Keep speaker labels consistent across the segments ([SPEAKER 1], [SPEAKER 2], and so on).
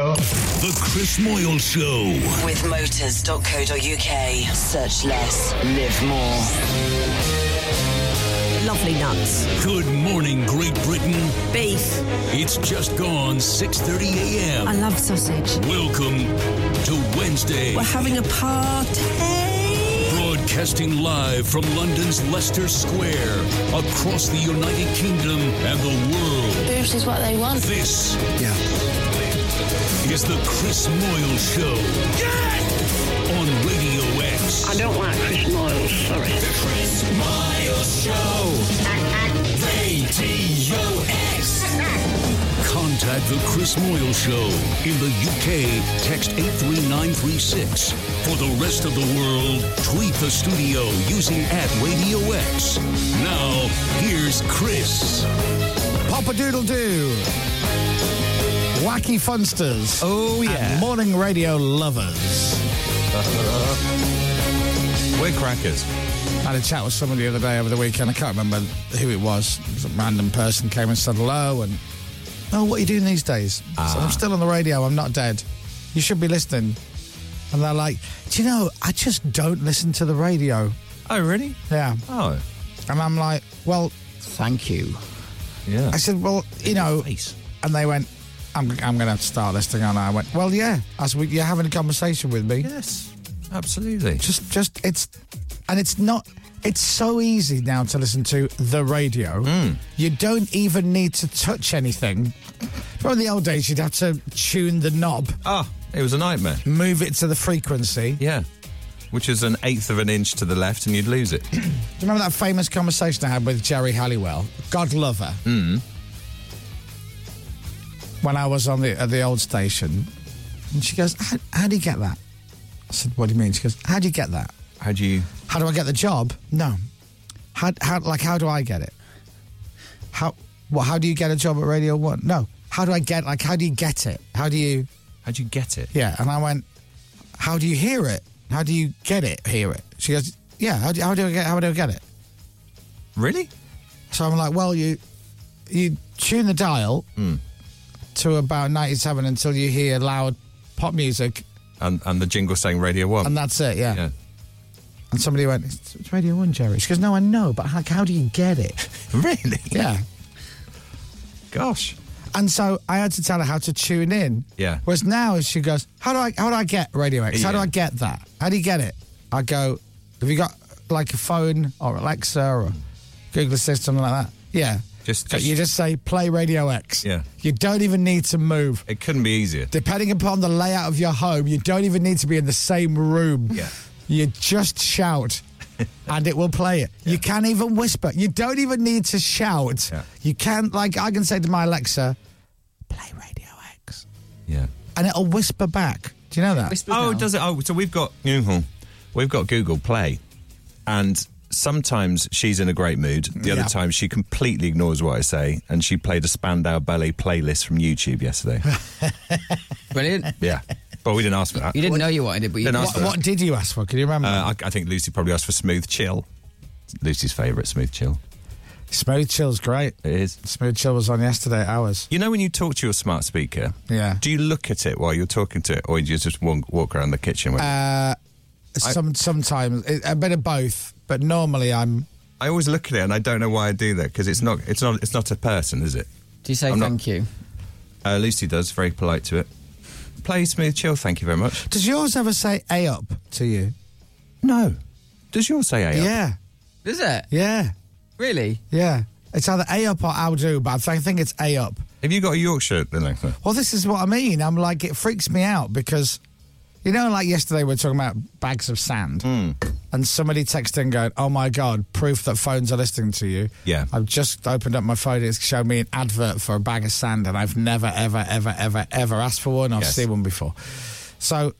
[SPEAKER 1] The Chris Moyle Show.
[SPEAKER 2] With motors.co.uk. Search less, live more.
[SPEAKER 3] Lovely nuts.
[SPEAKER 1] Good morning, Great Britain.
[SPEAKER 3] Beef.
[SPEAKER 1] It's just gone 6:30 a.m.
[SPEAKER 3] I love sausage.
[SPEAKER 1] Welcome to Wednesday.
[SPEAKER 3] We're having a party.
[SPEAKER 1] Broadcasting live from London's Leicester Square, across the United Kingdom and the world.
[SPEAKER 4] Boobs is what they want.
[SPEAKER 1] This
[SPEAKER 5] yeah.
[SPEAKER 1] is the Chris Moyle Show. Yes! On Radio X.
[SPEAKER 6] I don't like Chris Moyle, sorry.
[SPEAKER 1] The Chris Moyle Show. Radio X. Contact The Chris Moyle Show. In the UK, text 83936. For the rest of the world, tweet the studio using at Radio X. Now, here's Chris.
[SPEAKER 5] Papa Doodle Doo. Wacky Funsters.
[SPEAKER 7] Oh, yeah.
[SPEAKER 5] morning radio lovers.
[SPEAKER 7] We're crackers.
[SPEAKER 5] I had a chat with someone the other day over the weekend. I can't remember who it was. It was a random person came and said hello and oh, what are you doing these days? Ah. So I'm still on the radio. I'm not dead. You should be listening. And they're like, do you know, I just don't listen to the radio.
[SPEAKER 7] Oh, really?
[SPEAKER 5] Yeah.
[SPEAKER 7] Oh.
[SPEAKER 5] And I'm like, well,
[SPEAKER 8] thank you.
[SPEAKER 7] Yeah. I
[SPEAKER 5] said, well, you know, and they went, I'm, I'm going to start listening. And I went, well, yeah. I said, well, you're having a conversation with me.
[SPEAKER 7] Yes, absolutely.
[SPEAKER 5] Just, just, it's, and it's not, it's so easy now to listen to the radio.
[SPEAKER 7] Mm.
[SPEAKER 5] You don't even need to touch anything. From the old days, you'd have to tune the knob.
[SPEAKER 7] Ah, oh, it was a nightmare.
[SPEAKER 5] Move it to the frequency.
[SPEAKER 7] Yeah. Which is an eighth of an inch to the left, and you'd lose it.
[SPEAKER 5] Do you remember that famous conversation I had with Jerry Halliwell? God love her.
[SPEAKER 7] Mm.
[SPEAKER 5] When I was on the at the old station, and she goes, how, "How do you get that?" I said, "What do you mean?" She goes, "How do you get that?"
[SPEAKER 7] How do you?
[SPEAKER 5] How do I get the job? No. How, how like how do I get it? How well how do you get a job at Radio One? No. How do I get like how do you get it? How do you?
[SPEAKER 7] How do you get it?
[SPEAKER 5] Yeah. And I went. How do you hear it? How do you get it? Hear it? She goes. Yeah. How do, how do I get? How do I get it?
[SPEAKER 7] Really?
[SPEAKER 5] So I'm like, well, you you tune the dial
[SPEAKER 7] mm.
[SPEAKER 5] to about 97 until you hear loud pop music
[SPEAKER 7] and and the jingle saying Radio One,
[SPEAKER 5] and that's it. yeah. yeah. And somebody went, it's, Radio 1, Jerry. She goes, no, I know, but how, how do you get it?
[SPEAKER 7] really?
[SPEAKER 5] Yeah.
[SPEAKER 7] Gosh.
[SPEAKER 5] And so I had to tell her how to tune in.
[SPEAKER 7] Yeah.
[SPEAKER 5] Whereas now she goes, how do I how do I get Radio X? How
[SPEAKER 7] yeah.
[SPEAKER 5] do I get that? How do you get it? I go, have you got like a phone or Alexa or Google Assistant like that? Yeah.
[SPEAKER 7] Just,
[SPEAKER 5] so
[SPEAKER 7] just
[SPEAKER 5] you just say play Radio X.
[SPEAKER 7] Yeah.
[SPEAKER 5] You don't even need to move.
[SPEAKER 7] It couldn't be easier.
[SPEAKER 5] Depending upon the layout of your home, you don't even need to be in the same room.
[SPEAKER 7] Yeah.
[SPEAKER 5] You just shout and it will play it. Yeah. You can't even whisper. You don't even need to shout.
[SPEAKER 7] Yeah.
[SPEAKER 5] You can't, like, I can say to my Alexa, play Radio X.
[SPEAKER 7] Yeah.
[SPEAKER 5] And it'll whisper back. Do you know that?
[SPEAKER 7] oh, does it? Oh, so we've got, mm-hmm, we've got Google Play. And sometimes she's in a great mood. The other
[SPEAKER 5] Yeah.
[SPEAKER 7] time she completely ignores what I say. And she played a Spandau Ballet playlist from YouTube yesterday.
[SPEAKER 8] Brilliant.
[SPEAKER 7] yeah. But we didn't ask for that.
[SPEAKER 8] You didn't know you wanted it, but you
[SPEAKER 7] Didn't
[SPEAKER 8] did.
[SPEAKER 7] ask
[SPEAKER 5] What, what did you ask for? Can you remember?
[SPEAKER 7] Uh, I, I think Lucy probably asked for Smooth Chill. Lucy's favourite, Smooth Chill.
[SPEAKER 5] Smooth Chill's great.
[SPEAKER 7] It is.
[SPEAKER 5] Smooth Chill was on yesterday at ours.
[SPEAKER 7] You know when you talk to your smart speaker,
[SPEAKER 5] Yeah.
[SPEAKER 7] do you look at it while you're talking to it, or do you just walk, walk around the kitchen? With it?
[SPEAKER 5] Some, sometimes, it- a bit of both, but normally I'm.
[SPEAKER 7] I always look at it, and I don't know why I do that because it's not, it's not, it's not a person, is it?
[SPEAKER 8] Do you say
[SPEAKER 7] I'm not-
[SPEAKER 8] thank you?
[SPEAKER 7] Uh, Lucy does, very polite to it. Play smooth chill, thank you very much.
[SPEAKER 5] Does yours ever say A up to you?
[SPEAKER 7] No, does yours say AI?
[SPEAKER 5] Yeah.
[SPEAKER 8] Is it?
[SPEAKER 5] Yeah.
[SPEAKER 8] Really?
[SPEAKER 5] Yeah. It's either A up or I'll do, but I think it's A up.
[SPEAKER 7] Have you got a Yorkshire then? Like that?
[SPEAKER 5] Well, this is what I mean. I'm like, it freaks me out because, you know, like yesterday we were talking about bags of sand,
[SPEAKER 7] Hmm.
[SPEAKER 5] and somebody texted in going, "Oh my god, proof that phones are listening to you."
[SPEAKER 7] Yeah.
[SPEAKER 5] I've just opened up my phone. It's showed me an advert for a bag of sand, and I've never, ever, ever, ever, ever asked for one or
[SPEAKER 7] Yes.
[SPEAKER 5] seen one before. So,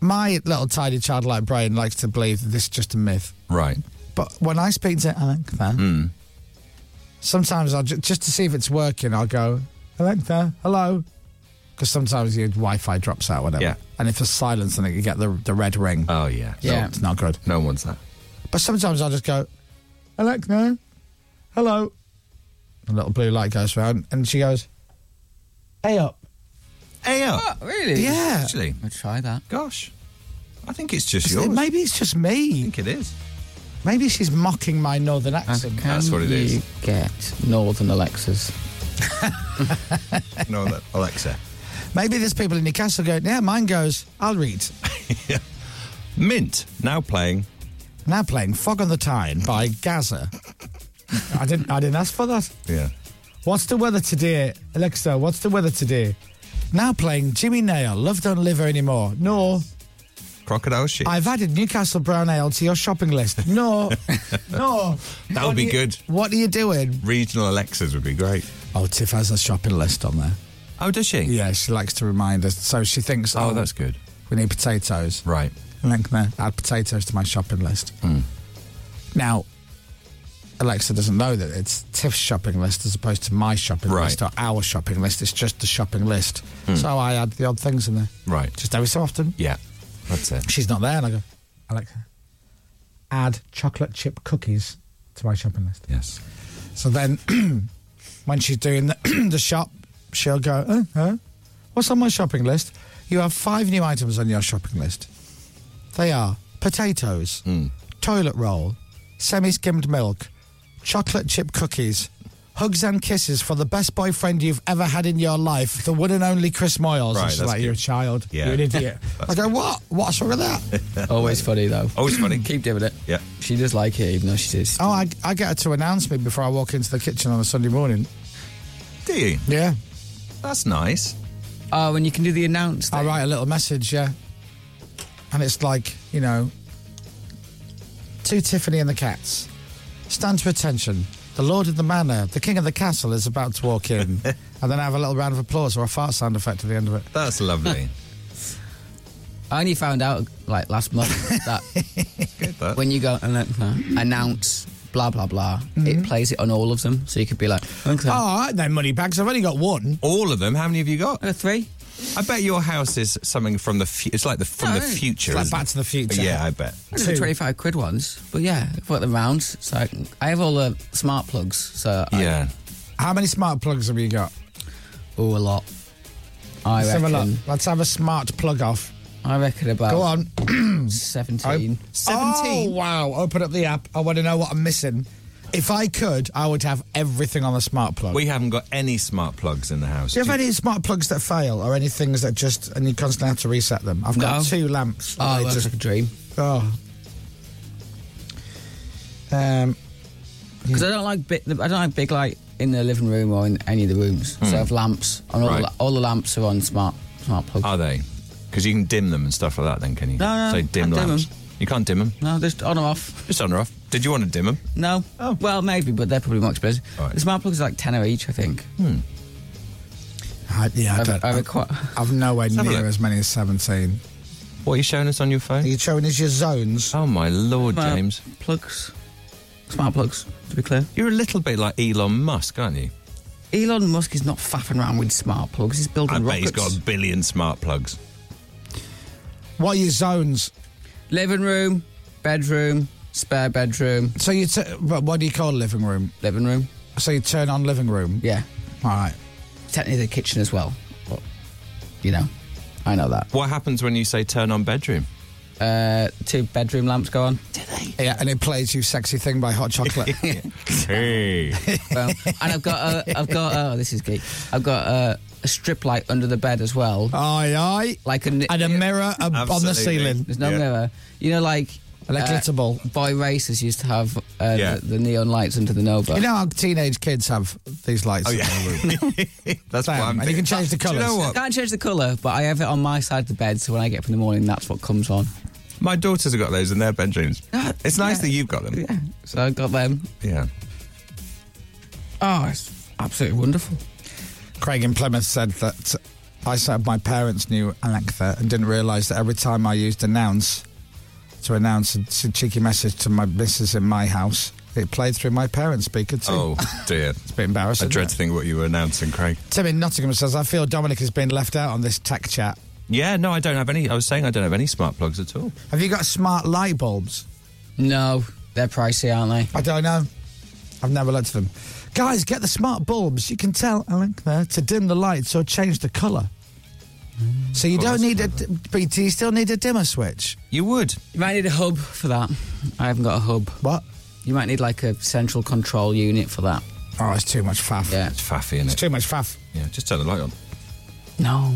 [SPEAKER 5] my little tiny childlike brain likes to believe that this is just a myth.
[SPEAKER 7] Right.
[SPEAKER 5] But when I speak to Alexa,
[SPEAKER 7] Hmm.
[SPEAKER 5] sometimes I'll ju- just to see if it's working. I'll go, Alexa, hello, because sometimes your Wi-Fi drops out, whatever.
[SPEAKER 7] Yeah.
[SPEAKER 5] And if there's silence, then you get the the red ring.
[SPEAKER 7] Oh yeah.
[SPEAKER 8] Yeah.
[SPEAKER 5] it's not good.
[SPEAKER 7] No one wants that.
[SPEAKER 5] But sometimes I'll just go, Alexa, hello. A little blue light goes round, and she goes, Hey up.
[SPEAKER 7] air.
[SPEAKER 8] Oh, really?
[SPEAKER 5] Yeah.
[SPEAKER 7] Actually,
[SPEAKER 8] I'll try that.
[SPEAKER 7] gosh, I think it's just
[SPEAKER 5] It's-
[SPEAKER 7] yours.
[SPEAKER 5] Maybe it's just
[SPEAKER 7] I
[SPEAKER 5] me.
[SPEAKER 7] think it is.
[SPEAKER 5] Maybe she's mocking my northern accent.
[SPEAKER 7] That's what it is.
[SPEAKER 8] You get Northern Alexas.
[SPEAKER 7] No, Ale- Alexa.
[SPEAKER 5] Maybe there's people in Newcastle going, yeah, mine goes, I'll read.
[SPEAKER 7] Mint now playing.
[SPEAKER 5] Now playing Fog on the Tyne by Gaza. I didn't I didn't ask for that.
[SPEAKER 7] Yeah.
[SPEAKER 5] What's the weather today? Alexa, what's the weather today? Now playing Jimmy Nail, Love Don't Live Her Anymore. No.
[SPEAKER 7] Crocodile shit.
[SPEAKER 5] I've added Newcastle Brown Ale to your shopping list. No. no.
[SPEAKER 7] That
[SPEAKER 5] What
[SPEAKER 7] would be
[SPEAKER 5] are you-
[SPEAKER 7] good.
[SPEAKER 5] What are you doing?
[SPEAKER 7] Regional Alexas would be great.
[SPEAKER 5] Oh, Tiff has a shopping list on there.
[SPEAKER 7] Oh, does she?
[SPEAKER 5] Yeah, she likes to remind us. So she thinks,
[SPEAKER 7] Oh, that's good.
[SPEAKER 5] We need potatoes.
[SPEAKER 7] Right.
[SPEAKER 5] And then can I add potatoes to my shopping list?
[SPEAKER 7] Hmm.
[SPEAKER 5] Now, Alexa doesn't know that it's Tiff's shopping list as opposed to my shopping
[SPEAKER 7] Right. Hmm.
[SPEAKER 5] list or our shopping list. It's just the shopping list. So I add the odd things in there.
[SPEAKER 7] Right.
[SPEAKER 5] Just every so often.
[SPEAKER 7] Yeah. That's it.
[SPEAKER 5] She's not there. And I go, Alexa, add chocolate chip cookies to my shopping list.
[SPEAKER 7] Yes.
[SPEAKER 5] So then when she's doing the, the shop, she'll go, uh, huh? What's on my shopping list? You have five new items on your shopping list. They are potatoes,
[SPEAKER 7] Hmm.
[SPEAKER 5] toilet roll, semi skimmed milk, chocolate chip cookies, hugs and kisses for the best boyfriend you've ever had in your life, the one and only Chris Moyles. And
[SPEAKER 7] Right,
[SPEAKER 5] she's
[SPEAKER 7] that's
[SPEAKER 5] like, You're a
[SPEAKER 7] good.
[SPEAKER 5] child.
[SPEAKER 7] Yeah.
[SPEAKER 5] You're an idiot.
[SPEAKER 7] That's
[SPEAKER 5] I go, What? What's wrong with that?
[SPEAKER 8] Always funny though.
[SPEAKER 7] Always funny.
[SPEAKER 8] Keep doing it.
[SPEAKER 7] Yeah.
[SPEAKER 8] She does like it, even though she says.
[SPEAKER 5] oh, I, I get her to announce me before I walk into the kitchen on a Sunday morning.
[SPEAKER 7] Do you?
[SPEAKER 5] Yeah.
[SPEAKER 7] That's nice.
[SPEAKER 8] Oh, and you can do the announce.
[SPEAKER 5] I
[SPEAKER 8] thing.
[SPEAKER 5] write a little message, yeah. And it's like, you know, to Tiffany and the cats, stand to attention. The Lord of the Manor, the King of the Castle is about to walk in. and then I have a little round of applause or a fart sound effect at the end of it.
[SPEAKER 7] That's lovely.
[SPEAKER 8] I only found out like last month that
[SPEAKER 7] good. That.
[SPEAKER 8] when you go and like, uh, announce blah blah blah, it plays it on all of them, so you could be like, okay.
[SPEAKER 5] Mm-hmm. Oh, all right then, money bags. I've only got one.
[SPEAKER 7] All of them. How many have you got?
[SPEAKER 8] Uh, three.
[SPEAKER 7] I bet your house is something from the. Fu- it's like the from the
[SPEAKER 8] No,
[SPEAKER 7] future.
[SPEAKER 5] it's like
[SPEAKER 7] isn't
[SPEAKER 5] Back
[SPEAKER 7] it?
[SPEAKER 5] to the Future.
[SPEAKER 7] Yeah, I bet.
[SPEAKER 8] I did the
[SPEAKER 5] Two.
[SPEAKER 8] 25 quid ones, but yeah, I've got the rounds. So I, I have all the smart plugs, so I-
[SPEAKER 7] Yeah.
[SPEAKER 5] How many smart plugs have you got?
[SPEAKER 8] oh, a lot. I
[SPEAKER 5] Let's have a look.
[SPEAKER 8] reckon, Oh.
[SPEAKER 5] Let's have a smart plug off.
[SPEAKER 8] I reckon about
[SPEAKER 5] Go on.
[SPEAKER 8] 17.
[SPEAKER 5] Oh, wow. Open up the app. I want to know what I'm missing. If I could, I would have everything on the smart plug.
[SPEAKER 7] We haven't got any smart plugs in the house.
[SPEAKER 5] Do you have any smart plugs that fail or any things that just and you constantly have to reset them? I've got
[SPEAKER 8] No.
[SPEAKER 5] two lamps. that
[SPEAKER 8] Oh,
[SPEAKER 5] I
[SPEAKER 8] that's
[SPEAKER 5] just
[SPEAKER 8] a dream.
[SPEAKER 5] oh. Um,
[SPEAKER 8] Because I don't like big, I don't like big light in the living room or in any of the rooms. So I have lamps, and all,
[SPEAKER 7] Hmm. Right. Oh.
[SPEAKER 8] the, all the lamps are on smart smart plugs.
[SPEAKER 7] Are they? Because you can dim them and stuff like that. Then can you?
[SPEAKER 8] No, no,
[SPEAKER 7] So
[SPEAKER 8] I
[SPEAKER 7] dim
[SPEAKER 8] dim
[SPEAKER 7] lamps.
[SPEAKER 8] 'em.
[SPEAKER 7] You can't dim them.
[SPEAKER 8] no, just on or off.
[SPEAKER 7] Just on or off. Did you want to dim them?
[SPEAKER 8] No.
[SPEAKER 7] Oh.
[SPEAKER 8] Well, maybe, but they're probably more expensive.
[SPEAKER 7] All right.
[SPEAKER 8] The smart plugs are like tenner each, I think.
[SPEAKER 5] I, yeah, I
[SPEAKER 8] I've,
[SPEAKER 5] don't,
[SPEAKER 8] I've,
[SPEAKER 5] I've,
[SPEAKER 8] quite,
[SPEAKER 5] I've nowhere
[SPEAKER 7] have a
[SPEAKER 5] near
[SPEAKER 7] look.
[SPEAKER 5] as many as seventeen.
[SPEAKER 7] What are you showing us on your phone?
[SPEAKER 5] Are you showing us your zones?
[SPEAKER 7] Oh my lord,
[SPEAKER 8] uh,
[SPEAKER 7] James!
[SPEAKER 8] plugs, smart plugs. To be clear,
[SPEAKER 7] You're a little bit like Elon Musk, aren't you?
[SPEAKER 8] Elon Musk is not faffing around with smart plugs. He's building
[SPEAKER 7] I bet
[SPEAKER 8] rockets.
[SPEAKER 7] he's got a billion smart plugs.
[SPEAKER 5] What are your zones?
[SPEAKER 8] Living room, bedroom, spare bedroom,
[SPEAKER 5] So you, t- but what do you call living room?
[SPEAKER 8] living room.
[SPEAKER 5] So you turn on living room.
[SPEAKER 8] Yeah,
[SPEAKER 5] All right.
[SPEAKER 8] technically the kitchen as well. But, you know, I know that.
[SPEAKER 7] What happens when you say turn on bedroom?
[SPEAKER 8] Uh, two bedroom lamps go on.
[SPEAKER 5] Yeah, and it plays you sexy thing by hot chocolate.
[SPEAKER 7] Hey.
[SPEAKER 8] Well, and I've got a, I've got oh this is geek. I've got a, a strip light under the bed as well,
[SPEAKER 5] aye, aye.
[SPEAKER 8] like a, ni-
[SPEAKER 5] And a mirror ab- on the
[SPEAKER 7] Absolutely.
[SPEAKER 5] ceiling.
[SPEAKER 8] There's no
[SPEAKER 7] Yeah.
[SPEAKER 8] mirror. You know, like uh,
[SPEAKER 5] Like glitter ball.
[SPEAKER 8] Boy racers used to have uh,
[SPEAKER 7] Yeah.
[SPEAKER 8] the, the neon lights under the Nova.
[SPEAKER 5] You know how teenage kids have these lights.
[SPEAKER 7] Oh
[SPEAKER 5] in their room?
[SPEAKER 7] yeah, that's why.
[SPEAKER 5] Damn,
[SPEAKER 7] I'm
[SPEAKER 5] and you can
[SPEAKER 7] thinking-
[SPEAKER 5] change the
[SPEAKER 7] Do you know
[SPEAKER 5] colours.
[SPEAKER 7] what?
[SPEAKER 8] I can't change the colour, but I have it on my side of the bed, so when I get up in the morning, that's what comes on.
[SPEAKER 7] My daughters have got those in their bedrooms.
[SPEAKER 8] Ah,
[SPEAKER 7] It's nice
[SPEAKER 8] yeah.
[SPEAKER 7] that you've got them.
[SPEAKER 8] Yeah, so I got them.
[SPEAKER 7] Yeah.
[SPEAKER 8] Oh, it's absolutely wonderful.
[SPEAKER 5] Craig in Plymouth said that I said my parents knew Alexa and didn't realise that every time I used announce to announce a, s- cheeky message to my missus in my house, it played through my parents' speaker too.
[SPEAKER 7] Oh dear.
[SPEAKER 5] It's a bit embarrassing.
[SPEAKER 7] I dread
[SPEAKER 5] isn't
[SPEAKER 7] to
[SPEAKER 5] it?
[SPEAKER 7] think what you were announcing, Craig.
[SPEAKER 5] Tim in Nottingham says, I feel Dominic has been left out on this tech chat.
[SPEAKER 7] Yeah, no, I don't have any. I was saying I don't have any smart plugs at all.
[SPEAKER 5] Have you got smart light bulbs?
[SPEAKER 8] No, they're pricey, aren't they?
[SPEAKER 5] I don't know. I've never looked at them. Guys, get the smart bulbs. You can tell Alexa to dim the lights or change the colour. So you
[SPEAKER 7] Well,
[SPEAKER 5] don't
[SPEAKER 7] that's
[SPEAKER 5] need a, d- but do you still need a dimmer switch?
[SPEAKER 7] You would.
[SPEAKER 8] You might need a hub for that. I haven't got a hub.
[SPEAKER 5] What?
[SPEAKER 8] You might need like a central control unit for that.
[SPEAKER 5] Oh, it's too much faff.
[SPEAKER 8] Yeah.
[SPEAKER 7] It's faffy, isn't
[SPEAKER 5] It's
[SPEAKER 7] it?
[SPEAKER 5] too much faff.
[SPEAKER 7] Yeah, just turn the light on.
[SPEAKER 8] No.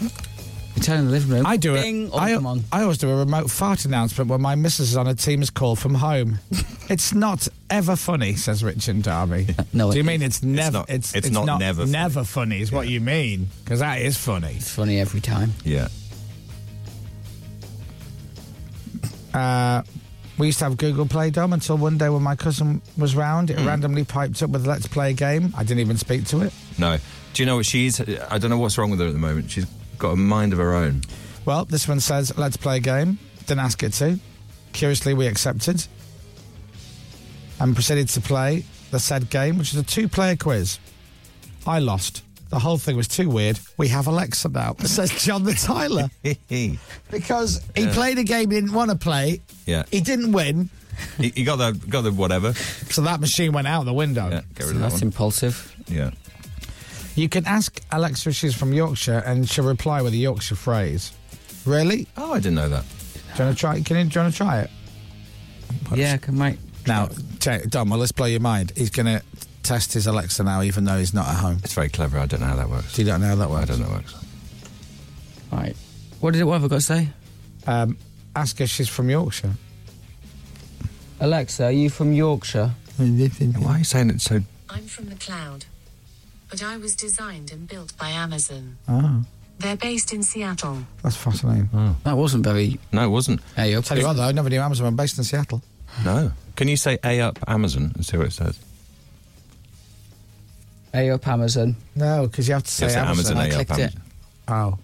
[SPEAKER 8] You turn in the living room.
[SPEAKER 5] I do
[SPEAKER 8] Bing.
[SPEAKER 5] it.
[SPEAKER 8] Oh,
[SPEAKER 5] I,
[SPEAKER 8] come on.
[SPEAKER 5] I always do a remote fart announcement when my missus is on a Teams call from home. it's not ever funny, says Richard Darby.
[SPEAKER 8] no,
[SPEAKER 5] do you
[SPEAKER 8] it
[SPEAKER 5] mean it's never?
[SPEAKER 7] not- it's not never funny.
[SPEAKER 5] never funny. Is what you mean? Because that is funny.
[SPEAKER 8] It's funny every time.
[SPEAKER 7] Yeah.
[SPEAKER 5] We used to have Google Play Dom until one day when my cousin was round,
[SPEAKER 8] Hmm.
[SPEAKER 5] it randomly piped up with "Let's play a game." I didn't even speak to it.
[SPEAKER 7] No. Do you know what she's? I don't know what's wrong with her at the moment. She's got a mind of her own.
[SPEAKER 5] Well, this one says, "Let's play a game." Didn't ask it to. Curiously, we accepted and proceeded to play the said game, which is a two-player quiz. I lost. The whole thing was too weird. We have Alexa now, says John the Tyler,
[SPEAKER 7] he,
[SPEAKER 5] because he played a game he didn't want to play.
[SPEAKER 7] Yeah.
[SPEAKER 5] He didn't win,
[SPEAKER 7] he got the got the whatever.
[SPEAKER 5] so that machine went out the window.
[SPEAKER 7] Yeah, get rid of that
[SPEAKER 8] That's
[SPEAKER 7] one.
[SPEAKER 8] impulsive.
[SPEAKER 7] yeah.
[SPEAKER 5] You can ask Alexa if she's from Yorkshire, and she'll reply with a Yorkshire phrase. Really?
[SPEAKER 7] Oh, I didn't know that.
[SPEAKER 5] Do you want to try? Can you, do you want to try it?
[SPEAKER 8] Yeah, I can make.
[SPEAKER 5] Now, check, Dom. Well, let's blow your mind. He's going to test his Alexa now, even though he's not at home.
[SPEAKER 7] It's very clever. I don't know how that works.
[SPEAKER 5] Do you don't know how that
[SPEAKER 7] I
[SPEAKER 5] works?
[SPEAKER 7] don't know how it works.
[SPEAKER 8] Right. What did it? What have I got to say?
[SPEAKER 5] Um, ask if she's from Yorkshire.
[SPEAKER 8] Alexa, are you from Yorkshire?
[SPEAKER 7] Why are you saying it so?
[SPEAKER 9] I'm from the cloud. But I was designed and built by Amazon.
[SPEAKER 8] Ah.
[SPEAKER 5] Oh,
[SPEAKER 9] They're based in Seattle.
[SPEAKER 5] that's fascinating.
[SPEAKER 7] Hmm.
[SPEAKER 8] That wasn't very.
[SPEAKER 7] No, it wasn't.
[SPEAKER 8] Hey, up.
[SPEAKER 5] Tell you what, though, I never knew Amazon were based in Seattle.
[SPEAKER 7] No. Can you say a up Amazon and see what it says?
[SPEAKER 8] Hey, up, Amazon.
[SPEAKER 5] No, because you have to say
[SPEAKER 7] Yes,
[SPEAKER 5] Amazon.
[SPEAKER 7] Amazon,
[SPEAKER 8] I
[SPEAKER 7] A up
[SPEAKER 8] clicked it.
[SPEAKER 7] Amazon.
[SPEAKER 5] Oh,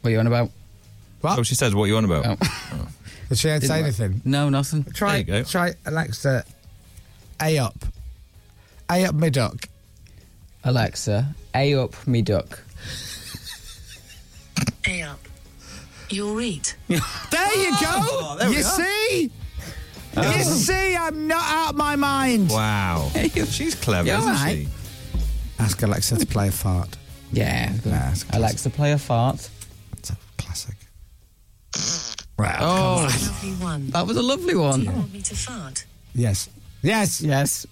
[SPEAKER 8] What are you on about?
[SPEAKER 5] what?
[SPEAKER 7] Oh, she says what you on about.
[SPEAKER 8] Oh.
[SPEAKER 5] Did she say
[SPEAKER 8] Didn't work.
[SPEAKER 5] anything?
[SPEAKER 8] No, nothing.
[SPEAKER 5] Try,
[SPEAKER 7] There you go.
[SPEAKER 5] try Alexa. A up, A up, mid duck.
[SPEAKER 8] Alexa, A up me duck.
[SPEAKER 9] Hey up. You'll eat.
[SPEAKER 5] There you go.
[SPEAKER 7] Ah, there we
[SPEAKER 5] you
[SPEAKER 7] are.
[SPEAKER 5] see? You see, I'm not out of my mind.
[SPEAKER 7] Wow. She's clever,
[SPEAKER 8] You're
[SPEAKER 7] isn't
[SPEAKER 8] right.
[SPEAKER 7] she?
[SPEAKER 5] Ask Alexa to play a fart.
[SPEAKER 8] Yeah.
[SPEAKER 5] Nah, it's classic.
[SPEAKER 8] Alexa, play a fart.
[SPEAKER 5] It's a classic. Right.
[SPEAKER 8] Oh,
[SPEAKER 9] Lovely one.
[SPEAKER 8] that was a lovely
[SPEAKER 9] Do you
[SPEAKER 8] one.
[SPEAKER 9] want me to fart?
[SPEAKER 5] Yes. Yes.
[SPEAKER 8] Yes.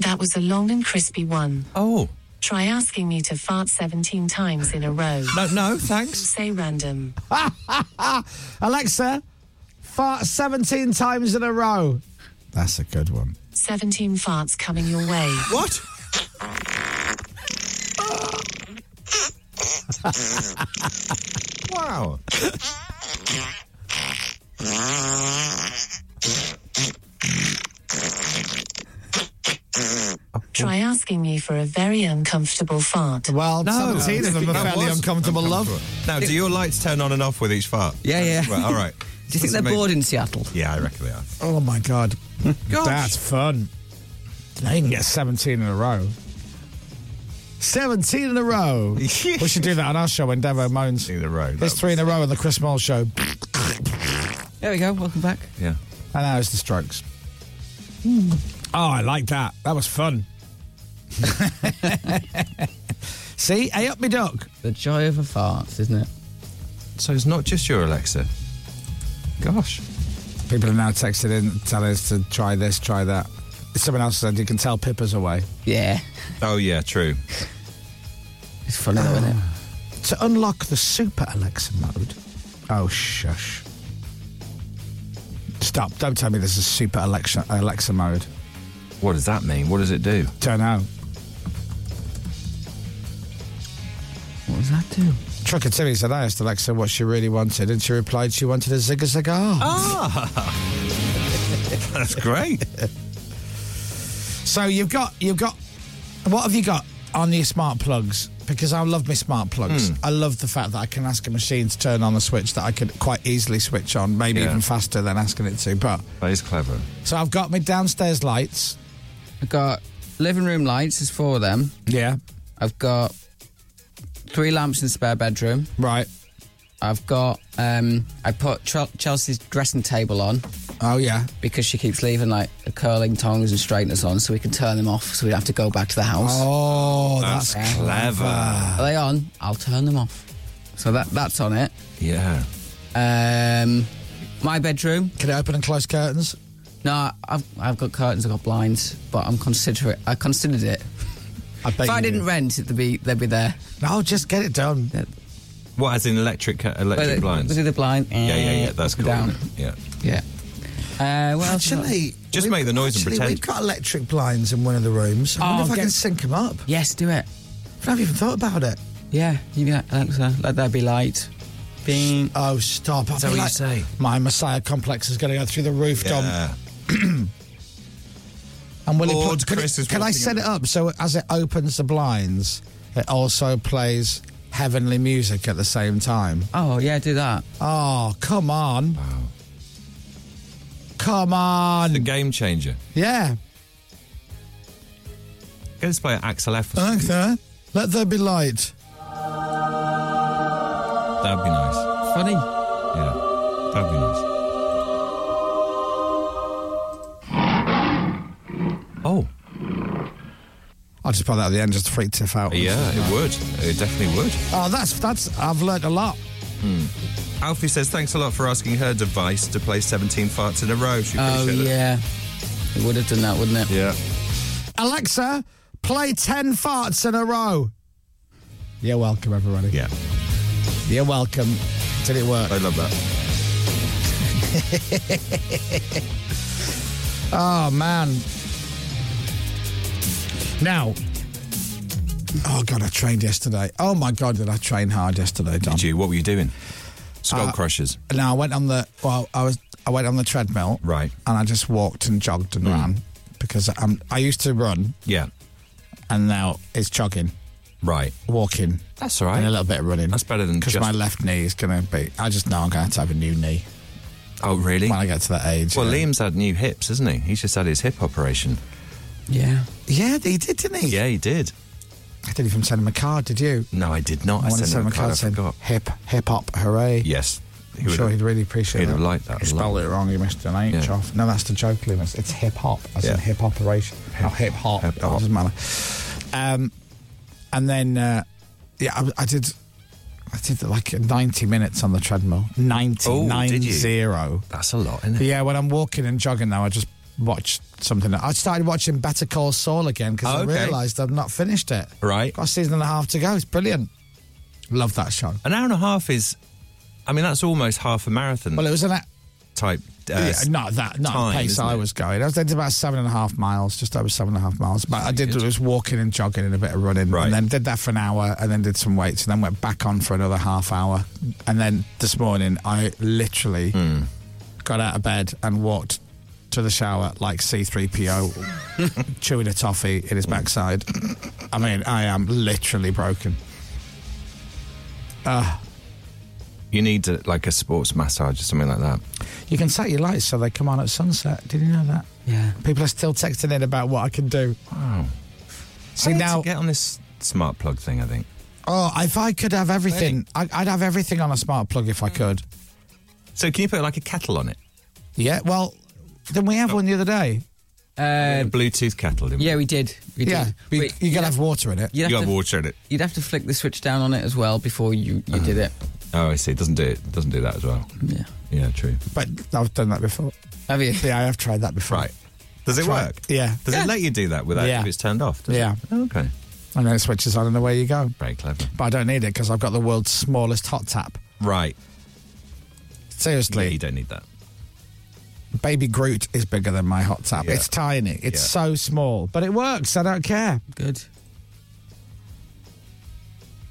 [SPEAKER 9] That was a long and crispy one.
[SPEAKER 7] Oh.
[SPEAKER 9] Try asking me to fart 17 times in a row.
[SPEAKER 5] Uh,
[SPEAKER 7] No, no, thanks.
[SPEAKER 9] Say random.
[SPEAKER 5] Alexa, fart 17 times in a row. That's a good one.
[SPEAKER 9] 17 farts coming your way.
[SPEAKER 7] What? wow.
[SPEAKER 9] Try asking me for a very uncomfortable fart.
[SPEAKER 5] Well,
[SPEAKER 7] No.
[SPEAKER 5] 17 of them are
[SPEAKER 7] That
[SPEAKER 5] fairly
[SPEAKER 7] was
[SPEAKER 5] uncomfortable, love.
[SPEAKER 7] Now, do your lights turn on and off with each fart?
[SPEAKER 8] Yeah, yeah.
[SPEAKER 7] Well, all right.
[SPEAKER 8] Do you think
[SPEAKER 7] That's
[SPEAKER 8] they're
[SPEAKER 7] amazing.
[SPEAKER 8] bored in Seattle?
[SPEAKER 7] Yeah, I reckon they are.
[SPEAKER 5] Oh, my God.
[SPEAKER 7] Gosh.
[SPEAKER 5] That's fun. Now you can get 17 in a row. 17 in a row. we should do that on our show when Devo moans.
[SPEAKER 7] In a row,
[SPEAKER 5] There's
[SPEAKER 7] that
[SPEAKER 5] three in a row on the Chris Moyle show.
[SPEAKER 8] There we go. Welcome back.
[SPEAKER 7] Yeah.
[SPEAKER 5] And now it's the strokes. Oh, I like that. That was fun. See, hey up me duck.
[SPEAKER 8] The joy of a fart, isn't it?
[SPEAKER 7] So it's not just your Alexa. Gosh.
[SPEAKER 5] People are now texting in telling us to try this, try that. Someone else said you can tell Pippa's away.
[SPEAKER 8] Yeah.
[SPEAKER 7] Oh, yeah, true.
[SPEAKER 8] It's funny though, isn't it?
[SPEAKER 5] To unlock the super Alexa mode. Oh shush. Stop, don't tell me there's a super Alexa Alexa mode.
[SPEAKER 7] What does that mean? What does it do?
[SPEAKER 5] Don't know.
[SPEAKER 8] What does that do?
[SPEAKER 5] Trucker Timmy said I asked Alexa what she really wanted, and she replied she wanted a zigga cigar.
[SPEAKER 7] That's great.
[SPEAKER 5] So you've got you've got what have you got on your smart plugs? Because I love my smart plugs. I love the fact that I can ask a machine to turn on a switch that I could quite easily switch on, maybe
[SPEAKER 7] Yeah.
[SPEAKER 5] even faster than asking it to. But
[SPEAKER 7] that is clever.
[SPEAKER 5] so I've got my downstairs lights.
[SPEAKER 8] I've got living room lights, there's four of them.
[SPEAKER 5] Yeah.
[SPEAKER 8] I've got three lamps in the spare bedroom.
[SPEAKER 5] Right.
[SPEAKER 8] I've got, um, I put Chel- Chelsea's dressing table on.
[SPEAKER 5] Oh, yeah.
[SPEAKER 8] because she keeps leaving like curling tongs and straighteners on, so we can turn them off, so we don't have to go back to the house.
[SPEAKER 5] Oh,
[SPEAKER 7] That's
[SPEAKER 5] that's.
[SPEAKER 7] clever.
[SPEAKER 8] Are they on? I'll turn them off. So that that's on it.
[SPEAKER 7] Yeah.
[SPEAKER 8] Um, my bedroom.
[SPEAKER 5] Can it open and close curtains?
[SPEAKER 8] No, I've I've got curtains, I've got blinds, but I'm considerate. I considered it.
[SPEAKER 5] I bet
[SPEAKER 8] If I
[SPEAKER 5] you
[SPEAKER 8] didn't rent, it'd be they'd be there.
[SPEAKER 5] No, just get it done.
[SPEAKER 7] What, as in electric ca- electric
[SPEAKER 8] But
[SPEAKER 7] blinds?
[SPEAKER 8] Was it the blind? Eh,
[SPEAKER 7] yeah, yeah, yeah. That's cool.
[SPEAKER 8] Down.
[SPEAKER 7] isn't it? Yeah.
[SPEAKER 8] Yeah. Uh, well,
[SPEAKER 5] Actually,
[SPEAKER 7] Just
[SPEAKER 5] we've-
[SPEAKER 7] make the noise and
[SPEAKER 5] actually,
[SPEAKER 7] pretend.
[SPEAKER 5] We've got electric blinds in one of the rooms. I wonder
[SPEAKER 8] Oh,
[SPEAKER 5] if I
[SPEAKER 8] get-
[SPEAKER 5] can sync them up.
[SPEAKER 8] Yes, do it.
[SPEAKER 5] I've even thought about it.
[SPEAKER 8] Yeah, you be like Alexa, let there be light. Bing.
[SPEAKER 5] Oh, stop! Is
[SPEAKER 7] that what you say?
[SPEAKER 5] My messiah complex is going to go through the roof, Dom.
[SPEAKER 7] Yeah.
[SPEAKER 5] And will
[SPEAKER 7] Lord
[SPEAKER 5] it? pl- Can,
[SPEAKER 7] Chris
[SPEAKER 5] it,
[SPEAKER 7] is
[SPEAKER 5] can I
[SPEAKER 7] walking
[SPEAKER 5] set
[SPEAKER 7] in.
[SPEAKER 5] it up so as it opens the blinds, it also plays heavenly music at the same time?
[SPEAKER 8] Oh yeah, do that.
[SPEAKER 5] Oh, come on! Come
[SPEAKER 7] The
[SPEAKER 5] on!
[SPEAKER 7] game changer.
[SPEAKER 5] Yeah.
[SPEAKER 7] Go let's play Axel F. That'd
[SPEAKER 5] Alexa, let there be light.
[SPEAKER 7] be nice.
[SPEAKER 8] Funny.
[SPEAKER 7] Yeah. That'd be nice. Oh.
[SPEAKER 5] I'll just put that at the end just to freak Tiff out.
[SPEAKER 7] Yeah, it would. It definitely would.
[SPEAKER 5] Oh, that's that's. I've learnt a lot.
[SPEAKER 7] Alfie says, thanks a lot for asking her device to play 17 farts in a row. She
[SPEAKER 8] Oh
[SPEAKER 7] appreciated it.
[SPEAKER 8] yeah. It would have done that,
[SPEAKER 5] Oh,
[SPEAKER 8] wouldn't it?
[SPEAKER 7] Yeah.
[SPEAKER 5] Alexa, play 10 farts in a row. You're welcome, everybody.
[SPEAKER 7] Yeah.
[SPEAKER 5] You're welcome. Did it work?
[SPEAKER 7] I love that.
[SPEAKER 5] Oh, man. Now. Oh, God, I trained yesterday. Oh, my God, did I train hard yesterday, Dom?
[SPEAKER 7] Did you? What were you doing? Skull
[SPEAKER 5] Uh,
[SPEAKER 7] crushers.
[SPEAKER 5] No, I went on the, well, I was, I went on the treadmill.
[SPEAKER 7] Right. Mm.
[SPEAKER 5] And I just walked and jogged and ran because i um, I used to run
[SPEAKER 7] Yeah.
[SPEAKER 5] and now it's jogging,
[SPEAKER 7] Right.
[SPEAKER 5] walking.
[SPEAKER 7] That's all right.
[SPEAKER 5] And a little bit of running.
[SPEAKER 7] That's better than
[SPEAKER 5] because
[SPEAKER 7] just-
[SPEAKER 5] my left knee is going to be. I just know I'm going to have to have a new knee
[SPEAKER 7] Oh, really?
[SPEAKER 5] when I get to that age.
[SPEAKER 7] Well,
[SPEAKER 5] yeah.
[SPEAKER 7] Liam's had new hips, hasn't he? He's just had his hip operation.
[SPEAKER 8] Yeah.
[SPEAKER 5] Yeah, he did, didn't he?
[SPEAKER 7] Yeah, he did.
[SPEAKER 5] I didn't even send him a card, did you?
[SPEAKER 7] No, I did not. I,
[SPEAKER 5] wanted to
[SPEAKER 7] sent
[SPEAKER 5] send
[SPEAKER 7] him a card. I
[SPEAKER 5] saying,
[SPEAKER 7] forgot.
[SPEAKER 5] Hip, hip hop, hooray.
[SPEAKER 7] Yes.
[SPEAKER 5] I'm sure he'd really appreciate
[SPEAKER 7] he'd
[SPEAKER 5] that.
[SPEAKER 7] have liked that
[SPEAKER 5] You
[SPEAKER 7] a
[SPEAKER 5] spelled
[SPEAKER 7] lot.
[SPEAKER 5] it wrong, you missed an H
[SPEAKER 7] Yeah.
[SPEAKER 5] off. No, that's the joke, Loomis. It's hip hop. I said
[SPEAKER 7] Yeah.
[SPEAKER 5] hip operation. Oh, hip hop.
[SPEAKER 7] Hip
[SPEAKER 5] It
[SPEAKER 7] hop.
[SPEAKER 5] doesn't matter. Um, and then, uh, yeah, I, I did. I did like 90 minutes on the treadmill. 90,
[SPEAKER 7] Oh, did you?
[SPEAKER 5] 9-0.
[SPEAKER 7] That's a lot, isn't it?
[SPEAKER 5] Yeah, when I'm walking and jogging now, I just watch something. I started watching Better Call Saul again because
[SPEAKER 7] Oh,
[SPEAKER 5] I
[SPEAKER 7] okay.
[SPEAKER 5] realised I've not finished it.
[SPEAKER 7] Right.
[SPEAKER 5] Got a season and a half to go. It's brilliant. Love that show.
[SPEAKER 7] An hour and a half is. I mean, that's almost half a marathon
[SPEAKER 5] Well, it was an. a-
[SPEAKER 7] type. Uh,
[SPEAKER 5] yeah, not that, not
[SPEAKER 7] time,
[SPEAKER 5] the pace
[SPEAKER 7] isn't
[SPEAKER 5] I
[SPEAKER 7] it?
[SPEAKER 5] was going. I was did about seven and a half miles, just over seven and a half miles. But I did
[SPEAKER 7] good.
[SPEAKER 5] was walking and jogging and a bit of running,
[SPEAKER 7] Right.
[SPEAKER 5] and then did that for an hour, and then did some weights, and then went back on for another half hour, and then this morning I literally
[SPEAKER 7] Hmm.
[SPEAKER 5] got out of bed and walked to the shower like C3PO, chewing a toffee in his backside. I mean, I am literally broken.
[SPEAKER 7] You need uh like a sports massage or something like that.
[SPEAKER 5] You can set your lights so they come on at sunset. Did you know that?
[SPEAKER 8] Yeah.
[SPEAKER 5] People are still texting in about what I can do.
[SPEAKER 7] Wow.
[SPEAKER 5] See
[SPEAKER 7] I need
[SPEAKER 5] now,
[SPEAKER 7] to get on this smart plug thing. I think
[SPEAKER 5] oh, if I could have everything, I, I'd have everything on a smart plug if I
[SPEAKER 7] Mm.
[SPEAKER 5] could.
[SPEAKER 7] so. Can you put like a kettle on it?
[SPEAKER 5] Yeah, well, then we have
[SPEAKER 7] Oh.
[SPEAKER 5] one the other day.
[SPEAKER 7] A
[SPEAKER 8] Uh,
[SPEAKER 7] Bluetooth kettle. Didn't
[SPEAKER 8] yeah, we did. We
[SPEAKER 5] Yeah,
[SPEAKER 8] did.
[SPEAKER 5] we,
[SPEAKER 8] But
[SPEAKER 5] you
[SPEAKER 8] you'd
[SPEAKER 5] gotta
[SPEAKER 8] have-
[SPEAKER 5] have water in it.
[SPEAKER 8] You'd
[SPEAKER 7] You
[SPEAKER 8] have,
[SPEAKER 7] got
[SPEAKER 8] to,
[SPEAKER 7] water in it.
[SPEAKER 8] you'd have to flick the switch down on it as well before you, you did it.
[SPEAKER 7] Oh, I see. It doesn't do it. Doesn't do that as well.
[SPEAKER 8] Yeah.
[SPEAKER 7] Yeah, true.
[SPEAKER 5] But I've done that before.
[SPEAKER 8] Have you?
[SPEAKER 5] Yeah, I have tried that before.
[SPEAKER 7] Right. Does it
[SPEAKER 5] Try-
[SPEAKER 7] work?
[SPEAKER 5] yeah.
[SPEAKER 7] Does
[SPEAKER 8] Yeah.
[SPEAKER 7] it let you do that without
[SPEAKER 5] Yeah.
[SPEAKER 7] if it's turned off? does it?
[SPEAKER 5] Yeah.
[SPEAKER 7] Oh, okay.
[SPEAKER 5] And then it switches on and away you go.
[SPEAKER 7] Very clever.
[SPEAKER 5] But I don't need it because I've got the world's smallest hot tap.
[SPEAKER 7] Right. Yeah,
[SPEAKER 5] Seriously,
[SPEAKER 7] you don't need that.
[SPEAKER 5] Baby Groot is bigger than my hot tap.
[SPEAKER 7] Yeah.
[SPEAKER 5] It's tiny. It's
[SPEAKER 7] Yeah.
[SPEAKER 5] so small, but it works. I don't care.
[SPEAKER 8] Good.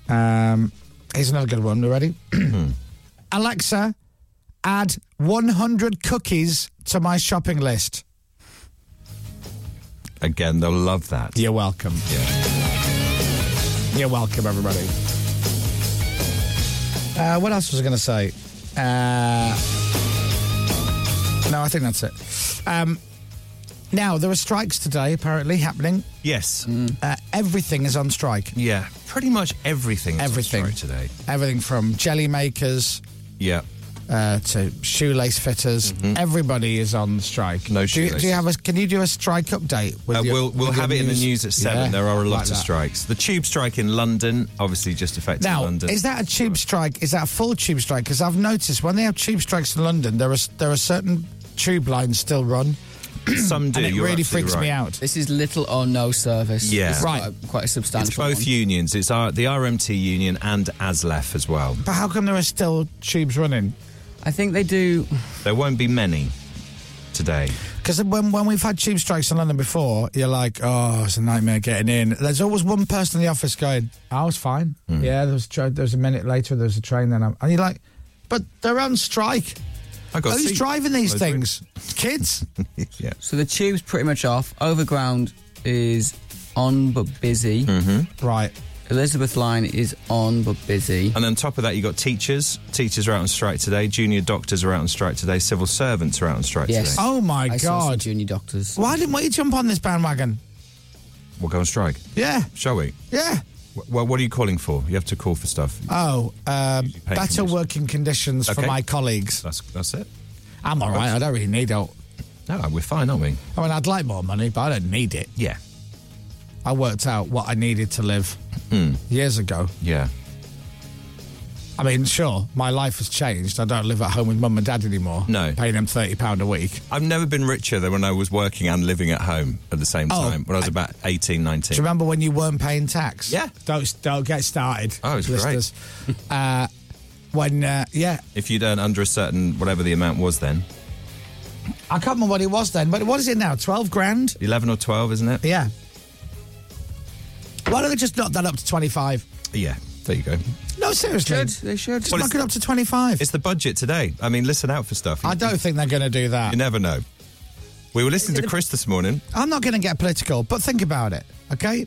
[SPEAKER 5] Um, here's another good one. You ready? Alexa, add 100 cookies to my shopping list.
[SPEAKER 7] Again, they'll love that.
[SPEAKER 5] You're welcome.
[SPEAKER 7] Yeah.
[SPEAKER 5] You're welcome, everybody. Uh, what else was I going to say? Uh, no, I think that's it. Um, now, there are strikes today, apparently, happening.
[SPEAKER 7] Yes.
[SPEAKER 5] Uh, everything is on strike.
[SPEAKER 7] Yeah. Pretty much everything. is on
[SPEAKER 5] Everything.
[SPEAKER 7] strike today.
[SPEAKER 5] Everything from jelly makers,
[SPEAKER 7] Yeah.
[SPEAKER 5] uh, to shoelace fitters. Everybody is on strike.
[SPEAKER 7] Mm-hmm. No
[SPEAKER 5] do you, do
[SPEAKER 7] shoelaces.
[SPEAKER 5] you have a, Can you do a strike update? With
[SPEAKER 7] Uh,
[SPEAKER 5] your-
[SPEAKER 7] we'll we'll
[SPEAKER 5] with your
[SPEAKER 7] have it in the news at seven.
[SPEAKER 5] Yeah,
[SPEAKER 7] there are a lot
[SPEAKER 5] like
[SPEAKER 7] of
[SPEAKER 5] that.
[SPEAKER 7] strikes. The tube strike in London, obviously, just affecting
[SPEAKER 5] Now,
[SPEAKER 7] London.
[SPEAKER 5] is that a tube strike? Is that a full tube strike? Because I've noticed when they have tube strikes in London, there are s- there are certain tube lines still run,
[SPEAKER 7] Some do.
[SPEAKER 5] and it
[SPEAKER 7] you're
[SPEAKER 5] really
[SPEAKER 7] absolutely
[SPEAKER 5] freaks
[SPEAKER 7] right.
[SPEAKER 5] me out.
[SPEAKER 8] This is little or no service.
[SPEAKER 7] Yeah.
[SPEAKER 8] This is
[SPEAKER 5] Right.
[SPEAKER 8] Quite a, quite a substantial.
[SPEAKER 7] It's both
[SPEAKER 8] one.
[SPEAKER 7] unions. It's our, the RMT union and ASLEF as well.
[SPEAKER 5] But how come there are still tubes running?
[SPEAKER 8] I think they do.
[SPEAKER 7] There won't be many today.
[SPEAKER 5] Because when, when we've had tube strikes in London before, you're like, oh, it's a nightmare getting in. There's always one person in the office going, I was fine. Yeah, there was, tra- there was a minute later, there was a train, then I'm. And you're like, but they're on strike.
[SPEAKER 7] I got
[SPEAKER 5] Who's
[SPEAKER 7] seat-
[SPEAKER 5] driving these
[SPEAKER 7] Those
[SPEAKER 5] things? Kids?
[SPEAKER 7] big- Yeah.
[SPEAKER 8] So the tube's pretty much off. Overground is on but busy.
[SPEAKER 7] Mm-hmm.
[SPEAKER 5] right.
[SPEAKER 8] Elizabeth Line is on but busy.
[SPEAKER 7] And on top of that, you got teachers. Teachers are out on strike today. Junior doctors are out on strike today. Civil servants are out on strike
[SPEAKER 8] Yes.
[SPEAKER 7] today.
[SPEAKER 5] Oh my
[SPEAKER 8] I saw some
[SPEAKER 5] God.
[SPEAKER 8] junior doctors.
[SPEAKER 5] Why didn't we jump on this bandwagon?
[SPEAKER 7] We'll go on strike,
[SPEAKER 5] Yeah,
[SPEAKER 7] shall we?
[SPEAKER 5] yeah.
[SPEAKER 7] Wh- Well, what are you calling for? You have to call for stuff.
[SPEAKER 5] Oh, um,
[SPEAKER 7] pay
[SPEAKER 5] better
[SPEAKER 7] conditions.
[SPEAKER 5] working conditions for
[SPEAKER 7] Okay.
[SPEAKER 5] my colleagues.
[SPEAKER 7] That's that's it.
[SPEAKER 5] I'm all right. I don't really need help.
[SPEAKER 7] No, we're fine, aren't we?
[SPEAKER 5] I mean, I'd like more money, but I don't need it.
[SPEAKER 7] Yeah.
[SPEAKER 5] I worked out what I needed to live
[SPEAKER 7] Hmm.
[SPEAKER 5] years ago.
[SPEAKER 7] Yeah.
[SPEAKER 5] I mean, sure, my life has changed. I don't live at home with mum and dad anymore.
[SPEAKER 7] No.
[SPEAKER 5] Paying them £30 a week.
[SPEAKER 7] I've never been richer than when I was working and living at home at the same
[SPEAKER 5] Oh,
[SPEAKER 7] time when I was about 18, 19.
[SPEAKER 5] Do you remember when you weren't paying tax?
[SPEAKER 7] Yeah.
[SPEAKER 5] Don't, don't get started.
[SPEAKER 7] Oh, it's great.
[SPEAKER 5] listeners. uh, when, uh, yeah,
[SPEAKER 7] if you'd earn under a certain, whatever the amount was then,
[SPEAKER 5] I can't remember what it was then, but what is it now? 12 grand?
[SPEAKER 7] 11 or 12, isn't it?
[SPEAKER 5] Yeah. Why don't we just knock that up to 25?
[SPEAKER 7] Yeah. There you go.
[SPEAKER 5] No, seriously.
[SPEAKER 8] Should, they should.
[SPEAKER 5] Just
[SPEAKER 7] Well,
[SPEAKER 5] knock
[SPEAKER 7] it's-
[SPEAKER 5] it up to 25.
[SPEAKER 7] It's the budget today. I mean, listen out for stuff.
[SPEAKER 5] I don't think they're going to do that.
[SPEAKER 7] You never know. We were listening to Chris this morning.
[SPEAKER 5] I'm not going to get political, but think about it, okay?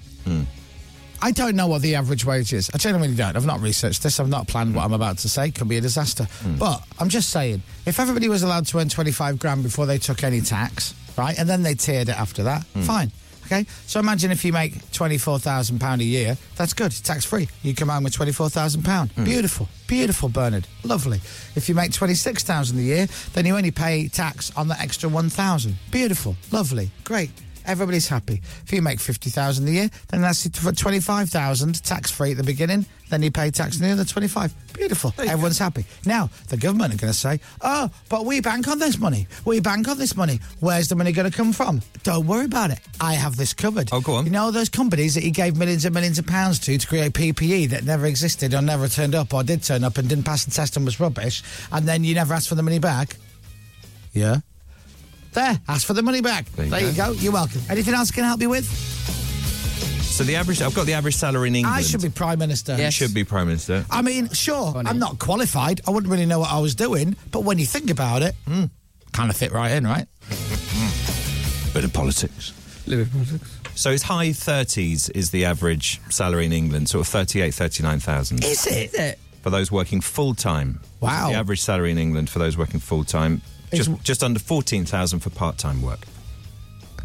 [SPEAKER 5] I don't know what the average wage is. I genuinely don't. I've not researched this. I've not planned what I'm about to say. Could be a disaster. But I'm just saying, if everybody was allowed to earn 25 grand before they took any tax, right, and then they tiered it after that, fine. Okay, so imagine if you make £24,000 a year, that's good, tax free. You come home with £24,000. Beautiful, beautiful, Bernard, lovely. If you make 26000 a year, then you only pay tax on the extra 1000 Beautiful, lovely, great. Everybody's happy. If you make fifty thousand a year, then that's it for twenty-five thousand tax-free at the beginning. Then you pay tax on the other twenty-five. Beautiful. Everyone's happy. Now the government are going to say, "Oh, but we bank on this money. We bank on this money. Where's the money going to come from? Don't worry about it. I have this covered."
[SPEAKER 7] Oh, go on.
[SPEAKER 5] You know those companies that he gave millions and millions of pounds to to create PPE that never existed or never turned up or did turn up and didn't pass the test and was rubbish, and then you never asked for the money back. Yeah. There, ask for the money back. There you, go. You're welcome. Anything else I can help you with?
[SPEAKER 7] So the average, I've got the average salary in England.
[SPEAKER 5] I should be Prime Minister.
[SPEAKER 8] Yes.
[SPEAKER 7] Should be Prime Minister.
[SPEAKER 5] I mean, sure,
[SPEAKER 8] Funny.
[SPEAKER 5] I'm not qualified. I wouldn't really know what I was doing. But when you think about it, kind of fit right in, right?
[SPEAKER 7] Bit of politics. So it's high 30s is the average salary in England, sort of 38, 39,000
[SPEAKER 5] Is it?
[SPEAKER 7] for those working full time.
[SPEAKER 5] Wow.
[SPEAKER 7] The average salary in England for those working full time, just,
[SPEAKER 5] It's-
[SPEAKER 7] just under 14,000 for part time work.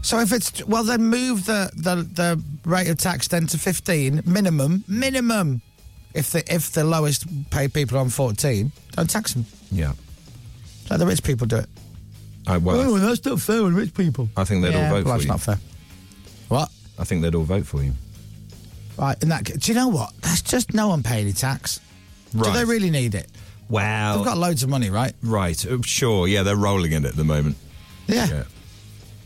[SPEAKER 5] So if it's well, then move the, the the rate of tax then to 15 minimum, minimum. If the if the lowest paid people are on 14, don't tax them.
[SPEAKER 7] Yeah.
[SPEAKER 5] Let the rich people do it.
[SPEAKER 7] I, well,
[SPEAKER 5] Oh, that's not fair on rich people.
[SPEAKER 7] I think they'd all vote
[SPEAKER 5] well,
[SPEAKER 7] for
[SPEAKER 5] that's
[SPEAKER 7] you.
[SPEAKER 5] not fair. What?
[SPEAKER 7] I think they'd all vote for you.
[SPEAKER 5] Right, and that. Do you know what? That's just no one pay any tax. Do
[SPEAKER 7] Right. Oh.
[SPEAKER 5] they really need it?
[SPEAKER 7] Wow.
[SPEAKER 5] They've got loads of money, right?
[SPEAKER 7] Right. uh, Sure. Yeah, they're rolling in it at the moment.
[SPEAKER 5] Yeah.
[SPEAKER 7] Yeah.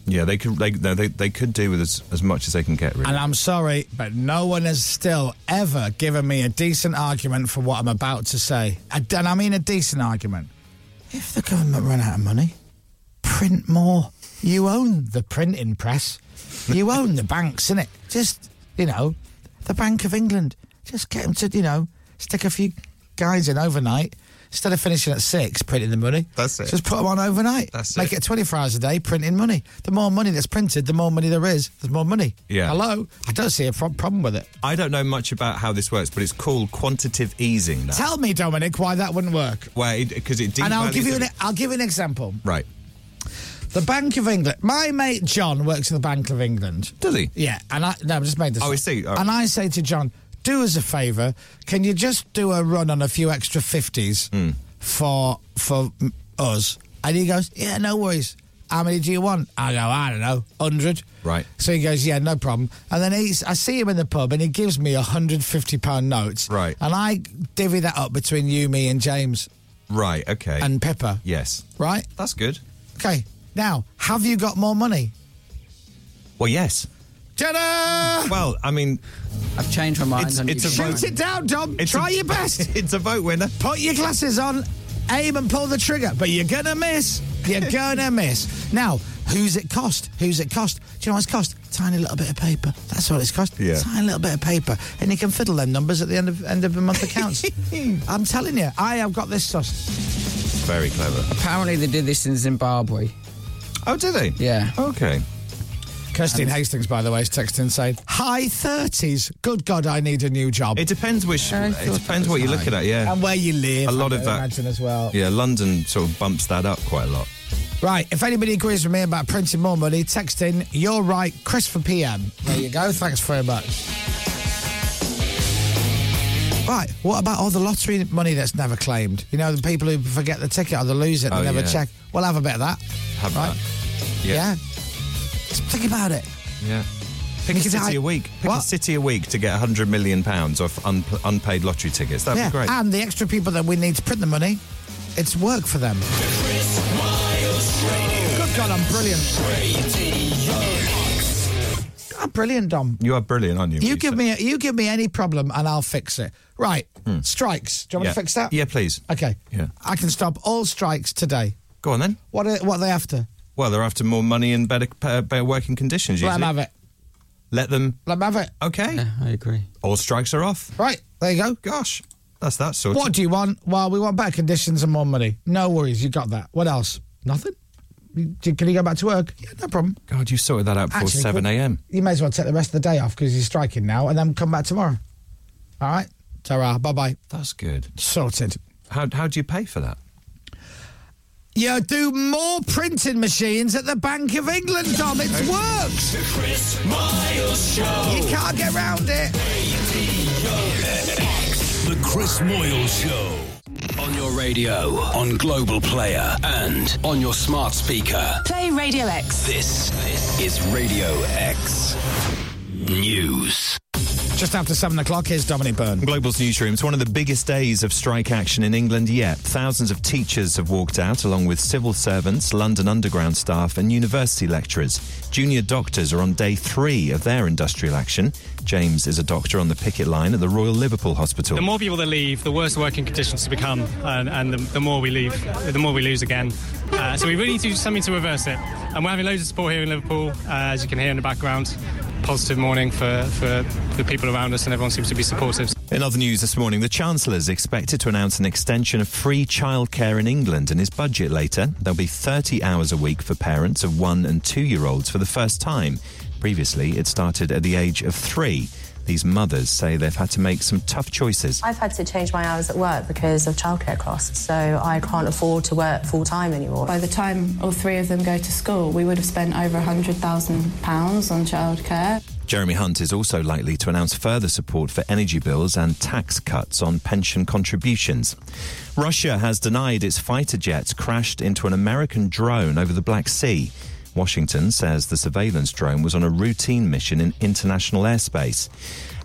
[SPEAKER 7] Yeah, they could. They no, they, they could do with as, as much as they can get. Really.
[SPEAKER 5] And I'm sorry, but no one has still ever given me a decent argument for what I'm about to say. And and I mean a decent argument. If the government run out of money, print more. You own the printing press. You own the banks, innit? Just, you know, the Bank of England. Just get them to, you know, stick a few guys in overnight. Instead of finishing at six, printing the money.
[SPEAKER 7] That's it.
[SPEAKER 5] Just put them on overnight.
[SPEAKER 7] That's
[SPEAKER 5] Make
[SPEAKER 7] it.
[SPEAKER 5] it 24 hours a day, printing money. The more money that's printed, the more money there is. There's more money.
[SPEAKER 7] Yeah.
[SPEAKER 5] Hello? I don't see a pro- problem with it.
[SPEAKER 7] I don't know much about how this works, but it's called quantitative easing. Now,
[SPEAKER 5] Tell me, Dominic, why that wouldn't work.
[SPEAKER 7] where because it,
[SPEAKER 5] And I'll
[SPEAKER 7] devalues
[SPEAKER 5] give you an e-
[SPEAKER 7] everything.
[SPEAKER 5] I'll give you an example.
[SPEAKER 7] right.
[SPEAKER 5] The Bank of England. My mate John works in the Bank of England.
[SPEAKER 7] Does he?
[SPEAKER 5] Yeah, and I no, I just made this.
[SPEAKER 7] Oh, I
[SPEAKER 5] up.
[SPEAKER 7] see. All
[SPEAKER 5] And
[SPEAKER 7] right.
[SPEAKER 5] I say
[SPEAKER 7] Hmm.
[SPEAKER 5] to John, do us a favour. Can you just do a run on a few extra fifties for for m- us. And he goes, yeah, no worries. How many do you want? I go, I don't know, hundred.
[SPEAKER 7] Right.
[SPEAKER 5] So he goes, yeah, no problem. And then he's, I see him in the pub, and he gives me a hundred fifty pound note.
[SPEAKER 7] Right.
[SPEAKER 5] And I divvy that up between you, me, and James
[SPEAKER 7] Right. Okay.
[SPEAKER 5] and Pepper.
[SPEAKER 7] yes,
[SPEAKER 5] Right.
[SPEAKER 7] that's good.
[SPEAKER 5] Okay. Now, have you got more money?
[SPEAKER 7] Well, yes.
[SPEAKER 5] Ta-da!
[SPEAKER 7] Well, I mean,
[SPEAKER 8] I've changed my mind.
[SPEAKER 7] It's-
[SPEAKER 8] on
[SPEAKER 7] it's
[SPEAKER 8] you
[SPEAKER 7] a
[SPEAKER 8] being
[SPEAKER 7] vote.
[SPEAKER 5] Shoot it down, Dom.
[SPEAKER 7] It's
[SPEAKER 5] Try
[SPEAKER 7] a-
[SPEAKER 5] your best.
[SPEAKER 7] it's a vote winner.
[SPEAKER 5] Put your glasses on, aim and pull the trigger, but you're gonna miss. You're gonna miss. Now, who's it cost? Who's it cost? Do you know what it's cost? Tiny little bit of paper. That's what it's cost.
[SPEAKER 7] Yeah.
[SPEAKER 5] Tiny little bit of paper, and you can fiddle them numbers at the end of end of the month accounts. I'm telling you, I have got this sauce.
[SPEAKER 7] Very clever.
[SPEAKER 8] Apparently, they did this in Zimbabwe.
[SPEAKER 7] Oh, do they?
[SPEAKER 8] Yeah.
[SPEAKER 7] Okay.
[SPEAKER 5] Kirstine Hastings, by the way, is texting saying, "High thirties. Good God, I need a new job."
[SPEAKER 7] It depends which.
[SPEAKER 8] I
[SPEAKER 7] It
[SPEAKER 8] thought
[SPEAKER 7] depends
[SPEAKER 8] that
[SPEAKER 7] what
[SPEAKER 8] was
[SPEAKER 7] you're looking at. Yeah.
[SPEAKER 5] and where you live,
[SPEAKER 7] A lot
[SPEAKER 5] I
[SPEAKER 7] of that-
[SPEAKER 5] imagine as well.
[SPEAKER 7] yeah. London sort of bumps that up quite a lot.
[SPEAKER 5] Right, if anybody agrees with me about printing more money, text in, you're right, Chris for PM. There you go, thanks very much. Right, what about all the lottery money that's never claimed? You know, the people who forget the ticket or they lose it, they
[SPEAKER 7] Oh,
[SPEAKER 5] never
[SPEAKER 7] yeah.
[SPEAKER 5] check. We'll have a bit of that.
[SPEAKER 7] Have
[SPEAKER 5] right?
[SPEAKER 7] that.
[SPEAKER 5] Yeah. Just think about it.
[SPEAKER 7] Yeah. Pick a
[SPEAKER 5] Because
[SPEAKER 7] city
[SPEAKER 5] I-
[SPEAKER 7] a week. Pick a
[SPEAKER 5] What?
[SPEAKER 7] city a week to get hundred million pounds off unp unpaid lottery tickets. That'd
[SPEAKER 5] yeah.
[SPEAKER 7] be great.
[SPEAKER 5] And the extra people that we need to print the money, it's work for them. Good God, I'm brilliant. I'm brilliant, Dom.
[SPEAKER 7] you are brilliant, aren't you?
[SPEAKER 5] You
[SPEAKER 7] Lisa?
[SPEAKER 5] give me you give me any problem and I'll fix it. Right. Strikes. Do you want
[SPEAKER 7] Hmm. Yeah.
[SPEAKER 5] me to fix that?
[SPEAKER 7] Yeah, please.
[SPEAKER 5] Okay.
[SPEAKER 7] Yeah.
[SPEAKER 5] I can stop all strikes today.
[SPEAKER 7] Go on then.
[SPEAKER 5] What are, what are they after?
[SPEAKER 7] Well, they're after more money and better uh, better working conditions.
[SPEAKER 5] Let 'em
[SPEAKER 7] usually.
[SPEAKER 5] have it.
[SPEAKER 7] Let them.
[SPEAKER 5] Let 'em have it.
[SPEAKER 7] Okay.
[SPEAKER 8] Yeah, I agree.
[SPEAKER 7] All strikes are off.
[SPEAKER 5] Right. There you go.
[SPEAKER 7] Gosh, that's that sort.
[SPEAKER 5] What do you want? Well, we want better conditions and more money. No worries. You got that. What else? Nothing. You- Can you go back to work? Yeah, no problem.
[SPEAKER 7] God, you sorted that out before
[SPEAKER 5] Actually,
[SPEAKER 7] seven
[SPEAKER 5] could-
[SPEAKER 7] a.m.
[SPEAKER 5] You may as well take the rest of the day off because you're striking now and then come back tomorrow. All right. Ta-ra. Bye-bye.
[SPEAKER 7] That's good.
[SPEAKER 5] Sorted.
[SPEAKER 7] How how do you pay for that?
[SPEAKER 5] You do more printing machines at the Bank of England, Dom. It works. The Chris Miles Show. You can't get round it.
[SPEAKER 10] The Chris Moyle Show.
[SPEAKER 1] On your radio, on Global Player, and on your smart speaker.
[SPEAKER 2] Play Radio X.
[SPEAKER 1] This, this is Radio X News.
[SPEAKER 5] Just after seven o'clock, here's Dominic Byrne.
[SPEAKER 7] Global's newsroom. It's one of the biggest days of strike action in England yet. Thousands of teachers have walked out, along with civil servants, London Underground staff, and university lecturers. Junior doctors are on day three of their industrial action. James is a doctor on the picket line at the Royal Liverpool Hospital.
[SPEAKER 11] The more people that leave, the worse working conditions become, and, and the, the more we leave, the more we lose again. Uh, so we really need to do something to reverse it. And we're having loads of support here in Liverpool, uh, as you can hear in the background. Positive morning for, for the people around us, and everyone seems to be supportive.
[SPEAKER 7] In other news this morning, the Chancellor is expected to announce an extension of free childcare in England in his budget later. There'll be 30 hours a week for parents of one and two year olds for the first time. Previously, it started at the age of three. These mothers say they've had to make some tough choices.
[SPEAKER 4] I've had to change my hours at work because of childcare costs, so I can't afford to work full time anymore.
[SPEAKER 11] By the time all three of them go to school, we would have spent over £100,000 on childcare.
[SPEAKER 7] Jeremy Hunt is also likely to announce further support for energy bills and tax cuts on pension contributions. Russia has denied its fighter jets crashed into an American drone over the Black Sea. Washington says the surveillance drone was on a routine mission in international airspace.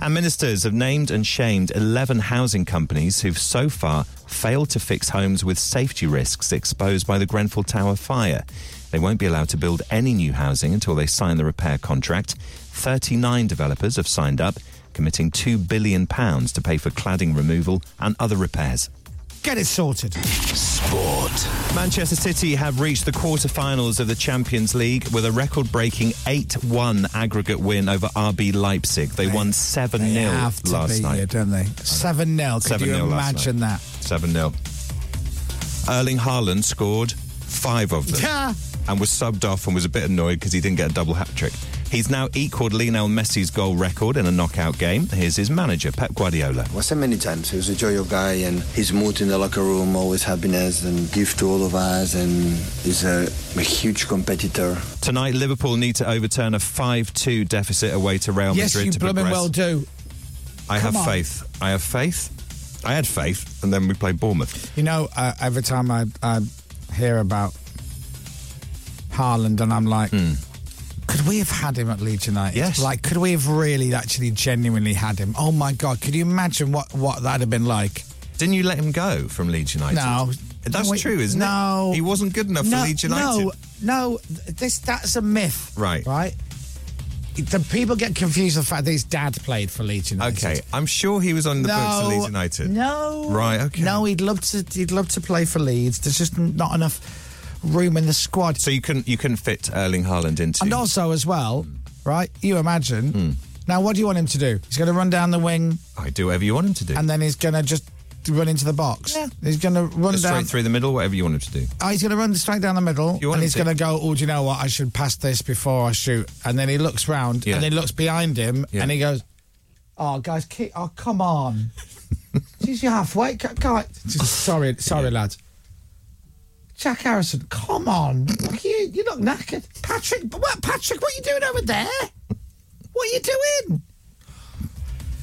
[SPEAKER 7] And ministers have named and shamed 11 housing companies who've so far failed to fix homes with safety risks exposed by the Grenfell Tower fire. They won't be allowed to build any new housing until they sign the repair contract. 39 developers have signed up, committing £2 billion to pay for cladding removal and other repairs.
[SPEAKER 5] Get it sorted.
[SPEAKER 1] Sport.
[SPEAKER 7] Manchester City have reached the quarter-finals of the Champions League with a record-breaking 8-1 aggregate win over RB Leipzig. They, won 7-0
[SPEAKER 5] They have to
[SPEAKER 7] last
[SPEAKER 5] beat
[SPEAKER 7] night.
[SPEAKER 5] you, don't they? Seven 0 Could
[SPEAKER 7] 7-0
[SPEAKER 5] you
[SPEAKER 7] last
[SPEAKER 5] imagine that?
[SPEAKER 7] 7-0. Erling Haaland scored 5 of them.
[SPEAKER 5] Yeah.
[SPEAKER 7] and was subbed off and was a bit annoyed because he didn't get a double hat trick. He's now equalled Lionel Messi's goal record in a knockout game. Here's his manager, Pep Guardiola.
[SPEAKER 11] I said many times he was a joyous guy, and his mood in the locker room, always happiness and gift to all of us, and he's a, a huge competitor.
[SPEAKER 7] Tonight, Liverpool need to overturn a 5 2 deficit away to Real
[SPEAKER 5] Yes,
[SPEAKER 7] Madrid
[SPEAKER 5] you
[SPEAKER 7] to
[SPEAKER 5] blooming
[SPEAKER 7] progress.
[SPEAKER 5] well do.
[SPEAKER 7] I have
[SPEAKER 5] Come on.
[SPEAKER 7] faith. I have faith. I had faith, and then we played Bournemouth.
[SPEAKER 5] You know, uh, every time I, I hear about Haaland, and I'm like, could we have had him at Leeds United?
[SPEAKER 7] Hmm. Yes.
[SPEAKER 5] Like, could we have really, actually, genuinely had him? Oh my God, could you imagine what, what that'd have been like?
[SPEAKER 7] Didn't you let him go from Leeds United?
[SPEAKER 5] No.
[SPEAKER 7] That's
[SPEAKER 5] No, wait,
[SPEAKER 7] true, isn't it?
[SPEAKER 5] no.
[SPEAKER 7] He wasn't good enough
[SPEAKER 5] no,
[SPEAKER 7] for Leeds United.
[SPEAKER 5] No, no, th- this, that's a myth.
[SPEAKER 7] Right.
[SPEAKER 5] Right? The people get confused with the fact that his dad played for Leeds United.
[SPEAKER 7] Okay, I'm sure he was on the books of Leeds United.
[SPEAKER 5] No.
[SPEAKER 7] Right, okay.
[SPEAKER 5] No, he'd love to. He'd love to play for Leeds. There's just not enough room in the squad.
[SPEAKER 7] So you couldn't you couldn't fit Erling Haaland into
[SPEAKER 5] And also, as well, right? You imagine.
[SPEAKER 7] Hmm.
[SPEAKER 5] Now, what do you want him to do? He's going to run down the wing,
[SPEAKER 7] I do whatever you want him to do.
[SPEAKER 5] and then he's going to just run into the box. He's going to run
[SPEAKER 7] Straight
[SPEAKER 5] down.
[SPEAKER 7] through the middle, whatever you want him to do.
[SPEAKER 5] Oh, he's going to run straight down the middle,
[SPEAKER 7] want
[SPEAKER 5] and
[SPEAKER 7] him
[SPEAKER 5] he's
[SPEAKER 7] to.
[SPEAKER 5] going to go, "Oh, do you know what? I should pass this before I shoot." And then he looks round,
[SPEAKER 7] Yeah.
[SPEAKER 5] and then he looks behind him,
[SPEAKER 7] Yeah.
[SPEAKER 5] and he goes, "Oh, guys, keep, oh, come on, she's halfway, ca- can't." Just, sorry, sorry, lads. Jack Harrison, come on, Look, you you look knackered. Patrick, what, Patrick, what are you doing over there? What are you doing?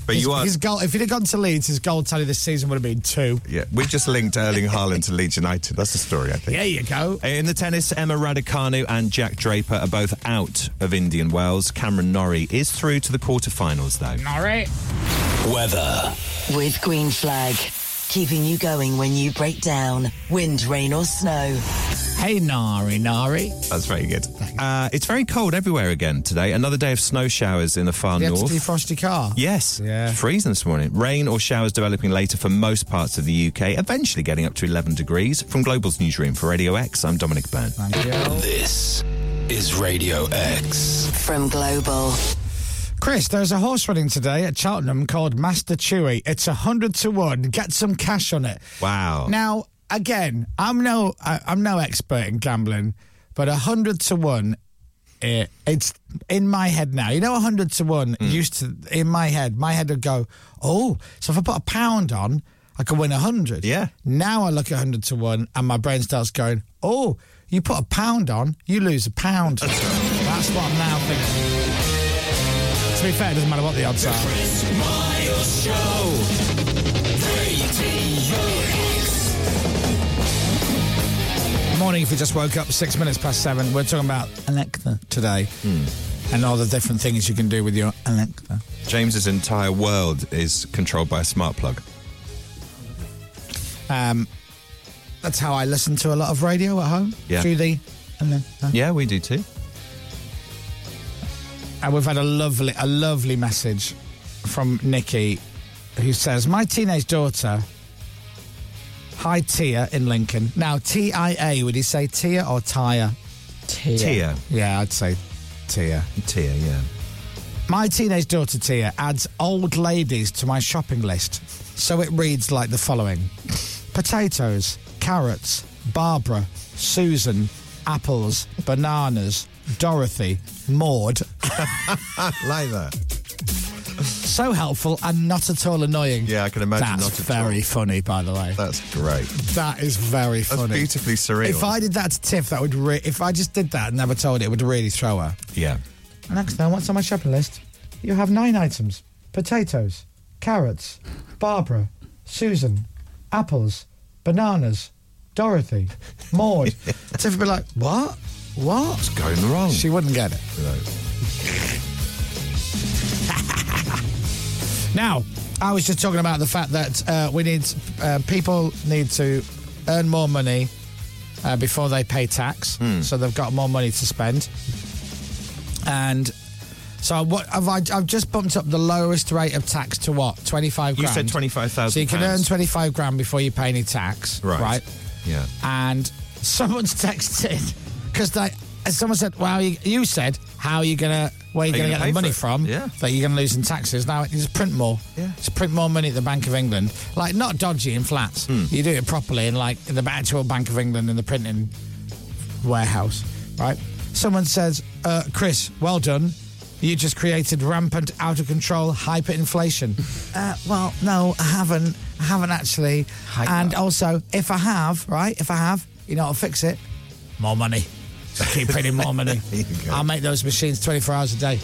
[SPEAKER 7] But
[SPEAKER 5] his,
[SPEAKER 7] you are.
[SPEAKER 5] his goal. If he'd have gone to Leeds, his goal tally this season would have been two.
[SPEAKER 7] Yeah, we just linked Erling Haaland to Leeds United. That's the story, I think.
[SPEAKER 5] There you go.
[SPEAKER 7] In the tennis, Emma Raducanu and Jack Draper are both out of Indian Wells. Cameron Norrie is through to the quarterfinals, though.
[SPEAKER 2] All right.
[SPEAKER 7] Weather.
[SPEAKER 2] With Green Flag, keeping you going when you break down, wind, rain, or snow.
[SPEAKER 5] Hey, Nari, Nari.
[SPEAKER 7] That's very good. Uh, it's very cold everywhere again today. Another day of snow showers in the far
[SPEAKER 5] He had to
[SPEAKER 7] north.
[SPEAKER 5] defrost your car.
[SPEAKER 7] Yes.
[SPEAKER 5] Yeah.
[SPEAKER 7] It's freezing this morning. Rain or showers developing later for most parts of the UK, eventually getting up to 11 degrees. From Global's newsroom for Radio X, I'm Dominic Byrne.
[SPEAKER 1] This is Radio X.
[SPEAKER 2] From Global.
[SPEAKER 5] Chris, there's a horse running today at Cheltenham called Master Chewy. It's a hundred to one. Get some cash on it.
[SPEAKER 7] Wow.
[SPEAKER 5] Now, again, I'm no, I, I'm no expert in gambling, but a hundred to one, eh, it's in my head now. You know, a hundred to one
[SPEAKER 7] Hmm.
[SPEAKER 5] used to in my head. My head would go, oh, so if I put a pound on, I could win a hundred.
[SPEAKER 7] Yeah.
[SPEAKER 5] Now I look at hundred to one, and my brain starts going, oh, you put a pound on, you lose a pound. That's, what I'm now thinking. To be fair, it doesn't matter what the odds are. Morning, if you just woke up, six minutes past seven. We're talking about Alexa today and all the different things you can do with your Alexa.
[SPEAKER 7] James's entire world is controlled by a smart plug.
[SPEAKER 5] Um, that's how I listen to a lot of radio at home
[SPEAKER 7] Yeah.
[SPEAKER 5] through the Alexa.
[SPEAKER 7] Yeah, we do too.
[SPEAKER 5] And we've had a lovely, a lovely message from Nikki, who says, "My teenage daughter, hi Tia in Lincoln. Now T I A, would you say Tia or Tia?
[SPEAKER 8] Tia.
[SPEAKER 7] Tia.
[SPEAKER 5] Yeah, I'd say Tia.
[SPEAKER 7] Tia, yeah.
[SPEAKER 5] My teenage daughter Tia adds old ladies to my shopping list, so it reads like the following potatoes, carrots, Barbara, Susan, apples, bananas, Dorothy, Maud.
[SPEAKER 7] like that.
[SPEAKER 5] So helpful and not at all annoying.
[SPEAKER 7] Yeah, I can imagine
[SPEAKER 5] That's
[SPEAKER 7] not at
[SPEAKER 5] very
[SPEAKER 7] all.
[SPEAKER 5] funny, by the way.
[SPEAKER 7] That's great.
[SPEAKER 5] That is very
[SPEAKER 7] That's
[SPEAKER 5] funny.
[SPEAKER 7] beautifully surreal.
[SPEAKER 5] If I did that to Tiff, that would re- if I just did that and never told it, it would really throw her.
[SPEAKER 7] Yeah.
[SPEAKER 5] Next now, what's on my shopping list? You have nine items potatoes, carrots, Barbara, Susan, apples, bananas, Dorothy, Maud. Tiff would be like, what? What?
[SPEAKER 7] It's going wrong.
[SPEAKER 5] She wouldn't get it.
[SPEAKER 7] No.
[SPEAKER 5] Now, I was just talking about the fact that uh, we need uh, people need to earn more money uh, before they pay tax,
[SPEAKER 7] Hmm.
[SPEAKER 5] so they've got more money to spend. And so, what have I? I've just bumped up the lowest rate of tax to what? Twenty five.
[SPEAKER 7] You said 25,000
[SPEAKER 5] So you can earn
[SPEAKER 7] pounds.
[SPEAKER 5] twenty five grand before you pay any tax,
[SPEAKER 7] Right.
[SPEAKER 5] Right
[SPEAKER 7] Yeah.
[SPEAKER 5] and someone's texted because they and someone said, "Well, you, you said how are you gonna where are you
[SPEAKER 7] How
[SPEAKER 5] gonna,
[SPEAKER 7] you gonna
[SPEAKER 5] get
[SPEAKER 7] pay
[SPEAKER 5] the money
[SPEAKER 7] for it?
[SPEAKER 5] from
[SPEAKER 7] Yeah.
[SPEAKER 5] that you're gonna lose in taxes?" Now you just print more.
[SPEAKER 7] Yeah.
[SPEAKER 5] just print more money at the Bank of England, like not dodgy in flats.
[SPEAKER 7] Hmm.
[SPEAKER 5] You do it properly in like the actual Bank of England in the printing warehouse, right? Someone says, uh, "Chris, well done." You just created rampant, out of control hyperinflation. uh, well, no, I haven't. I haven't actually. and also, if I have, right? If I have, you know, I'll fix it. More money. Just keep printing more money.
[SPEAKER 7] There you go.
[SPEAKER 5] I'll make those machines 24 hours a day.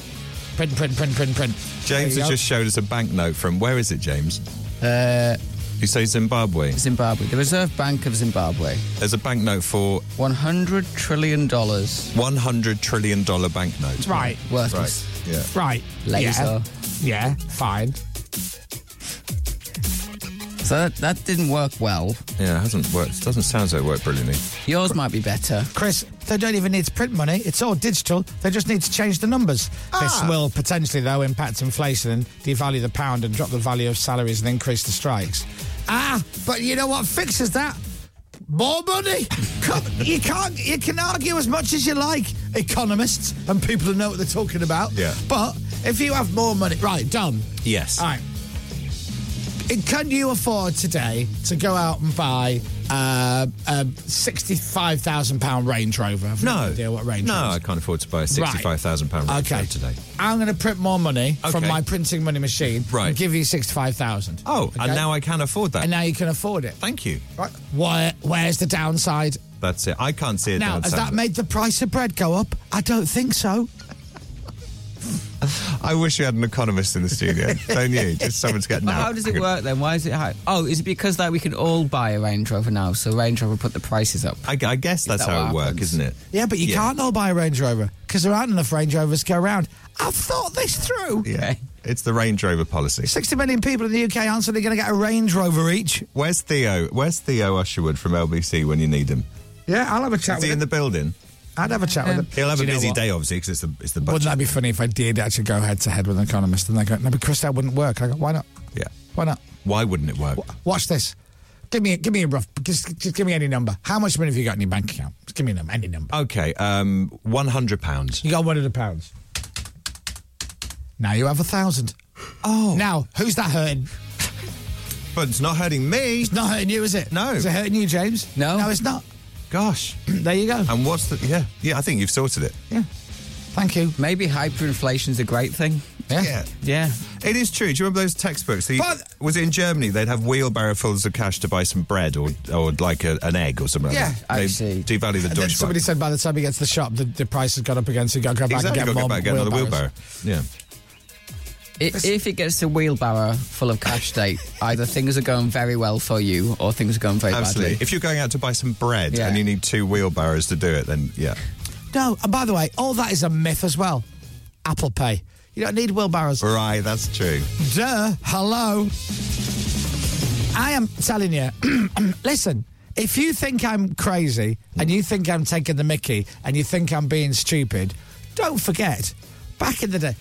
[SPEAKER 5] Print, print, print, print, print.
[SPEAKER 7] James
[SPEAKER 5] There
[SPEAKER 7] has
[SPEAKER 5] you
[SPEAKER 7] just showed us a banknote from, where is it, James?
[SPEAKER 5] go. Uh,
[SPEAKER 7] You say Zimbabwe.
[SPEAKER 8] Zimbabwe. The Reserve Bank of Zimbabwe.
[SPEAKER 7] There's a banknote for
[SPEAKER 8] $100 trillion.
[SPEAKER 7] $100 trillion banknote.
[SPEAKER 5] Right.
[SPEAKER 8] Worthless.
[SPEAKER 7] Right. Yeah.
[SPEAKER 5] Right.
[SPEAKER 8] Laser.
[SPEAKER 5] Yeah. yeah. Fine.
[SPEAKER 8] So that, that didn't work well.
[SPEAKER 7] Yeah, it hasn't worked. Doesn't sound so it worked brilliantly.
[SPEAKER 8] Yours might be better.
[SPEAKER 5] Chris, they don't even need to print money. It's all digital. They just need to change the numbers.
[SPEAKER 7] Ah.
[SPEAKER 5] This will potentially, though, impact inflation and devalue the pound and drop the value of salaries and increase the strikes. Ah, but you know what fixes that? More money. Come- you can't. You can argue as much as you like, economists and people who know what they're talking about.
[SPEAKER 7] Yeah.
[SPEAKER 5] But if you have more money, right? Done.
[SPEAKER 7] Yes.
[SPEAKER 5] All right. It- Can you afford today to go out and buy uh, a sixty-five thousand pound Range Rover? I've
[SPEAKER 7] No.
[SPEAKER 5] idea what Range
[SPEAKER 7] No,
[SPEAKER 5] Rover.
[SPEAKER 7] I
[SPEAKER 5] is.
[SPEAKER 7] can't afford to buy a £65,000 Range
[SPEAKER 5] Okay.
[SPEAKER 7] Rover today.
[SPEAKER 5] I'm going to print more money from
[SPEAKER 7] Okay.
[SPEAKER 5] my printing money machine
[SPEAKER 7] Right.
[SPEAKER 5] and give you sixty-five thousand.
[SPEAKER 7] Oh, and now I can afford that.
[SPEAKER 5] and now you can afford it.
[SPEAKER 7] Thank you.
[SPEAKER 5] Right. Where, where's the downside?
[SPEAKER 7] That's it. I can't see it
[SPEAKER 5] Now,
[SPEAKER 7] down
[SPEAKER 5] has
[SPEAKER 7] south.
[SPEAKER 5] that made the price of bread go up? I don't think so.
[SPEAKER 7] I wish we had an economist in the studio, don't you? Just someone to get
[SPEAKER 8] But
[SPEAKER 7] now.
[SPEAKER 8] how does it work then? Why is it high? Oh, is it because like we can all buy a Range Rover now? So Range Rover put the prices up.
[SPEAKER 7] I, I guess that's
[SPEAKER 8] that
[SPEAKER 7] how
[SPEAKER 8] what
[SPEAKER 7] it works,
[SPEAKER 8] happens?
[SPEAKER 7] isn't it?
[SPEAKER 5] Yeah, but you
[SPEAKER 7] Yeah.
[SPEAKER 5] can't all buy a Range Rover because there aren't enough Range Rovers to go around. I've thought this through.
[SPEAKER 7] Yeah. It's the Range Rover policy.
[SPEAKER 5] 60 million people in the UK aren't so they're going to get a Range Rover each.
[SPEAKER 7] Where's Theo? Where's Theo Usherwood from LBC when you need him?
[SPEAKER 5] Yeah, I'll have a chat
[SPEAKER 7] Is he
[SPEAKER 5] with
[SPEAKER 7] in
[SPEAKER 5] him.
[SPEAKER 7] the building?
[SPEAKER 5] I'd have a chat with him.
[SPEAKER 7] He'll have
[SPEAKER 5] Do
[SPEAKER 7] a
[SPEAKER 5] you know
[SPEAKER 7] busy
[SPEAKER 5] what?
[SPEAKER 7] day, obviously, because it's the it's the
[SPEAKER 5] Wouldn't
[SPEAKER 7] budget.
[SPEAKER 5] that be funny if I did actually go head to head with an economist and they go, no, but Chris, that wouldn't work. I go, why not?
[SPEAKER 7] Yeah.
[SPEAKER 5] Why not?
[SPEAKER 7] Why wouldn't it work?
[SPEAKER 5] W- Watch this. Give me, give me a rough, just, just give me any number. How much money have you got in your bank account? Just give me a number, any number.
[SPEAKER 7] Okay, um, one hundred pounds.
[SPEAKER 5] You got one hundred pounds. Now you have a thousand. Oh. Now who's that hurting?
[SPEAKER 7] But it's not hurting me.
[SPEAKER 5] It's not hurting you, is it?
[SPEAKER 7] No.
[SPEAKER 5] Is it hurting you, James?
[SPEAKER 8] No.
[SPEAKER 5] No, it's not.
[SPEAKER 7] Gosh.
[SPEAKER 5] there you go.
[SPEAKER 7] And what's the? Yeah, yeah. I think you've sorted it.
[SPEAKER 5] yeah. Thank you.
[SPEAKER 8] Maybe hyperinflation's a great thing.
[SPEAKER 5] Yeah.
[SPEAKER 8] Yeah.
[SPEAKER 7] It is true. Do you remember those textbooks? That you-
[SPEAKER 5] But-
[SPEAKER 7] was it in Germany? They'd have wheelbarrow fulls of cash to buy some bread or or like a, an egg or something.
[SPEAKER 5] Yeah,
[SPEAKER 7] like that.
[SPEAKER 8] I
[SPEAKER 7] They
[SPEAKER 8] see.
[SPEAKER 7] Devalue
[SPEAKER 5] And
[SPEAKER 7] the
[SPEAKER 5] then
[SPEAKER 7] Deutsche
[SPEAKER 5] somebody
[SPEAKER 7] Mark.
[SPEAKER 5] said by the time he gets to the shop, the, the price has gone up again, so you got to go back
[SPEAKER 7] Exactly.
[SPEAKER 5] and get
[SPEAKER 7] got to
[SPEAKER 5] more
[SPEAKER 7] go back and get another
[SPEAKER 5] wheelbarrows.
[SPEAKER 7] wheelbarrow. Yeah.
[SPEAKER 8] I if it gets a wheelbarrow full of cash date, either things are going very well for you or things are going very
[SPEAKER 7] Absolutely.
[SPEAKER 8] badly.
[SPEAKER 7] If you're going out to buy some bread
[SPEAKER 8] Yeah.
[SPEAKER 7] and you need two wheelbarrows to do it, then yeah.
[SPEAKER 5] No, and by the way, all that is a myth as well. Apple Pay. You don't need wheelbarrows.
[SPEAKER 7] Right, that's true.
[SPEAKER 5] Duh. Hello. I am telling you, listen, if you think I'm crazy and you think I'm taking the mickey and you think I'm being stupid, don't forget, back in the day,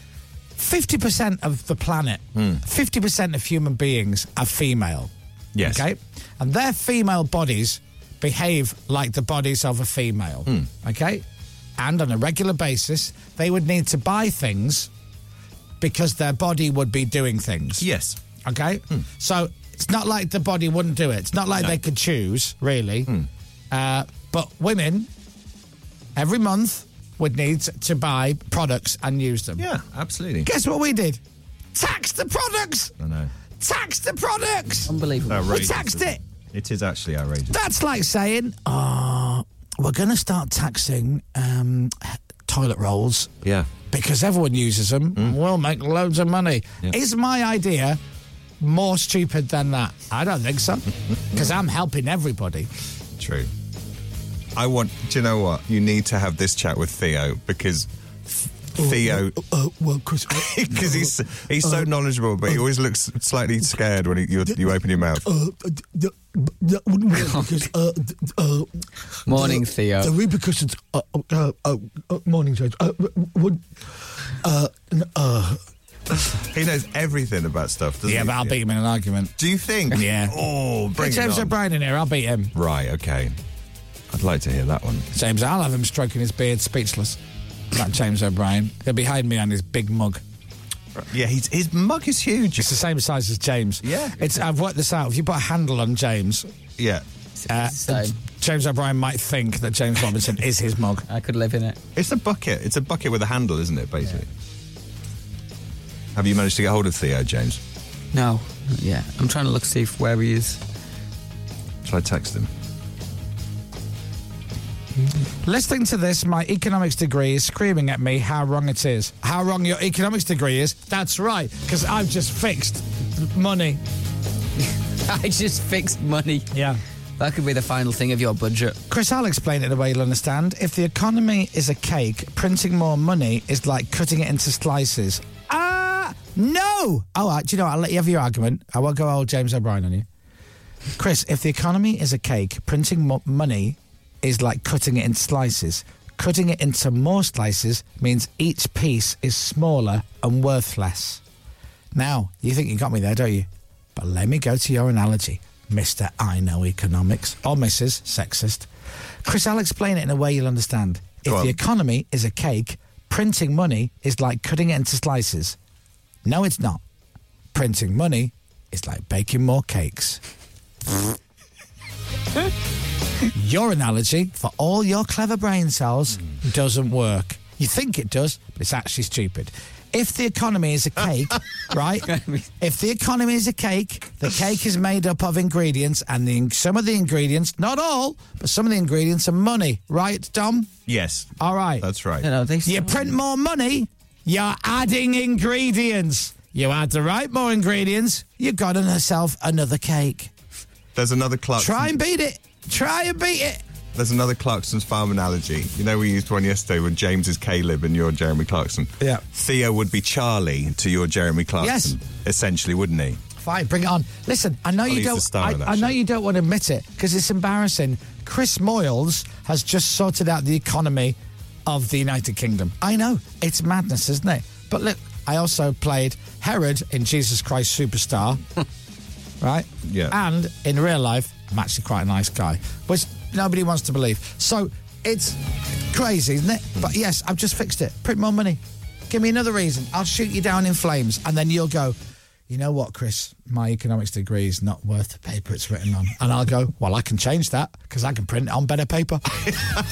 [SPEAKER 5] 50% of the planet,
[SPEAKER 7] Hmm.
[SPEAKER 5] 50% of human beings are female.
[SPEAKER 7] Yes.
[SPEAKER 5] Okay? And their female bodies behave like the bodies of a female. Okay? And on a regular basis, they would need to buy things because their body would be doing things.
[SPEAKER 7] Yes.
[SPEAKER 5] Okay? So it's not like the body wouldn't do it. It's not like they could choose, really. Uh, but women, every month, would need to buy products and use them.
[SPEAKER 7] Yeah, absolutely.
[SPEAKER 5] Guess what we did? Tax the products!
[SPEAKER 7] I know.
[SPEAKER 5] Tax the products!
[SPEAKER 8] Unbelievable.
[SPEAKER 7] Outrageous.
[SPEAKER 5] We taxed it.
[SPEAKER 7] It is actually outrageous.
[SPEAKER 5] That's like saying, oh, we're going to start taxing um, toilet rolls
[SPEAKER 7] Yeah.
[SPEAKER 5] because everyone uses them. and We'll make loads of money.
[SPEAKER 7] Hmm. Yeah.
[SPEAKER 5] Is my idea more stupid than that? I don't think so because I'm helping everybody.
[SPEAKER 7] True. I want. Do you know what? You need to have this chat with Theo because Theo,
[SPEAKER 5] Uh, uh, well, Chris. uh,
[SPEAKER 7] because he's he's
[SPEAKER 5] Oh.
[SPEAKER 7] so knowledgeable, but he always looks slightly scared when he, you you open your mouth.
[SPEAKER 5] uh, d- d- that wouldn't work because, uh, d- uh,
[SPEAKER 8] Morning,
[SPEAKER 5] the-
[SPEAKER 8] Theo.
[SPEAKER 5] The repercussions. Uh, uh, uh, uh, morning, James. Uh, w- w- would, uh, n- uh.
[SPEAKER 7] He knows everything about stuff. Doesn't
[SPEAKER 5] Yeah,
[SPEAKER 7] he?
[SPEAKER 5] but I'll beat him in an argument.
[SPEAKER 7] Do you think?
[SPEAKER 5] Yeah.
[SPEAKER 7] Oh, bring
[SPEAKER 5] Get
[SPEAKER 7] it
[SPEAKER 5] James
[SPEAKER 7] on.
[SPEAKER 5] O'Brien in here, I'll beat him.
[SPEAKER 7] Right. Okay. I'd like to hear that one.
[SPEAKER 5] James, I'll have him stroking his beard speechless. That James O'Brien. He'll be hiding behind his big mug.
[SPEAKER 7] Yeah, he's, his mug is huge.
[SPEAKER 5] It's the same size as James.
[SPEAKER 7] Yeah.
[SPEAKER 5] It's. I've worked this out. If you put a handle on James,
[SPEAKER 7] Yeah.
[SPEAKER 5] uh,
[SPEAKER 8] So
[SPEAKER 5] James O'Brien might think that James Robinson is his mug.
[SPEAKER 8] I could live in it.
[SPEAKER 7] It's a bucket. It's a bucket with a handle, isn't it? Basically. Have you managed to get hold of Theo, James?
[SPEAKER 8] No. Yeah. I'm trying to look see if where he is.
[SPEAKER 7] Shall I text him?
[SPEAKER 5] Listening to this, my economics degree is screaming at me how wrong it is. How wrong your economics degree is? That's right, because I've just fixed money.
[SPEAKER 8] I just fixed money.
[SPEAKER 5] Yeah.
[SPEAKER 8] That could be the final thing of your budget.
[SPEAKER 5] Chris, I'll explain it the way you'll understand. If the economy is a cake, printing more money is like cutting it into slices. Ah, no! All right, do you know what? I'll let you have your argument. I won't go old James O'Brien on you. Chris, if the economy is a cake, printing mo- money is like cutting it into slices. Cutting it into more slices means each piece is smaller and worth less. Now, you think you got me there, don't you? But let me go to your analogy, Mr. I Know Economics, or Mrs. Sexist. Chris, I'll explain it in a way you'll understand. If the economy is a cake, printing money is like cutting it into slices. No, it's not. Printing money is like baking more cakes. your analogy, for all your clever brain cells, doesn't work. You think it does, but it's actually stupid. If the economy is a cake, right? If the economy is a cake, the cake is made up of ingredients, and the, some of the ingredients, not all, but some of the ingredients are money, right, Dom?
[SPEAKER 12] Yes.
[SPEAKER 5] All right.
[SPEAKER 12] That's right.
[SPEAKER 5] you print more money, you're adding ingredients. You add the right more ingredients, you've got yourself another cake.
[SPEAKER 7] There's another Clark.
[SPEAKER 5] Try and beat it. Try and beat it.
[SPEAKER 7] There's another Clarkson's farm analogy. You know, we used one yesterday when James is Caleb and you're Jeremy Clarkson.
[SPEAKER 5] Yeah.
[SPEAKER 7] Theo would be Charlie to your Jeremy Clarkson. Essentially, wouldn't he?
[SPEAKER 5] Fine, bring it on. Listen, I know
[SPEAKER 7] At
[SPEAKER 5] you
[SPEAKER 7] least the
[SPEAKER 5] don't.
[SPEAKER 7] star
[SPEAKER 5] I,
[SPEAKER 7] of that
[SPEAKER 5] I know you don't want to admit it because it's embarrassing. Chris Moyles has just sorted out the economy of the United Kingdom. I know it's madness, isn't it? But look, I also played Herod in Jesus Christ Superstar, right?
[SPEAKER 7] Yeah.
[SPEAKER 5] And in real life, I'm actually quite a nice guy, which nobody wants to believe. So it's crazy, isn't it? But yes, I've just fixed it. Print more money. Give me another reason. I'll shoot you down in flames, and then you'll go. You know what, Chris? My economics degree is not worth the paper it's written on. And I'll go, well, I can change that because I can print it on better paper.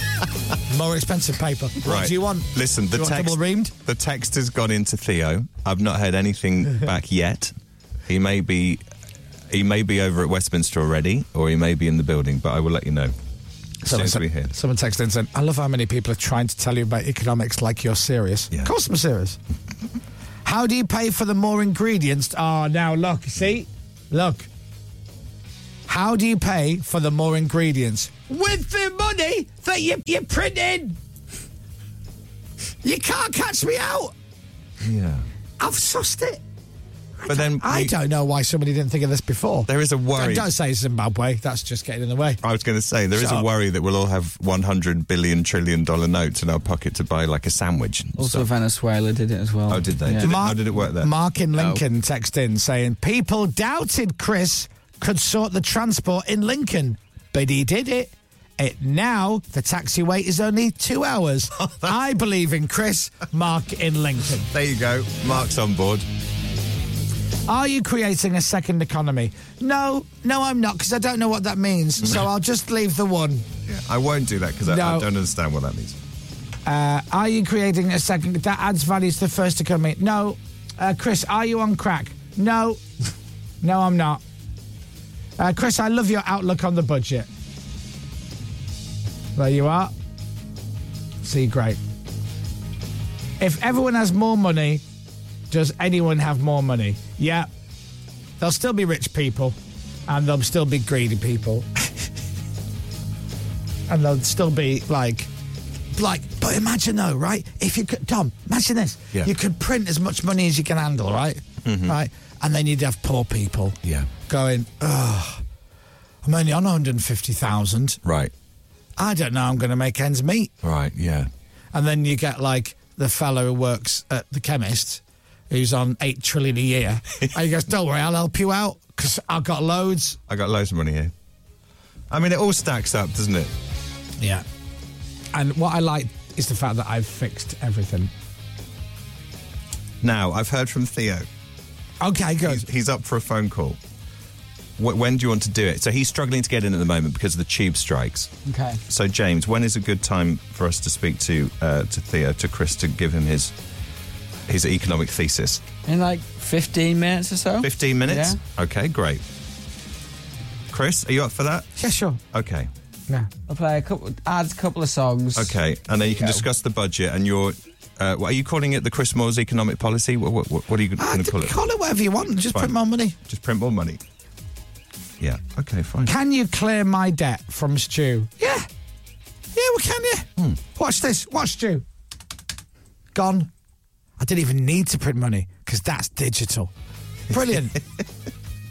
[SPEAKER 5] More expensive paper. What do you want?
[SPEAKER 7] Listen,
[SPEAKER 5] Do
[SPEAKER 7] the
[SPEAKER 5] you want
[SPEAKER 7] text
[SPEAKER 5] double reamed?
[SPEAKER 7] the text has gone into Theo. I've not heard anything back yet. He may be he may be over at Westminster already, or he may be in the building, but I will let you know. As soon
[SPEAKER 5] Someone,
[SPEAKER 7] as we hear.
[SPEAKER 5] someone texted and said, I love how many people are trying to tell you about economics like you're serious. Of course I'm serious. how do you pay for the more ingredients? Ah, now look, see? Look. How do you pay for the more ingredients? With the money that you, you're printing. You can't catch me out.
[SPEAKER 7] Yeah.
[SPEAKER 5] I've sussed it.
[SPEAKER 7] But then
[SPEAKER 5] I don't know why somebody didn't think of this before.
[SPEAKER 7] There is a worry.
[SPEAKER 5] Don't, don't say Zimbabwe. That's just getting in the way.
[SPEAKER 7] I was going to say there is
[SPEAKER 5] Shut
[SPEAKER 7] a
[SPEAKER 5] up.
[SPEAKER 7] worry that we'll all have 100 billion trillion dollar notes in our pocket to buy like a sandwich.
[SPEAKER 8] Also, Venezuela did it as well.
[SPEAKER 7] Oh, did they? Did it- how did it work there? Oh.
[SPEAKER 5] Mark in Lincoln text in saying, People doubted Chris could sort the transport in Lincoln, but he did it. It now the taxi wait is only two hours.
[SPEAKER 7] Oh,
[SPEAKER 5] I believe in Chris, Mark in Lincoln.
[SPEAKER 7] There you go. Mark's on board.
[SPEAKER 5] Are you creating a second economy? No, no, I'm not, because I don't know what that means. So I'll just leave the one.
[SPEAKER 7] Yeah, I won't do that because I, I
[SPEAKER 5] No.
[SPEAKER 7] don't understand what that means.
[SPEAKER 5] Uh, are you creating a second that adds value to the first economy? No. Uh, Chris, are you on crack? No. no, I'm not. Uh, Chris, I love your outlook on the budget. There you are. See, great. If everyone has more money, does anyone have more money? Yeah. There'll still be rich people, and there'll still be greedy people, and there'll still be like, like. But imagine though, right? If you could, Tom, imagine this.
[SPEAKER 7] Yeah.
[SPEAKER 5] You could print as much money as you can handle, right?
[SPEAKER 7] Mhm.
[SPEAKER 5] Right, and then you'd have poor people
[SPEAKER 7] Yeah.
[SPEAKER 5] going, oh, I'm only on 150,000.
[SPEAKER 7] Right.
[SPEAKER 5] I don't know, I'm going to make ends meet.
[SPEAKER 7] Right. Yeah.
[SPEAKER 5] And then you get like the fellow who works at the chemist who's on 8 trillion a year. and he goes, don't worry, I'll help you out because I've got loads.
[SPEAKER 7] I got loads of money here. I mean, it all stacks up, doesn't it?
[SPEAKER 5] Yeah. And what I like is the fact that I've fixed everything.
[SPEAKER 7] Now, I've heard from Theo.
[SPEAKER 5] Okay, good.
[SPEAKER 7] He's, he's up for a phone call. Wh- when do you want to do it? So he's struggling to get in at the moment because of the tube strikes.
[SPEAKER 8] Okay.
[SPEAKER 7] So, James, when is a good time for us to speak to uh, to Theo, to Chris, to give him his his economic thesis?
[SPEAKER 8] In like 15 minutes or so?
[SPEAKER 7] 15 minutes? Okay, great. Chris, are you up for that?
[SPEAKER 5] Yeah, sure.
[SPEAKER 7] Okay.
[SPEAKER 5] Yeah.
[SPEAKER 8] I'll play a couple, add a couple of songs.
[SPEAKER 7] Okay, and then you can discuss the budget and your. Uh, what, are you calling it the Chris Moore's
[SPEAKER 5] Ah,
[SPEAKER 7] economic policy? What, what, what are you going to call it?
[SPEAKER 5] Call it whatever you want, just
[SPEAKER 7] Fine.
[SPEAKER 5] print more money.
[SPEAKER 7] Just print more money. Yeah. Okay, fine.
[SPEAKER 5] Can you clear my debt from Stu? Yeah. Yeah, well, can you? Watch this. Watch Stu. Gone. I didn't even need to print money because that's digital. Brilliant.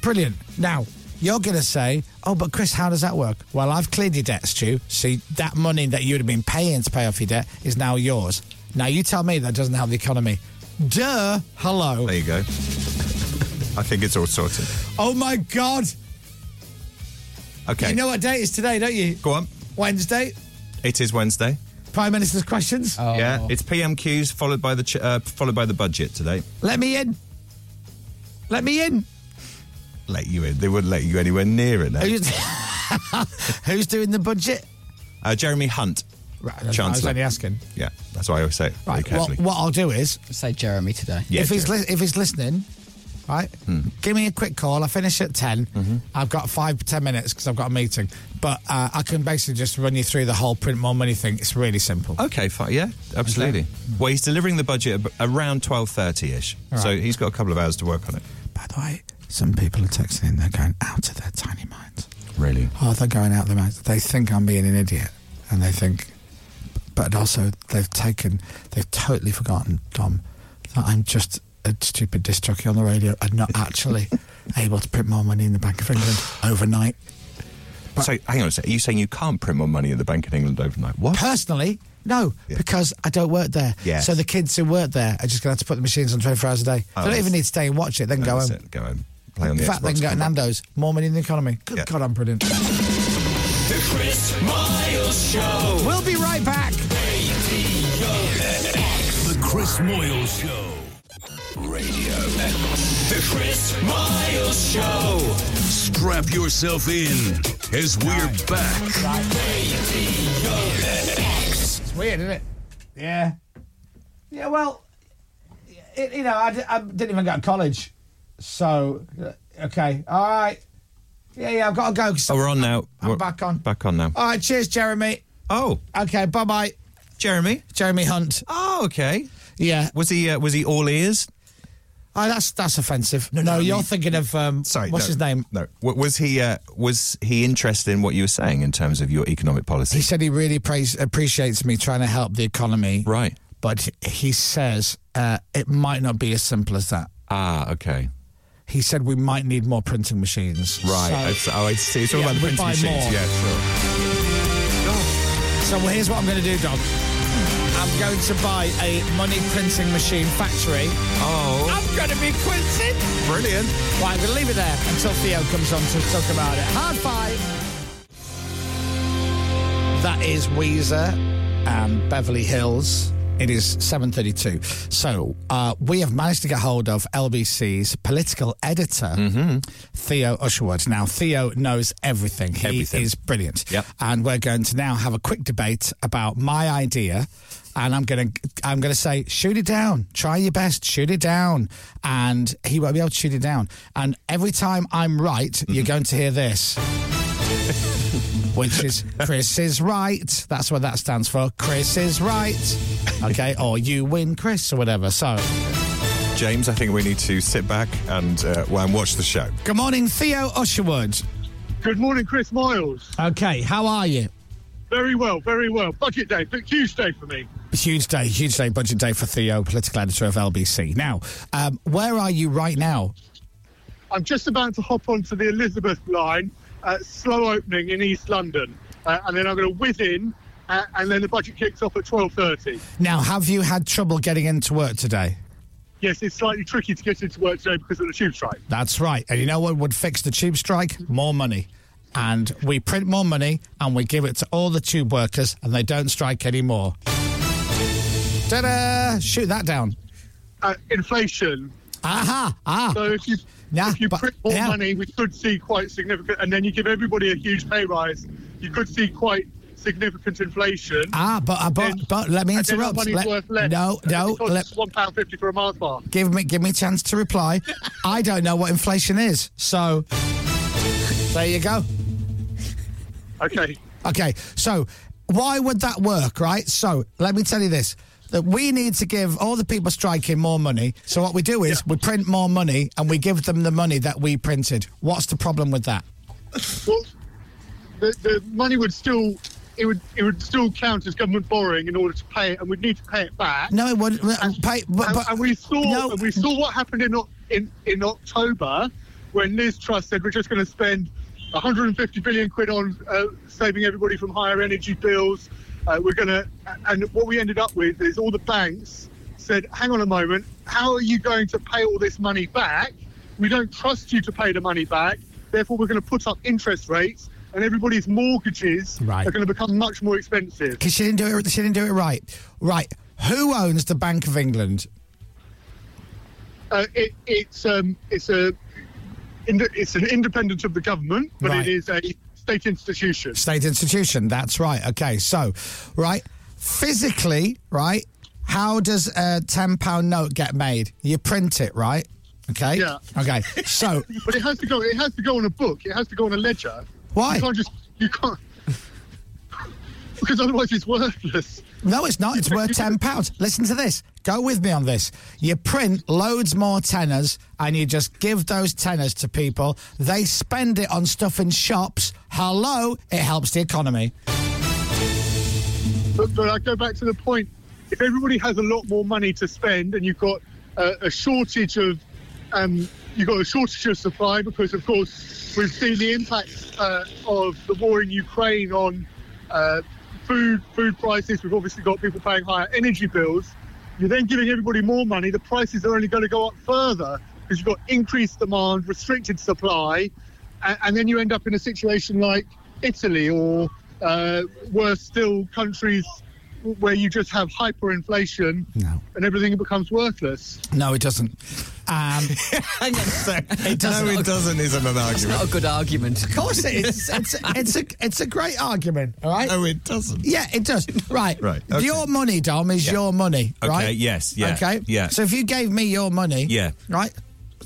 [SPEAKER 5] Brilliant. Now, you're going to say, oh, but Chris, how does that work? Well, I've cleared your debt, Stu. See, that money that you'd have been paying to pay off your debt is now yours. Now, you tell me that doesn't help the economy. Duh. Hello.
[SPEAKER 7] There you go. I think it's all sorted.
[SPEAKER 5] Oh, my God.
[SPEAKER 7] Okay.
[SPEAKER 5] You know what day it is today, don't you? Go
[SPEAKER 7] on.
[SPEAKER 5] Wednesday.
[SPEAKER 7] it is Wednesday.
[SPEAKER 5] Prime Minister's questions.
[SPEAKER 7] Yeah, it's PMQs followed by the ch- uh, followed by the budget today.
[SPEAKER 5] Let me in. Let me in.
[SPEAKER 7] Let you in. They wouldn't let you anywhere near it now.
[SPEAKER 5] Who's, who's doing the budget?
[SPEAKER 7] Uh, Jeremy Hunt,
[SPEAKER 5] Right, I was
[SPEAKER 7] Chancellor.
[SPEAKER 5] only asking.
[SPEAKER 7] Yeah, that's why I always say it very
[SPEAKER 5] Right.
[SPEAKER 7] carefully.
[SPEAKER 5] What, what I'll do is
[SPEAKER 8] say Jeremy today.
[SPEAKER 7] Yeah,
[SPEAKER 5] if he's
[SPEAKER 7] Jeremy.
[SPEAKER 5] li- if he's listening, right, give me a quick call. I finish at 10 i I've got five ten minutes because I've got a meeting, but uh, I can basically just run you through the whole print more money thing. It's really simple.
[SPEAKER 7] Okay, fine. Yeah, absolutely. Well, he's delivering the budget ab- around twelve thirty ish,
[SPEAKER 5] All right.
[SPEAKER 7] so he's got a couple of hours to work on it.
[SPEAKER 5] By the way, some people are texting in. They're going out of their tiny minds.
[SPEAKER 7] Really?
[SPEAKER 5] Oh, they're going out of their minds. They think I'm being an idiot, and they think, but also they've taken, they've totally forgotten, Dom, that I'm just a stupid disc jockey on the radio and not actually able to print more money in the Bank of England overnight.
[SPEAKER 7] so hang on a sec. Are you saying you can't print more money at the Bank of England overnight? What?
[SPEAKER 5] Personally, no, because I don't work there.
[SPEAKER 7] Yeah.
[SPEAKER 5] So the kids who work there are just going to have to put the machines on 24 hours a day.
[SPEAKER 7] Oh,
[SPEAKER 5] they don't
[SPEAKER 7] that's-
[SPEAKER 5] even need to stay and watch it, then
[SPEAKER 7] No,
[SPEAKER 5] go
[SPEAKER 7] that's
[SPEAKER 5] home.
[SPEAKER 7] it. Go home. Play on
[SPEAKER 5] In
[SPEAKER 7] the
[SPEAKER 5] fact, they can
[SPEAKER 7] Xbox.
[SPEAKER 5] go to Nando's. More money in the economy. Good
[SPEAKER 7] Yeah.
[SPEAKER 5] God, I'm brilliant.
[SPEAKER 13] The Chris Miles Show.
[SPEAKER 5] We'll be right back.
[SPEAKER 1] The Chris Moyle Show.
[SPEAKER 13] Radio X. The Chris Miles Show.
[SPEAKER 1] Strap yourself in as we're back.
[SPEAKER 5] It's weird, isn't it? Yeah. Yeah, well, it, you know, I, di- I didn't even go to college. So, uh, okay. All right. Yeah, yeah, I've got to go. 'cause-
[SPEAKER 7] Oh, we're on now.
[SPEAKER 5] I'm
[SPEAKER 7] We're
[SPEAKER 5] back on.
[SPEAKER 7] Back on now.
[SPEAKER 5] All right, cheers, Jeremy.
[SPEAKER 7] Oh,
[SPEAKER 5] Okay, bye bye.
[SPEAKER 7] Jeremy.
[SPEAKER 5] Jeremy Hunt.
[SPEAKER 7] Oh, okay.
[SPEAKER 5] Yeah.
[SPEAKER 7] Was he uh, was he all ears?
[SPEAKER 5] Oh, that's that's offensive. No, you're thinking of um,
[SPEAKER 7] Sorry,
[SPEAKER 5] what's
[SPEAKER 7] no,
[SPEAKER 5] his name?
[SPEAKER 7] No, W- was he uh, was he interested in what you were saying in terms of your economic policy?
[SPEAKER 5] He said he really praise, appreciates me trying to help the economy,
[SPEAKER 7] right.
[SPEAKER 5] but he says uh, it might not be as simple as that.
[SPEAKER 7] Ah, okay.
[SPEAKER 5] He said we might need more printing machines.
[SPEAKER 7] Right.
[SPEAKER 5] So-
[SPEAKER 7] It's- oh, I see. It's all
[SPEAKER 5] Yeah,
[SPEAKER 7] about the
[SPEAKER 5] we
[SPEAKER 7] printing
[SPEAKER 5] buy
[SPEAKER 7] machines.
[SPEAKER 5] more.
[SPEAKER 7] Yeah, sure.
[SPEAKER 5] So well, here's what I'm going to do, Dom. I'm going to buy a money printing machine factory.
[SPEAKER 7] Oh,
[SPEAKER 5] I'm going to be quilting.
[SPEAKER 7] brilliant.
[SPEAKER 5] Right, I'm going to leave it there until Theo comes on to talk about it. Hard five. That is Weezer and Beverly Hills. It is 7.32. So uh, we have managed to get hold of LBC's political editor,
[SPEAKER 7] Mm-hmm.
[SPEAKER 5] Theo Usherwood. Now, Theo knows everything. He
[SPEAKER 7] Everything.
[SPEAKER 5] is brilliant.
[SPEAKER 7] Yep.
[SPEAKER 5] And we're going to now have a quick debate about my idea. And I'm going to I'm going to say, shoot it down. Try your best. Shoot it down. And he won't be able to shoot it down. And every time I'm right, you're going to hear this which is Chris is right. That's what that stands for. Chris is right. Okay, or you win, Chris, or whatever. So,
[SPEAKER 7] James, I think we need to sit back and uh, well, and watch the show.
[SPEAKER 5] good morning, Theo Usherwood.
[SPEAKER 9] Good morning, Chris Miles.
[SPEAKER 5] Okay, how are you?
[SPEAKER 9] Very well, very well. Budget day, big Tuesday for me.
[SPEAKER 5] Huge day, huge day, budget day for Theo, political editor of LBC. Now, um, where are you right now?
[SPEAKER 9] I'm just about to hop onto the Elizabeth line, uh, slow opening in East London, uh, and then I'm going to whiz in, uh, and then the budget kicks off at 12:30.
[SPEAKER 5] Now, have you had trouble getting into work today?
[SPEAKER 9] Yes, it's slightly tricky to get into work today because of the tube strike.
[SPEAKER 5] That's right. And you know what would fix the tube strike? More money. And we print more money and we give it to all the tube workers and they don't strike anymore. Ta da! Shoot that down.
[SPEAKER 9] Uh, inflation.
[SPEAKER 5] Aha! Ah!
[SPEAKER 9] So if you
[SPEAKER 5] Yeah,
[SPEAKER 9] if you
[SPEAKER 5] but-
[SPEAKER 9] print more
[SPEAKER 5] yeah.
[SPEAKER 9] money, we could see quite significant, and then you give everybody a huge pay rise, you could see quite significant inflation.
[SPEAKER 5] Ah, but, uh, but,
[SPEAKER 9] Then-
[SPEAKER 5] but let me
[SPEAKER 9] and then our
[SPEAKER 5] interrupt.
[SPEAKER 9] money's
[SPEAKER 5] Let-
[SPEAKER 9] worth less.
[SPEAKER 5] no,
[SPEAKER 9] And
[SPEAKER 5] no.
[SPEAKER 9] it costs
[SPEAKER 5] Oh, Let,
[SPEAKER 9] one pound fifty for a Mars bar.
[SPEAKER 5] give me give me a chance to reply. I don't know what inflation is, so there you go.
[SPEAKER 9] Okay.
[SPEAKER 5] Okay, so why would that work, right? So let me tell you this. That we need to give all the people striking more money. So what we do is we print more money and we give them the money that we printed. What's the problem with that?
[SPEAKER 9] what, the, the money would still it would it would still count as government borrowing in order to pay it, and we'd need to pay it back.
[SPEAKER 5] No, it wouldn't. well, Pay, but,
[SPEAKER 9] and,
[SPEAKER 5] but,
[SPEAKER 9] and we saw and we saw what happened in Oc- in, in October when Liz Truss said we're just going to spend 150 billion quid on uh, saving everybody from higher energy bills. Uh, we're going to, and what we ended up with is all the banks said, "Hang on a moment, how are you going to pay all this money back? We don't trust you to pay the money back. Therefore, we're going to put up interest rates." And everybody's mortgages
[SPEAKER 5] Right.
[SPEAKER 9] are going to become much more expensive.
[SPEAKER 5] Because she didn't do it. She didn't do it right. Right. Who owns the Bank of England?
[SPEAKER 9] Uh, it, it's um, it's a ind- it's an independent of the government, but
[SPEAKER 5] Right.
[SPEAKER 9] it is a state institution.
[SPEAKER 5] State institution. That's right. Okay. So, right. Physically, right. How does a ten pound note get made? You print it, right? Okay.
[SPEAKER 9] Yeah.
[SPEAKER 5] Okay. So
[SPEAKER 9] But it has to go. It has to go on a book. It has to go on a ledger.
[SPEAKER 5] Why?
[SPEAKER 9] You can't just you can't because otherwise it's worthless.
[SPEAKER 5] No, it's not. It's worth ten pounds. Listen to this. Go with me on this. You print loads more tenors, and you just give those tenors to people. They spend it on stuff in shops. Hello, it helps the economy.
[SPEAKER 9] But, but I go back to the point: if everybody has a lot more money to spend, and you've got uh, a shortage of, um, you've got a shortage of supply because, of course, we've seen the impact uh, of the war in Ukraine on uh, food food prices. We've obviously got people paying higher energy bills. You're then giving everybody more money. The prices are only going to go up further because you've got increased demand, restricted supply, and, and then you end up in a situation like Italy or uh, worse still, countries where you just have hyperinflation and everything becomes worthless.
[SPEAKER 5] No, it doesn't. Um,
[SPEAKER 8] Hang on a sec.
[SPEAKER 5] It doesn't.
[SPEAKER 7] No, it doesn't. Isn't an
[SPEAKER 8] It's
[SPEAKER 7] argument.
[SPEAKER 8] not a good argument.
[SPEAKER 5] Of course it is. It's, it's, a, it's a great argument, all right?
[SPEAKER 7] No, it doesn't.
[SPEAKER 5] Yeah, it does. Right.
[SPEAKER 7] Right, okay.
[SPEAKER 5] Your money, Dom, is
[SPEAKER 7] Yeah.
[SPEAKER 5] your money,
[SPEAKER 7] Okay,
[SPEAKER 5] right?
[SPEAKER 7] yes, yeah,
[SPEAKER 5] Okay?
[SPEAKER 7] yeah.
[SPEAKER 5] So if you gave me your money,
[SPEAKER 7] Yeah.
[SPEAKER 5] right?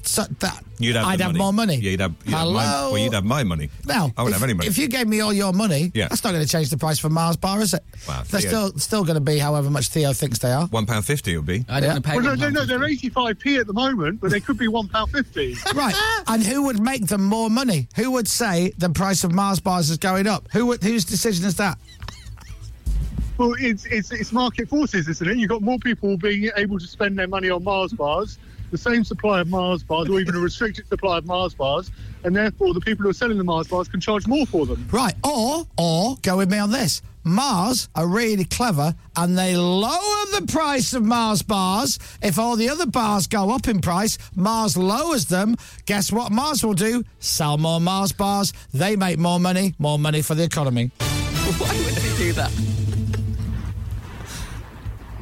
[SPEAKER 5] So that
[SPEAKER 7] You'd have
[SPEAKER 5] I'd
[SPEAKER 7] the
[SPEAKER 5] have more money.
[SPEAKER 7] Yeah, you'd have. You'd have my,
[SPEAKER 5] Hello?
[SPEAKER 7] well, you'd have my money.
[SPEAKER 5] Now,
[SPEAKER 7] I wouldn't
[SPEAKER 5] if,
[SPEAKER 7] have any money.
[SPEAKER 5] if you gave me all your money,
[SPEAKER 7] Yeah.
[SPEAKER 5] that's not going to change the price for Mars Bar, is it?
[SPEAKER 7] Wow,
[SPEAKER 5] They're
[SPEAKER 7] Theo.
[SPEAKER 5] still, still going to be however much Theo thinks they are.
[SPEAKER 7] one pound fifty, it'll be.
[SPEAKER 8] I don't want to pay
[SPEAKER 9] well, no,
[SPEAKER 8] one
[SPEAKER 9] no,
[SPEAKER 8] pound.
[SPEAKER 9] no, they're 85p at the moment, but they could be £1.50.
[SPEAKER 5] Right, and who would make them more money? Who would say the price of Mars bars is going up? Who would, whose decision is that?
[SPEAKER 9] well, it's, it's, it's market forces, isn't it? You've got more people being able to spend their money on Mars bars, the same supply of Mars bars, or even a restricted supply of Mars bars, and therefore the people who are selling the Mars bars can charge more for them.
[SPEAKER 5] Right, or or go with me on this. Mars are really clever and they lower the price of Mars bars. If all the other bars go up in price, Mars lowers them. Guess what Mars will do? Sell more Mars bars. They make more money, more money for the economy.
[SPEAKER 8] Why would they do that?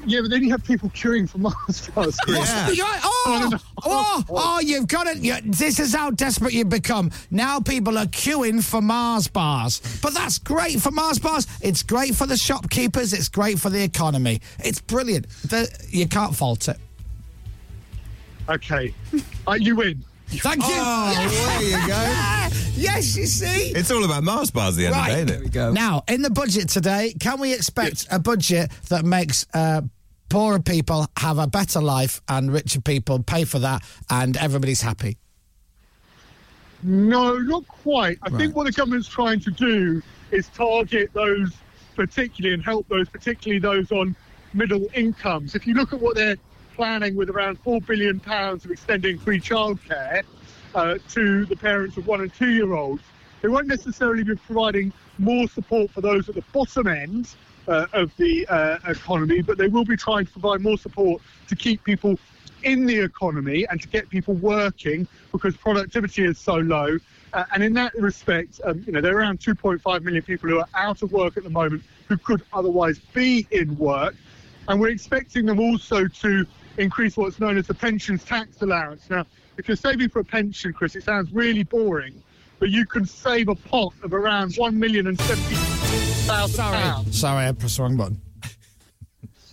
[SPEAKER 9] Yeah, but then you have people queuing for Mars bars, Chris.
[SPEAKER 5] What's- you're right. Oh, oh, oh, you've got it. You- this is how desperate you've become. Now people are queuing for Mars bars. But that's great for Mars bars. It's great for the shopkeepers. It's great for the economy. It's brilliant. The- you can't fault it.
[SPEAKER 9] Okay, uh, you win.
[SPEAKER 5] Thank you.
[SPEAKER 7] Oh, there you go.
[SPEAKER 5] yes, you see.
[SPEAKER 7] It's all about Mars bars at the end
[SPEAKER 5] Right.
[SPEAKER 7] of the day, isn't it?
[SPEAKER 5] Now, in the budget today, can we expect a budget that makes uh, poorer people have a better life and richer people pay for that and everybody's happy?
[SPEAKER 9] No, not quite. I think what the government's trying to do is target those particularly and help those, particularly those on middle incomes. If you look at what they're planning with around £4 billion of extending free childcare uh, to the parents of one and two year olds, they won't necessarily be providing more support for those at the bottom end uh, of the uh, economy, but they will be trying to provide more support to keep people in the economy and to get people working because productivity is so low. Uh, and in that respect, um, you know, there are around 2.5 million people who are out of work at the moment who could otherwise be in work. And we're expecting them also to increase what's known as the pensions tax allowance. Now, if you're saving for a pension, Chris, it sounds really boring, but you can save a pot of around one million and seventy thousand pounds.
[SPEAKER 5] Sorry, I pressed the wrong button.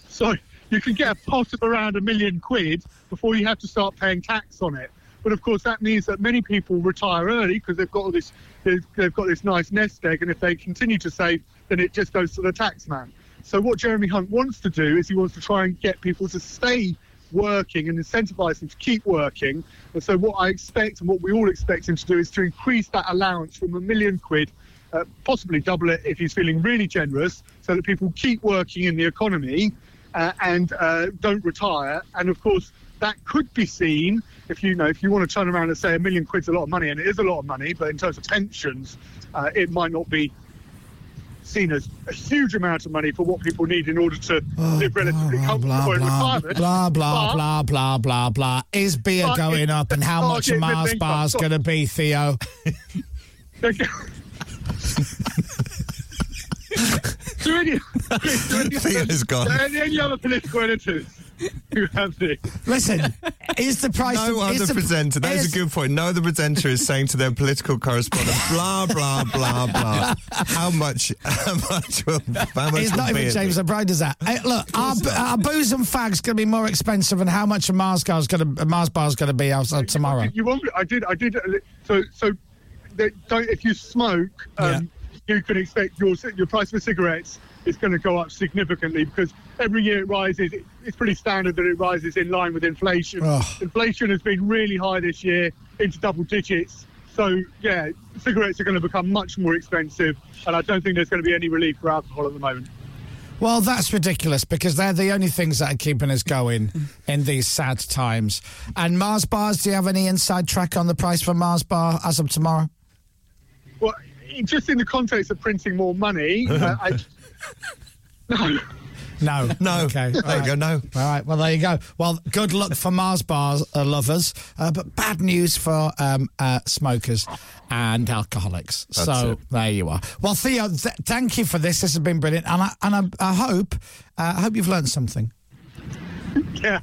[SPEAKER 9] So you can get a pot of around a million quid before you have to start paying tax on it. But of course, that means that many people retire early because they've got all this they've, they've got this nice nest egg, and if they continue to save, then it just goes to the tax man. So what Jeremy Hunt wants to do is he wants to try and get people to stay working and incentivise him to keep working. And so, what I expect and what we all expect him to do is to increase that allowance from a million quid, uh, possibly double it if he's feeling really generous, so that people keep working in the economy uh, and uh, don't retire. And of course, that could be seen if you know if you want to turn around and say a million quid's a lot of money, and it is a lot of money, but in terms of pensions, uh, it might not be seen as a huge amount of money for what people need in order to live relatively comfortable in
[SPEAKER 5] Oh, blah,
[SPEAKER 9] retirement.
[SPEAKER 5] blah, blah,
[SPEAKER 9] But-
[SPEAKER 5] blah, blah, blah, blah. Is beer
[SPEAKER 9] But
[SPEAKER 5] going
[SPEAKER 9] it's
[SPEAKER 5] up and how
[SPEAKER 9] the
[SPEAKER 5] much
[SPEAKER 9] target
[SPEAKER 5] Mars
[SPEAKER 9] mid-income.
[SPEAKER 5] bar's going to be, Theo?
[SPEAKER 9] Do any, do any,
[SPEAKER 7] Theo's gone.
[SPEAKER 9] do any, any other political editors who have this?
[SPEAKER 5] Listen, is the price
[SPEAKER 7] No
[SPEAKER 5] of, is
[SPEAKER 7] other
[SPEAKER 5] the-
[SPEAKER 7] presenter. That is a good point. No other presenter is saying to their political correspondent, blah blah blah blah. How much? How much will? How much
[SPEAKER 5] It's
[SPEAKER 7] will
[SPEAKER 5] not
[SPEAKER 7] beer
[SPEAKER 5] even
[SPEAKER 7] be?
[SPEAKER 5] James O'Brien does that. Hey, look, our, our booze and fags going to be more expensive, and how much a Mars bar's going to Mars bar's going to be out uh, tomorrow?
[SPEAKER 9] You won't. I did. I did. So so, they don't. If you smoke, um, you can expect your c- your price for cigarettes is going to go up significantly because every year it rises. It- It's pretty standard that it rises in line with inflation.
[SPEAKER 5] Ugh.
[SPEAKER 9] Inflation has been really high this year, into double digits. So yeah, cigarettes are going to become much more expensive, and I don't think there's going to be any relief for alcohol at the moment.
[SPEAKER 5] Well, that's ridiculous because they're the only things that are keeping us going in these sad times. And Mars bars, do you have any inside track on the price for Mars bar as of tomorrow?
[SPEAKER 9] Well, just in the context of printing more money, uh, I, no.
[SPEAKER 5] No. No. Okay. There
[SPEAKER 7] you go, No.
[SPEAKER 5] All right. Well, there you go. Well, good luck for Mars bars uh, lovers, uh, but bad news for um, uh, smokers and alcoholics.
[SPEAKER 14] That's
[SPEAKER 5] so
[SPEAKER 14] it.
[SPEAKER 5] there you are. Well, Theo, th- thank you for this. This has been brilliant, and I and I, I hope uh, I hope you've learned something.
[SPEAKER 9] Yeah.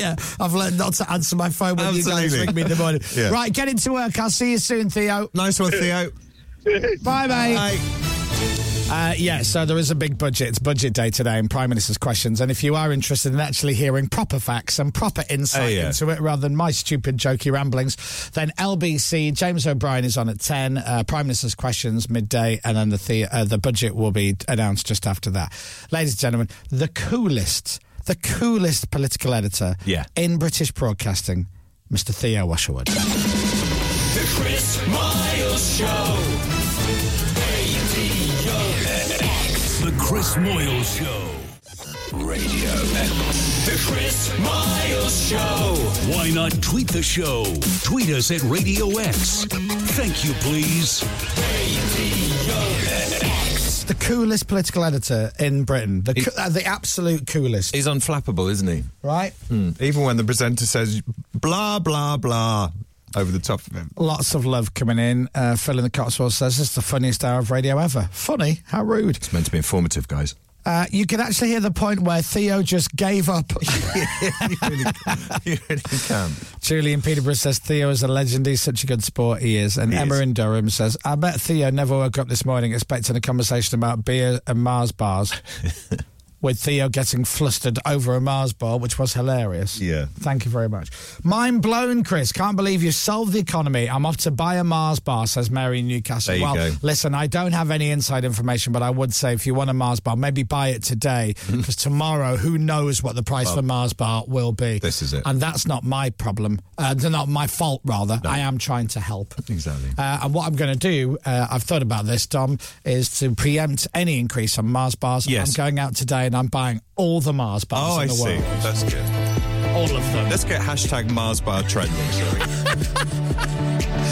[SPEAKER 5] yeah, I've learned not to answer my phone when you guys
[SPEAKER 7] Absolutely.
[SPEAKER 5] ring me in the morning.
[SPEAKER 7] Yeah.
[SPEAKER 5] Right, get into work. I'll see you soon, Theo.
[SPEAKER 7] Nice one, Theo.
[SPEAKER 5] Bye, mate. Uh, yeah, so there is a big budget. It's budget day today and Prime Minister's questions. And if you are interested in actually hearing proper facts and proper insight
[SPEAKER 7] Oh, yeah.
[SPEAKER 5] into it rather than my stupid, jokey ramblings, then LBC, James O'Brien is on at 10, uh, Prime Minister's questions midday, and then the, the, uh, the budget will be announced just after that. Ladies and gentlemen, the coolest, the coolest political editor
[SPEAKER 7] Yeah.
[SPEAKER 5] in British broadcasting, Mr. Theo Washerwood.
[SPEAKER 13] The Chris Miles Show.
[SPEAKER 1] The Chris Moyle Show.
[SPEAKER 13] Radio X. The Chris Miles Show.
[SPEAKER 1] Why not tweet the show? Tweet us at Radio X. Thank you, please.
[SPEAKER 5] The coolest political editor in Britain. The, co- uh, the absolute coolest.
[SPEAKER 7] He's unflappable, isn't he?
[SPEAKER 5] Right?
[SPEAKER 7] Mm. Even when the presenter says blah blah blah over the top of him.
[SPEAKER 5] Lots of love coming in. Uh, Phil in the Cotswolds says this is the funniest hour of radio ever. Funny? How rude.
[SPEAKER 7] It's meant to be informative, guys.
[SPEAKER 5] Uh, you can actually hear the point where Theo just gave up.
[SPEAKER 7] you really can.
[SPEAKER 5] Julie in Peterborough says Theo is a legend. He's such a good sport. He is. And
[SPEAKER 7] He
[SPEAKER 5] Emma
[SPEAKER 7] is.
[SPEAKER 5] in Durham says, I bet Theo never woke up this morning expecting a conversation about beer and Mars bars. With Theo getting flustered over a Mars bar, which was hilarious.
[SPEAKER 7] Yeah.
[SPEAKER 5] Thank you very much. Mind blown, Chris. Can't believe you solved the economy. I'm off to buy a Mars bar, says Mary in Newcastle.
[SPEAKER 7] There you
[SPEAKER 5] well,
[SPEAKER 7] go.
[SPEAKER 5] listen, I don't have any inside information, but I would say if you want a Mars bar, maybe buy it today because tomorrow, who knows what the price
[SPEAKER 7] Well,
[SPEAKER 5] for Mars bar will be.
[SPEAKER 7] this is it.
[SPEAKER 5] And that's not my problem. Uh, they're not my fault, rather. I am trying to help.
[SPEAKER 7] Exactly.
[SPEAKER 5] Uh, and what I'm going to do, uh, I've thought about this, Dom, is to preempt any increase on Mars bars.
[SPEAKER 7] Yes.
[SPEAKER 5] I'm going out today and I'm buying all the Mars bars
[SPEAKER 7] Oh, I
[SPEAKER 5] in the
[SPEAKER 7] see.
[SPEAKER 5] world.
[SPEAKER 7] That's good.
[SPEAKER 5] All of them.
[SPEAKER 7] Let's get hashtag Mars bar trending.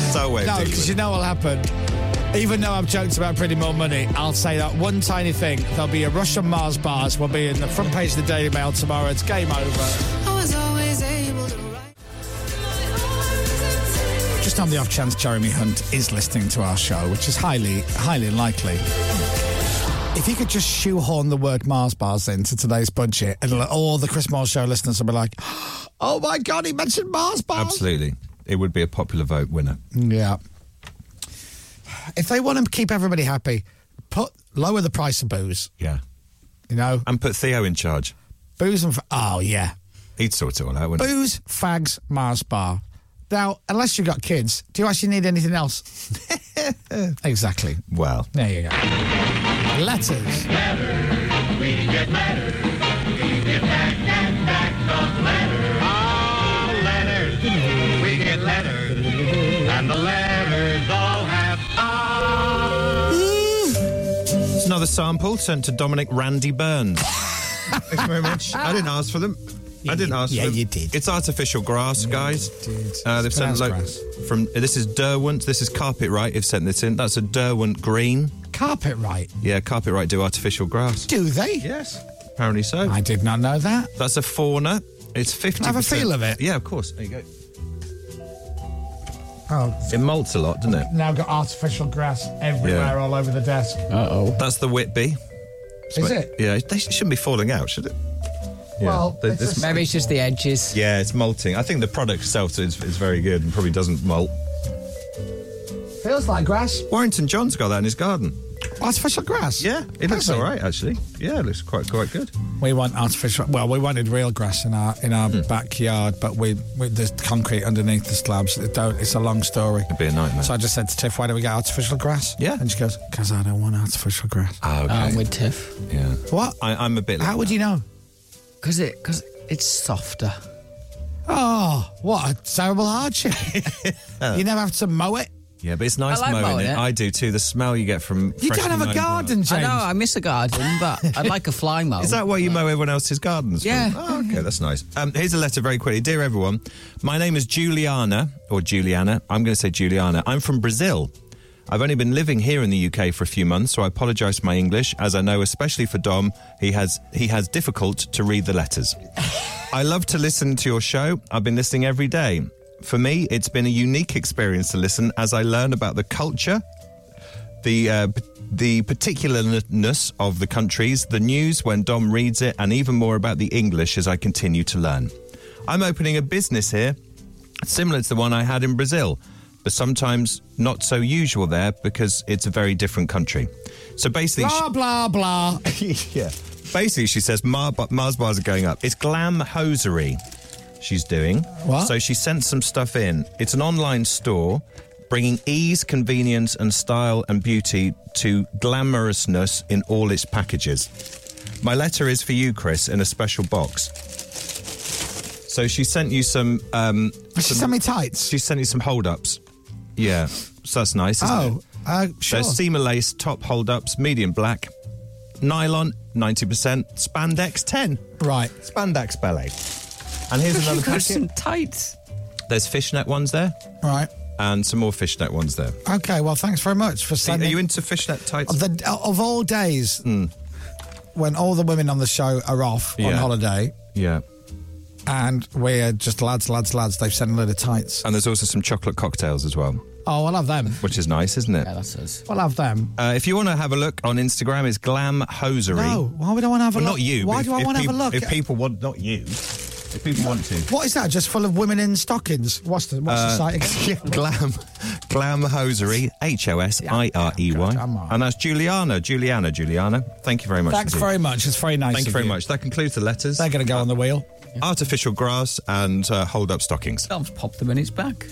[SPEAKER 7] so way of
[SPEAKER 5] No,
[SPEAKER 7] dealing
[SPEAKER 5] because
[SPEAKER 7] with
[SPEAKER 5] you
[SPEAKER 7] it.
[SPEAKER 5] know what'll happen. Even though I've joked about printing more money, I'll say that one tiny thing. There'll be a Russian Mars bars. Will be in the front page of the Daily Mail tomorrow. It's game over.
[SPEAKER 3] I was always able to write.
[SPEAKER 5] Just on the off chance Jeremy Hunt is listening to our show, which is highly, highly likely. If he could just shoehorn the word Mars bars into today's budget, and all the Chris Moore show listeners will be like, "Oh my God, he mentioned Mars bars!"
[SPEAKER 7] Absolutely. It would be a popular vote winner.
[SPEAKER 5] Yeah. If they want to keep everybody happy, put lower the price of booze.
[SPEAKER 7] Yeah.
[SPEAKER 5] You know,
[SPEAKER 7] And put Theo in charge.
[SPEAKER 5] booze and f- oh yeah,
[SPEAKER 7] He'd sort it all out, wouldn't he?
[SPEAKER 5] booze, fags, Mars bar. Now, unless you've got kids, do you actually need anything else? exactly.
[SPEAKER 7] Well,
[SPEAKER 5] There you go. Letters.
[SPEAKER 11] We get madder. We get back down.
[SPEAKER 9] and the letters all have R's.
[SPEAKER 7] It's another sample sent to Dominic Randy Burns. Thanks very much. I didn't ask for them. I didn't ask. Yeah, for them. you did. It's artificial grass, guys. Uh, they've sent
[SPEAKER 5] pronounced
[SPEAKER 7] lo-
[SPEAKER 5] grass.
[SPEAKER 7] from. This is Derwent. This is carpet right. They've sent this in. That's a Derwent green.
[SPEAKER 5] Carpet right.
[SPEAKER 7] Yeah, carpet right do artificial grass.
[SPEAKER 5] Do they? Yes.
[SPEAKER 7] Apparently so.
[SPEAKER 5] I did not know that.
[SPEAKER 7] That's a fauna. It's fifty.
[SPEAKER 5] Have a feel of it.
[SPEAKER 7] Yeah, of course. There you go.
[SPEAKER 5] Oh,
[SPEAKER 7] It molts a lot, doesn't it?
[SPEAKER 5] now got artificial grass everywhere,
[SPEAKER 7] Yeah.
[SPEAKER 5] all over the desk.
[SPEAKER 7] Uh oh. That's the Whitby.
[SPEAKER 5] Mm. Is it?
[SPEAKER 7] Yeah, they sh- shouldn't be falling out, should it? Yeah.
[SPEAKER 5] Well,
[SPEAKER 7] They-
[SPEAKER 5] it's a
[SPEAKER 7] this-
[SPEAKER 5] Maybe it's just the
[SPEAKER 8] edges.
[SPEAKER 7] Yeah, it's molting. I think the product itself is, is very good and probably doesn't molt.
[SPEAKER 5] Feels like grass.
[SPEAKER 7] Warrington John's got that in his garden.
[SPEAKER 5] Artificial grass.
[SPEAKER 7] Yeah, it looks all right actually. Yeah, it looks quite quite good.
[SPEAKER 5] We want artificial. Well, we wanted real grass in our in our backyard, but we with the concrete underneath the slabs. It don't, it's a long story. It'd
[SPEAKER 7] be a nightmare.
[SPEAKER 5] So I just said to Tiff, "Why don't we get artificial grass?" Yeah, and she goes, "Because I don't want artificial grass."
[SPEAKER 7] Oh, okay.
[SPEAKER 8] I'm with Tiff.
[SPEAKER 7] Yeah.
[SPEAKER 5] What?
[SPEAKER 7] I, I'm a bit. Like
[SPEAKER 5] How would you know?
[SPEAKER 8] Because it because it's softer.
[SPEAKER 5] Oh, what a terrible hardship! you never have to mow it.
[SPEAKER 7] Yeah, but it's nice
[SPEAKER 8] I like
[SPEAKER 7] mowing,
[SPEAKER 8] mowing
[SPEAKER 7] it.
[SPEAKER 8] it.
[SPEAKER 7] I do too. The smell you get from
[SPEAKER 5] You
[SPEAKER 7] freshly uh,
[SPEAKER 5] don't have a
[SPEAKER 7] mown
[SPEAKER 5] garden,
[SPEAKER 7] grass.
[SPEAKER 8] I know. I miss a garden, but I'd like a fly mow.
[SPEAKER 7] Is that why you mow everyone else's gardens?
[SPEAKER 8] Yeah.
[SPEAKER 7] Oh, okay, that's nice. Um, here's a letter very quickly. Dear everyone, my name is Juliana, or Juliana. I'm going to say Juliana. I'm from Brazil. I've only been living here in the UK for a few months, so I apologise for my English, as I know, especially for Dom, he has he has difficult to read the letters. I love to listen to your show. I've been listening every day. For me, it's been a unique experience to listen as I learn about the culture, the uh, p- the particularness of the countries, the news when Dom reads it, and even more about the English as I continue to learn. I'm opening a business here, similar to the one I had in Brazil, but sometimes not so usual there because it's a very different country. So basically,
[SPEAKER 5] Blah blah blah.
[SPEAKER 7] yeah. Basically, she says Mar- Mars bars are going up. It's glam hosiery she's doing.
[SPEAKER 5] What?
[SPEAKER 7] So she sent some stuff in. It's an online store bringing ease, convenience, and style and beauty to glamorousness in all its packages. My letter is for you, Chris, in a special box. So she sent you some. Um, she
[SPEAKER 5] sent me tights.
[SPEAKER 7] She sent you some hold ups. Yeah, so that's nice. Isn't
[SPEAKER 5] Oh,
[SPEAKER 7] it?
[SPEAKER 5] uh,
[SPEAKER 7] So
[SPEAKER 5] sure.
[SPEAKER 7] seam lace, top hold ups, medium black, nylon, 90%, spandex, 10.
[SPEAKER 5] Right.
[SPEAKER 7] Spandex ballet. And here's another
[SPEAKER 8] got some
[SPEAKER 7] packet.
[SPEAKER 8] tights.
[SPEAKER 7] There's fishnet ones there
[SPEAKER 5] Right.
[SPEAKER 7] and some more fishnet ones there.
[SPEAKER 5] Okay. Well, thanks very much for
[SPEAKER 7] Are
[SPEAKER 5] sending.
[SPEAKER 7] you into fishnet tights?
[SPEAKER 5] of, the, of all days, when all the women on the show are off on
[SPEAKER 7] Hmm. Yeah.
[SPEAKER 5] holiday,
[SPEAKER 7] Yeah.
[SPEAKER 5] and we're just lads, lads, lads, they've sent a load of tights.
[SPEAKER 7] And there's also some chocolate cocktails as well,
[SPEAKER 5] Oh, I'll have them.
[SPEAKER 7] which is nice, isn't it?
[SPEAKER 8] That's us.
[SPEAKER 5] I'll have them.
[SPEAKER 7] Uh, if you want to have a look on Instagram, it's glam hosiery.
[SPEAKER 5] No, why would I want to have a
[SPEAKER 7] Well,
[SPEAKER 5] look?
[SPEAKER 7] not you.
[SPEAKER 5] Why
[SPEAKER 7] but
[SPEAKER 5] do
[SPEAKER 7] if-
[SPEAKER 5] I
[SPEAKER 7] if
[SPEAKER 5] want to have a
[SPEAKER 7] peop-
[SPEAKER 5] look?
[SPEAKER 7] If people want, not you. If people want to.
[SPEAKER 5] what is that? Just full of women in stockings? What's the, what's
[SPEAKER 7] Uh,
[SPEAKER 5] the site again?
[SPEAKER 7] yeah, glam, glam hosiery, H O S I R E Y, and that's Juliana, Juliana, Juliana. Thank you very much.
[SPEAKER 5] Thanks
[SPEAKER 7] indeed.
[SPEAKER 5] very much. It's very nice.
[SPEAKER 7] Thank you
[SPEAKER 5] of
[SPEAKER 7] very much. That concludes the letters.
[SPEAKER 5] They're going to go on the wheel.
[SPEAKER 7] Artificial grass and uh, hold up stockings.
[SPEAKER 8] Dom's popped them in his bag.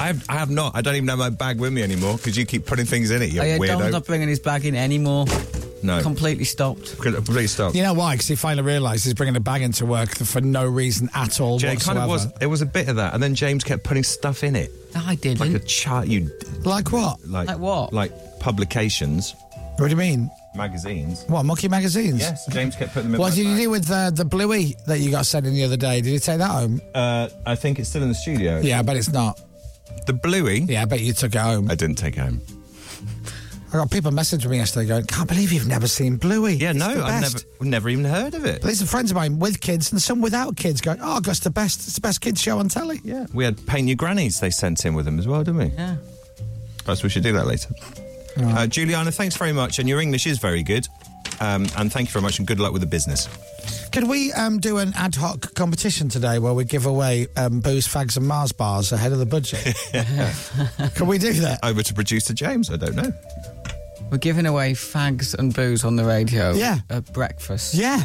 [SPEAKER 7] I have, I have not. I don't even have my bag with me anymore because you keep putting things in it. You
[SPEAKER 8] Oh, yeah, Dom's
[SPEAKER 7] weirdo.
[SPEAKER 8] not bringing his bag in anymore.
[SPEAKER 7] no,
[SPEAKER 8] Completely stopped.
[SPEAKER 7] completely stop.
[SPEAKER 5] You know why? Because he finally realised he's bringing a bag into work for no reason at all
[SPEAKER 7] Jay, it
[SPEAKER 5] whatsoever.
[SPEAKER 7] kind of was. It was a bit of that, and then James kept putting stuff in it,
[SPEAKER 8] No, I didn't.
[SPEAKER 7] like a chart. You
[SPEAKER 5] Hmm? Like what?
[SPEAKER 7] like,
[SPEAKER 8] Like what?
[SPEAKER 7] Like publications,
[SPEAKER 5] What do you mean?
[SPEAKER 7] magazines.
[SPEAKER 5] What, Monkey Magazines?
[SPEAKER 7] Yes, James kept putting them in.
[SPEAKER 5] What
[SPEAKER 7] my
[SPEAKER 5] did
[SPEAKER 7] bag.
[SPEAKER 5] you do with the, the bluey that you got sent in the other day? Did you take that home?
[SPEAKER 7] Uh, I think it's still in the studio.
[SPEAKER 5] Yeah, I bet it's not.
[SPEAKER 7] The Bluey?
[SPEAKER 5] Yeah, I bet you took it home.
[SPEAKER 7] I didn't take it home.
[SPEAKER 5] I got people messaging me yesterday going, can't believe you've never seen Bluey.
[SPEAKER 7] Yeah,
[SPEAKER 5] It's
[SPEAKER 7] no,
[SPEAKER 5] the
[SPEAKER 7] I've
[SPEAKER 5] best."
[SPEAKER 7] never, never even heard of it.
[SPEAKER 5] But there's some friends of mine with kids and some without kids going, oh, that's the best. It's the best kids show on telly.
[SPEAKER 7] Yeah. We had Paint Your Grannies they sent in with them as well, didn't we?
[SPEAKER 8] Yeah.
[SPEAKER 7] Perhaps we should do that later. Uh, Juliana, thanks very much. And your English is very good. Um, and thank you very much and good luck with the business.
[SPEAKER 5] Could we um, do an ad hoc competition today where we give away um, booze, fags, and Mars bars ahead of the budget? Can we do that?
[SPEAKER 7] Over to producer James, I don't know.
[SPEAKER 8] We're giving away fags and booze on the radio.
[SPEAKER 5] Yeah.
[SPEAKER 8] At breakfast.
[SPEAKER 5] Yeah.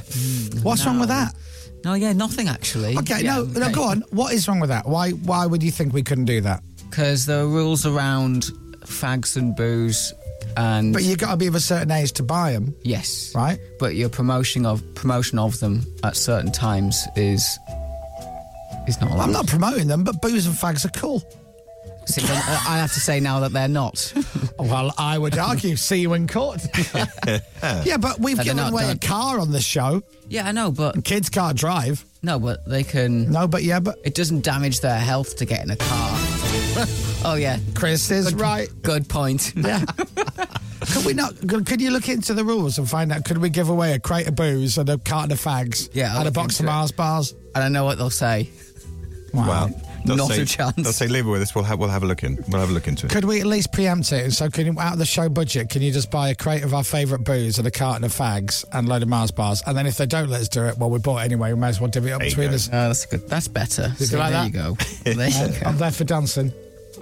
[SPEAKER 5] What's wrong with
[SPEAKER 8] Mm, No.
[SPEAKER 5] that?
[SPEAKER 8] No, yeah, nothing actually.
[SPEAKER 5] Okay,
[SPEAKER 8] Yeah,
[SPEAKER 5] no, no, go on. What is wrong with that? Why, why would you think we couldn't do that?
[SPEAKER 8] Because there are rules around fags and booze, and
[SPEAKER 5] But you've got to be of a certain age to buy them,
[SPEAKER 8] yes,
[SPEAKER 5] right?
[SPEAKER 8] but your promotion of promotion of them at certain times is is not.
[SPEAKER 5] I'm
[SPEAKER 8] allowed.
[SPEAKER 5] not promoting them, but booze and fags are cool.
[SPEAKER 8] See, then I have to say now that they're not.
[SPEAKER 5] well, I would argue. See you in court. yeah, but we've
[SPEAKER 8] No, they're
[SPEAKER 5] given
[SPEAKER 8] not,
[SPEAKER 5] away a
[SPEAKER 8] don't.
[SPEAKER 5] car on this show.
[SPEAKER 8] Yeah, I know, but
[SPEAKER 5] kids can't drive.
[SPEAKER 8] No, but they can.
[SPEAKER 5] No, but yeah, but
[SPEAKER 8] it doesn't damage their health to get in a car. oh yeah,
[SPEAKER 5] Chris is right.
[SPEAKER 8] Good point.
[SPEAKER 5] Yeah. Could we not? Could could you look into the rules and find out? Could we give away a crate of booze and a carton of fags?
[SPEAKER 8] Yeah, I'll
[SPEAKER 5] and a
[SPEAKER 8] look
[SPEAKER 5] box of
[SPEAKER 8] into it.
[SPEAKER 5] Mars bars.
[SPEAKER 8] I don't know what they'll say.
[SPEAKER 7] Wow. They'll
[SPEAKER 8] Not
[SPEAKER 7] say,
[SPEAKER 8] a chance.
[SPEAKER 7] They'll say leave it with us. We'll have we'll have a look in. We'll have a look into it.
[SPEAKER 5] Could we at least preempt it? And so, can you, out of the show budget, can you just buy a crate of our favourite booze and a carton of fags and a load of Mars bars? And then if they don't let us do it, well, we bought it anyway. We may as well divvy it up
[SPEAKER 8] There you
[SPEAKER 5] between
[SPEAKER 8] go.
[SPEAKER 5] us.
[SPEAKER 8] Oh, that's good. That's better.
[SPEAKER 5] Did
[SPEAKER 8] See,
[SPEAKER 5] you like
[SPEAKER 8] there
[SPEAKER 5] that?
[SPEAKER 8] you go. There you
[SPEAKER 5] I'm there for dancing.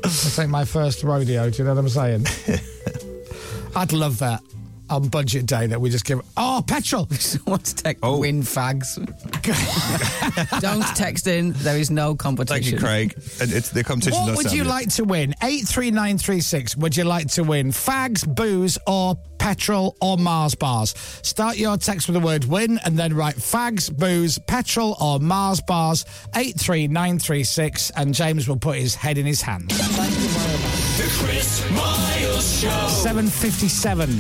[SPEAKER 5] This ain't my first rodeo. Do you know what I'm saying? I'd love that on budget day that we just give. Oh, petrol!
[SPEAKER 8] Someone to take win fags. Don't text in. There is no competition.
[SPEAKER 7] Thank you, Craig. And it's the competition.
[SPEAKER 5] What
[SPEAKER 7] does
[SPEAKER 5] would
[SPEAKER 7] sound
[SPEAKER 5] you
[SPEAKER 7] good.
[SPEAKER 5] like to win? 83936. Would you like to win fags, booze, or petrol or Mars bars? Start your text with the word win and then write fags, booze, petrol, or Mars bars 83936. And James will put his head in his hand.
[SPEAKER 14] The Chris Miles Show.
[SPEAKER 5] 757.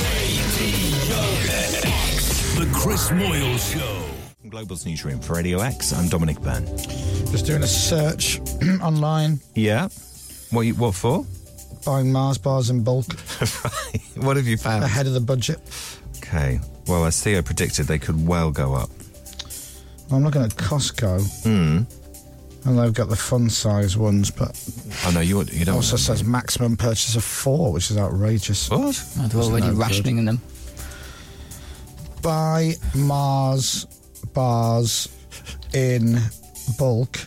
[SPEAKER 1] The Chris Moyle Show.
[SPEAKER 7] Global's newsroom for Radio X. I'm Dominic Byrne.
[SPEAKER 5] Just doing a search online,
[SPEAKER 7] Yeah. What you, what for?
[SPEAKER 5] buying Mars bars in bulk
[SPEAKER 7] What have you found?
[SPEAKER 5] ahead of the budget.
[SPEAKER 7] Okay. Well, as Theo predicted, they could well go up.
[SPEAKER 5] I'm looking at Costco
[SPEAKER 7] Hmm.
[SPEAKER 5] and they've got the fun size ones, but
[SPEAKER 7] Oh no, you you
[SPEAKER 5] it
[SPEAKER 7] don't.
[SPEAKER 5] also
[SPEAKER 7] want
[SPEAKER 5] says maximum purchase of four, which is outrageous.
[SPEAKER 7] What?
[SPEAKER 8] Oh, they're already rationing them.
[SPEAKER 5] Buy Mars bars in bulk.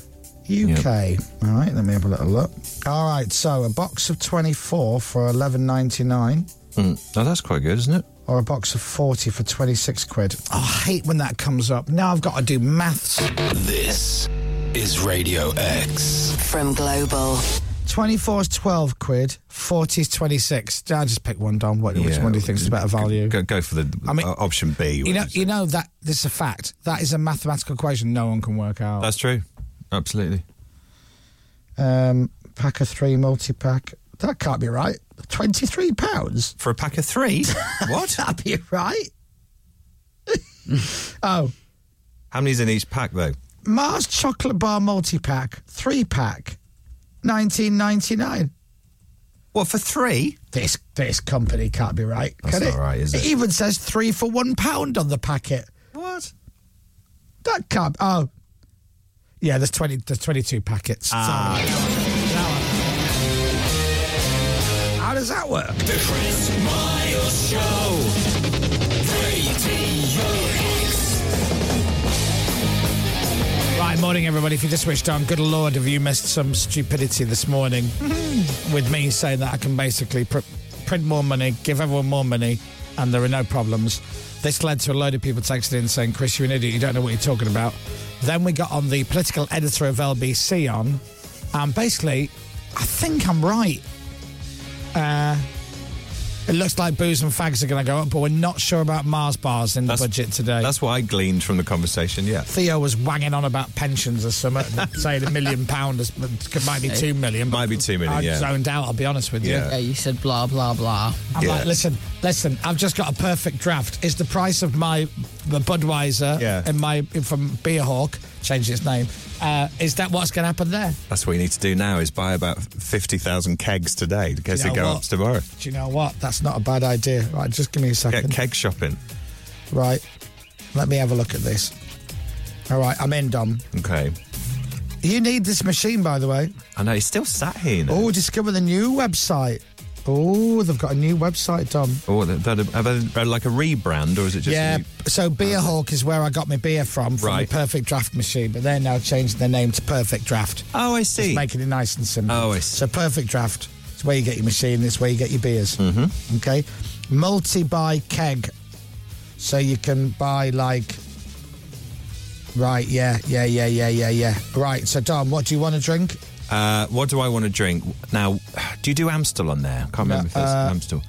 [SPEAKER 5] UK. All right, let me have a little look. All right, so a box of 24 for 11.99
[SPEAKER 7] Mm. Oh, that's quite good, isn't it?
[SPEAKER 5] or a box of 40 for 26 quid. Oh, I hate when that comes up. Now I've got to do maths.
[SPEAKER 13] This is Radio X.
[SPEAKER 2] From Global.
[SPEAKER 5] 24 is 12 quid, 40 is 26. I'll just pick one, Don. What, which one do you think is the better value?
[SPEAKER 7] Go, go for the
[SPEAKER 5] I mean-
[SPEAKER 7] uh, option B.
[SPEAKER 5] You know, you know that this is a fact. That is a mathematical equation no one can work out.
[SPEAKER 7] that's true. Absolutely.
[SPEAKER 5] Um, pack of three multi pack. That can't be right. Twenty three pounds
[SPEAKER 7] for a pack of three. what?
[SPEAKER 5] That'd be right. oh,
[SPEAKER 7] How many's in each pack though?
[SPEAKER 5] Mars chocolate bar multi pack, three pack, nineteen ninety nine.
[SPEAKER 7] What for three?
[SPEAKER 5] This this company can't be right.
[SPEAKER 7] That's
[SPEAKER 5] can
[SPEAKER 7] not right, is it?
[SPEAKER 5] It even says three for one pound on the packet.
[SPEAKER 7] What?
[SPEAKER 5] That can't. Oh, yeah. There's twenty. There's twenty two packets. Sorry. How does that work?
[SPEAKER 14] The Chris Miles Show. Radio X.
[SPEAKER 5] Right, morning, everybody. If you just switched on, good lord, have you missed some stupidity this morning with me saying that I can basically pr- print more money, give everyone more money, and there are no problems. This led to a load of people texting in saying, Chris, you're an idiot, you don't know what you're talking about. Then we got on the political editor of LBC on, and basically, I think I'm right. Uh, it looks like booze and fags are going to go up, but we're not sure about Mars bars in the budget today.
[SPEAKER 7] That's what I gleaned from the conversation. Yeah.
[SPEAKER 5] Theo was wanging on about pensions or something, and saying a million pound is- could might be two million. but
[SPEAKER 7] Might be two million,
[SPEAKER 5] I
[SPEAKER 7] yeah.
[SPEAKER 5] zoned out. I'll be honest with you.
[SPEAKER 7] Yeah.
[SPEAKER 8] Yeah, you said blah blah blah.
[SPEAKER 5] I'm like, listen, listen. I've just got a perfect draft. Is the price of my the Budweiser
[SPEAKER 7] Yeah.
[SPEAKER 5] and my from Beerhawk changed its name? Uh, is that what's going to happen there?
[SPEAKER 7] That's what you need to do now is buy about fifty thousand kegs today in case
[SPEAKER 5] You know
[SPEAKER 7] they go
[SPEAKER 5] what?
[SPEAKER 7] up tomorrow.
[SPEAKER 5] Do you know what? That's not a bad idea. Right, just give me a second.
[SPEAKER 7] Get keg shopping.
[SPEAKER 5] Right, let me have a look at this. All right, I'm in, Dom.
[SPEAKER 7] Okay.
[SPEAKER 5] You need this machine, by the way.
[SPEAKER 7] I know he's still sat here. You know?
[SPEAKER 5] Oh, discover the new website. Oh, they've got a new website, Dom.
[SPEAKER 7] Oh, that, that, have they- like a rebrand, or is it just?
[SPEAKER 5] yeah,
[SPEAKER 7] a new-
[SPEAKER 5] so Beer Hawk is where I got my beer from, from
[SPEAKER 7] Right.
[SPEAKER 5] the Perfect Draft machine, but they're now changing their name to Perfect Draft.
[SPEAKER 7] Oh, I see.
[SPEAKER 5] Just making it nice and simple.
[SPEAKER 7] Oh, I see.
[SPEAKER 5] So Perfect Draft is where you get your machine, it's where you get your beers. Mm-hmm. Okay. Multi buy keg. So you can buy like. Right, yeah, yeah, yeah, yeah, yeah, yeah. Right, so Dom, what do you want to drink?
[SPEAKER 7] Uh, what do I want to drink now? Do you do Amstel on there? I can't remember if there's
[SPEAKER 5] Uh,
[SPEAKER 7] Amstel.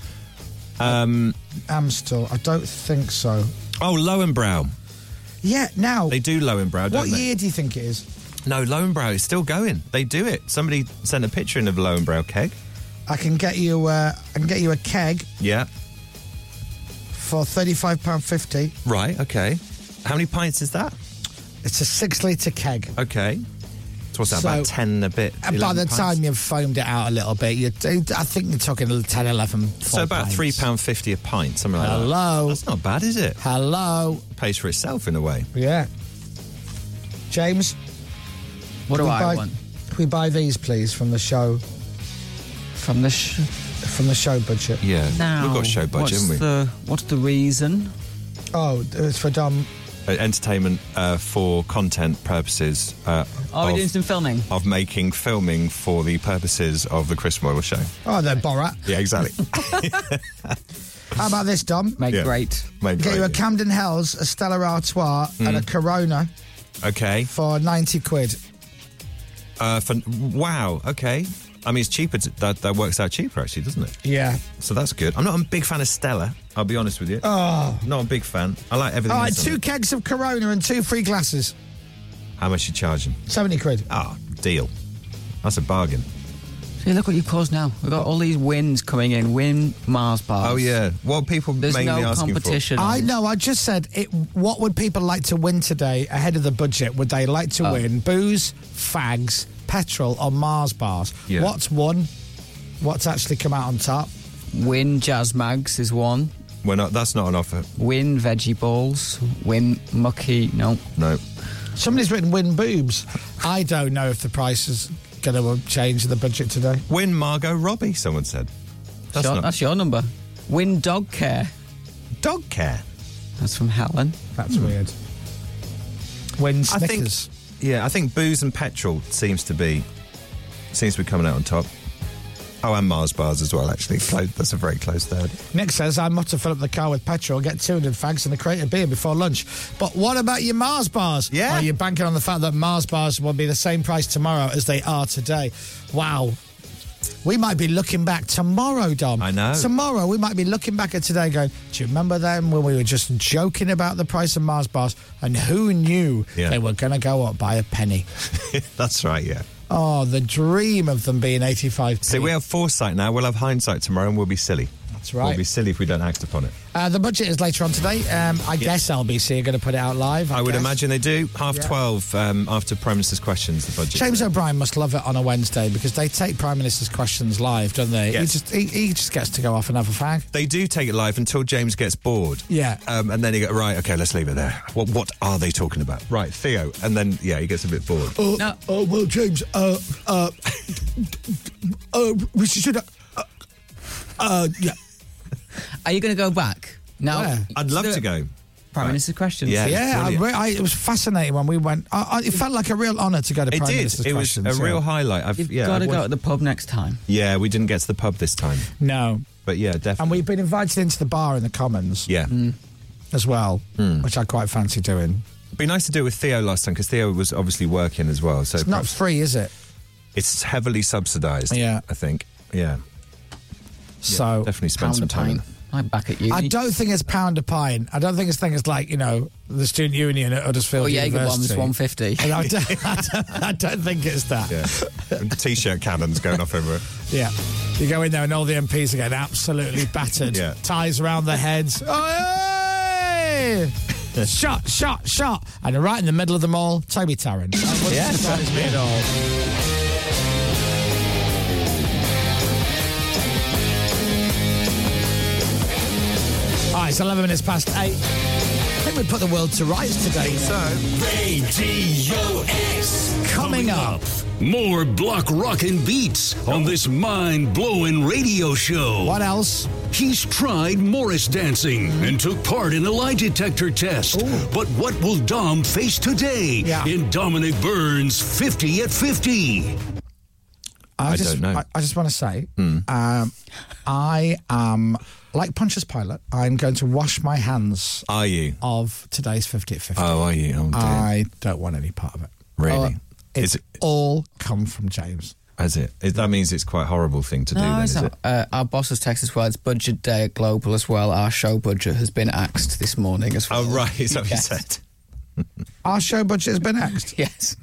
[SPEAKER 7] Um,
[SPEAKER 5] Amstel. I don't think so.
[SPEAKER 7] oh, Lowenbrow.
[SPEAKER 5] Yeah, now.
[SPEAKER 7] They do Lowenbrow, don't
[SPEAKER 5] What
[SPEAKER 7] they?
[SPEAKER 5] year do you think it is?
[SPEAKER 7] No, Lowenbrow is still going. They do it. Somebody sent a picture in of a Lowenbrow keg.
[SPEAKER 5] I can get you. Uh, I can get you a keg
[SPEAKER 7] Yeah.
[SPEAKER 5] for thirty-five pound fifty.
[SPEAKER 7] Right. Okay. How many pints is that?
[SPEAKER 5] It's a six-liter keg.
[SPEAKER 7] Okay. So what's that?
[SPEAKER 5] So,
[SPEAKER 7] about ten a bit.
[SPEAKER 5] And by
[SPEAKER 7] 11
[SPEAKER 5] the
[SPEAKER 7] pints?
[SPEAKER 5] time you've foamed it out a little bit, you I think you're talking 10, 11.
[SPEAKER 7] So about three pound fifty a pint, something like that.
[SPEAKER 5] Hello.
[SPEAKER 7] That's not bad, is it?
[SPEAKER 5] Hello.
[SPEAKER 7] Pays for itself in a way.
[SPEAKER 5] Yeah. James?
[SPEAKER 8] What do
[SPEAKER 5] we
[SPEAKER 8] I
[SPEAKER 5] buy,
[SPEAKER 8] want?
[SPEAKER 5] Can we buy these, please, from the show?
[SPEAKER 8] From the sh-
[SPEAKER 5] From the show budget?
[SPEAKER 7] Yeah.
[SPEAKER 8] Now,
[SPEAKER 7] We've got show budget,
[SPEAKER 8] what's
[SPEAKER 7] haven't we?
[SPEAKER 8] The, what's the reason?
[SPEAKER 5] Oh, it's for Dom.
[SPEAKER 7] Uh, entertainment uh, for content purposes. Uh,
[SPEAKER 5] Oh,
[SPEAKER 8] Are we
[SPEAKER 7] of-
[SPEAKER 8] doing some filming?
[SPEAKER 7] of making filming for the purposes of the Chris Moyle show.
[SPEAKER 5] Oh, they're Borat.
[SPEAKER 7] Yeah, exactly.
[SPEAKER 5] How about this, Dom?
[SPEAKER 8] Make
[SPEAKER 7] Yeah.
[SPEAKER 8] great.
[SPEAKER 7] Make
[SPEAKER 5] Get you a
[SPEAKER 7] great.
[SPEAKER 5] Camden Hells, a Stella Artois, and
[SPEAKER 8] Mm.
[SPEAKER 5] a Corona
[SPEAKER 7] Okay.
[SPEAKER 5] for 90 quid.
[SPEAKER 7] Uh, for, wow. Okay. I mean, it's cheaper. To, that that works out cheaper actually, doesn't it?
[SPEAKER 5] Yeah.
[SPEAKER 7] So that's good. I'm not a big fan of Stella. I'll be honest with you.
[SPEAKER 5] Oh.
[SPEAKER 7] Not a big fan. I like everything.
[SPEAKER 5] All
[SPEAKER 7] else
[SPEAKER 5] right,
[SPEAKER 7] on
[SPEAKER 5] two
[SPEAKER 7] it.
[SPEAKER 5] kegs of Corona and two free glasses.
[SPEAKER 7] How much you charging?
[SPEAKER 5] 70 quid.
[SPEAKER 7] Ah, deal. That's a bargain.
[SPEAKER 8] See, look what you've caused now. We've got all these wins coming in. Win Mars bars.
[SPEAKER 7] Oh yeah. Well, people
[SPEAKER 8] There's
[SPEAKER 7] mainly
[SPEAKER 8] no
[SPEAKER 7] asking
[SPEAKER 8] competition.
[SPEAKER 7] for.
[SPEAKER 5] I know. I just said, it, what would people like to win today ahead of the budget? Would they like to
[SPEAKER 8] Oh.
[SPEAKER 5] win booze, fags, petrol, or Mars bars?
[SPEAKER 8] Yeah.
[SPEAKER 5] What's won? What's actually come out on top?
[SPEAKER 8] Win Jazz Mags is one.
[SPEAKER 7] We're not. That's not an offer.
[SPEAKER 8] Win Veggie Balls. Win Mucky. No.
[SPEAKER 7] No.
[SPEAKER 5] Somebody's written win boobs. I don't know if the price is going to change the budget today.
[SPEAKER 7] Win Margot Robbie. Someone said.
[SPEAKER 8] That's, your, that's your number. Win Dog Care.
[SPEAKER 7] Dog care.
[SPEAKER 8] That's from Helen.
[SPEAKER 5] That's weird. Win
[SPEAKER 7] I think-
[SPEAKER 5] Snickers.
[SPEAKER 7] Yeah, I think booze and petrol seems to be seems to be coming out on top. Oh, and Mars bars as well. Actually, Close, that's a very close third.
[SPEAKER 5] Nick says, I'm not to fill up the car with petrol, get 200 fags and a crate of beer before lunch. But what about your Mars bars? Yeah. Are you banking on the fact that Mars bars will be the same price tomorrow as they are today? Wow. We might be looking back tomorrow, Dom. I
[SPEAKER 7] know.
[SPEAKER 5] Tomorrow, we might be looking back at today going, Do you remember then when we were just joking about the price of Mars bars and who knew
[SPEAKER 7] Yeah.
[SPEAKER 5] they were going to go up by a penny?
[SPEAKER 7] that's right. Yeah.
[SPEAKER 5] Oh, the dream of them being 85p.
[SPEAKER 7] So we have foresight now. We'll have hindsight tomorrow, and we'll be silly. That's
[SPEAKER 5] right.
[SPEAKER 7] We'll be silly if we don't act upon it.
[SPEAKER 5] Uh, the budget is later on today. Um, I guess LBC are going to put it out live. I,
[SPEAKER 7] I, would
[SPEAKER 5] guess.
[SPEAKER 7] imagine they do half
[SPEAKER 5] Yeah.
[SPEAKER 7] twelve um, after Prime Minister's questions. The budget.
[SPEAKER 5] James O'Brien must love it on a Wednesday because they take Prime Minister's questions live, don't they? He
[SPEAKER 7] Yes.
[SPEAKER 5] just he, he just gets to go off and have a fag.
[SPEAKER 7] They do take it live until James gets bored.
[SPEAKER 5] Yeah.
[SPEAKER 7] Um, and then he go right. Okay, let's leave it there. What What are they talking about? Right, Theo. And then yeah, he gets a bit bored.
[SPEAKER 5] Oh, oh well, James. Uh, uh, uh, we should. Uh, uh, yeah.
[SPEAKER 8] Are you going to go back? Now,
[SPEAKER 5] Where?
[SPEAKER 7] I'd love to go.
[SPEAKER 8] Prime Minister's questions.
[SPEAKER 7] Yeah,
[SPEAKER 5] yeah. I,
[SPEAKER 7] brilliant.
[SPEAKER 5] re- I, it was fascinating when we went. I, I, it felt like a real honour to go to
[SPEAKER 7] It
[SPEAKER 5] Prime
[SPEAKER 7] did.
[SPEAKER 5] Minister's
[SPEAKER 7] It was
[SPEAKER 5] questions.
[SPEAKER 7] a
[SPEAKER 5] yeah.
[SPEAKER 7] real highlight. I've,
[SPEAKER 8] You've
[SPEAKER 7] yeah,
[SPEAKER 8] got
[SPEAKER 7] I've
[SPEAKER 8] to go
[SPEAKER 7] watched-
[SPEAKER 8] to the pub next time.
[SPEAKER 7] Yeah, we didn't get to the pub this time,
[SPEAKER 5] No,
[SPEAKER 7] but yeah, definitely.
[SPEAKER 5] and Mm. we've been invited into the bar in the Commons
[SPEAKER 7] Yeah, Hmm.
[SPEAKER 5] as well, which I quite fancy doing.
[SPEAKER 7] be nice to do it with Theo last time because Theo was obviously working as well. So
[SPEAKER 5] It's not
[SPEAKER 7] perhaps-
[SPEAKER 5] free, is it?
[SPEAKER 7] it's heavily subsidised.
[SPEAKER 5] Yeah.
[SPEAKER 7] I think. Yeah,
[SPEAKER 5] so
[SPEAKER 7] definitely spend
[SPEAKER 8] Pound
[SPEAKER 7] some
[SPEAKER 8] a
[SPEAKER 7] time.
[SPEAKER 8] pint. I'm back at you.
[SPEAKER 5] I don't think it's pound a pint. I don't think it's thing. It's like you know the student union at Huddersfield
[SPEAKER 8] Oh, yeah, you
[SPEAKER 5] University.
[SPEAKER 8] bombs 150.
[SPEAKER 5] And I don't, I, don't, I don't think it's that. Yeah.
[SPEAKER 7] Yeah, t-shirt cannons going off everywhere.
[SPEAKER 5] you go in there and all the MPs are getting absolutely battered.
[SPEAKER 7] Yeah.
[SPEAKER 5] Ties around their heads. Oi! shot, shot, shot, and right in the middle of them all, Toby Tarrant. That wouldn't
[SPEAKER 7] Yeah.
[SPEAKER 5] surprise me at all. All right, it's 11 minutes past 8. I think we put the world to rights today. So,
[SPEAKER 14] Radio X.
[SPEAKER 5] coming up.
[SPEAKER 1] More block rockin' beats on this mind blowing radio show.
[SPEAKER 5] What else?
[SPEAKER 1] He's tried Morris dancing and took part in a lie detector test. But what will Dom face today
[SPEAKER 5] Oh. Yeah.
[SPEAKER 1] in Dominic Burns 50 at 50?
[SPEAKER 5] I,
[SPEAKER 7] I
[SPEAKER 5] just,
[SPEAKER 7] don't know. Hmm.
[SPEAKER 5] I, I just want to say, um, I am like Pontius Pilate. I'm going to wash my hands
[SPEAKER 7] Are you?
[SPEAKER 5] of today's 50 at 50.
[SPEAKER 7] Oh, are you? Oh, dear.
[SPEAKER 5] I don't want any part of it.
[SPEAKER 7] Really?
[SPEAKER 5] Uh, it's
[SPEAKER 7] Is it-
[SPEAKER 5] all come from James.
[SPEAKER 7] Is it? It- That means it's quite a horrible thing to do.
[SPEAKER 8] No,
[SPEAKER 7] then,
[SPEAKER 8] it's
[SPEAKER 7] is
[SPEAKER 8] not.
[SPEAKER 7] it?
[SPEAKER 8] Uh, our boss has texted as well. It's budget day at Global as well. Our show budget has been axed this morning as well.
[SPEAKER 7] Oh, right. Is that what you
[SPEAKER 8] Yes.
[SPEAKER 7] said?
[SPEAKER 5] Our show budget has been axed.
[SPEAKER 8] Yes.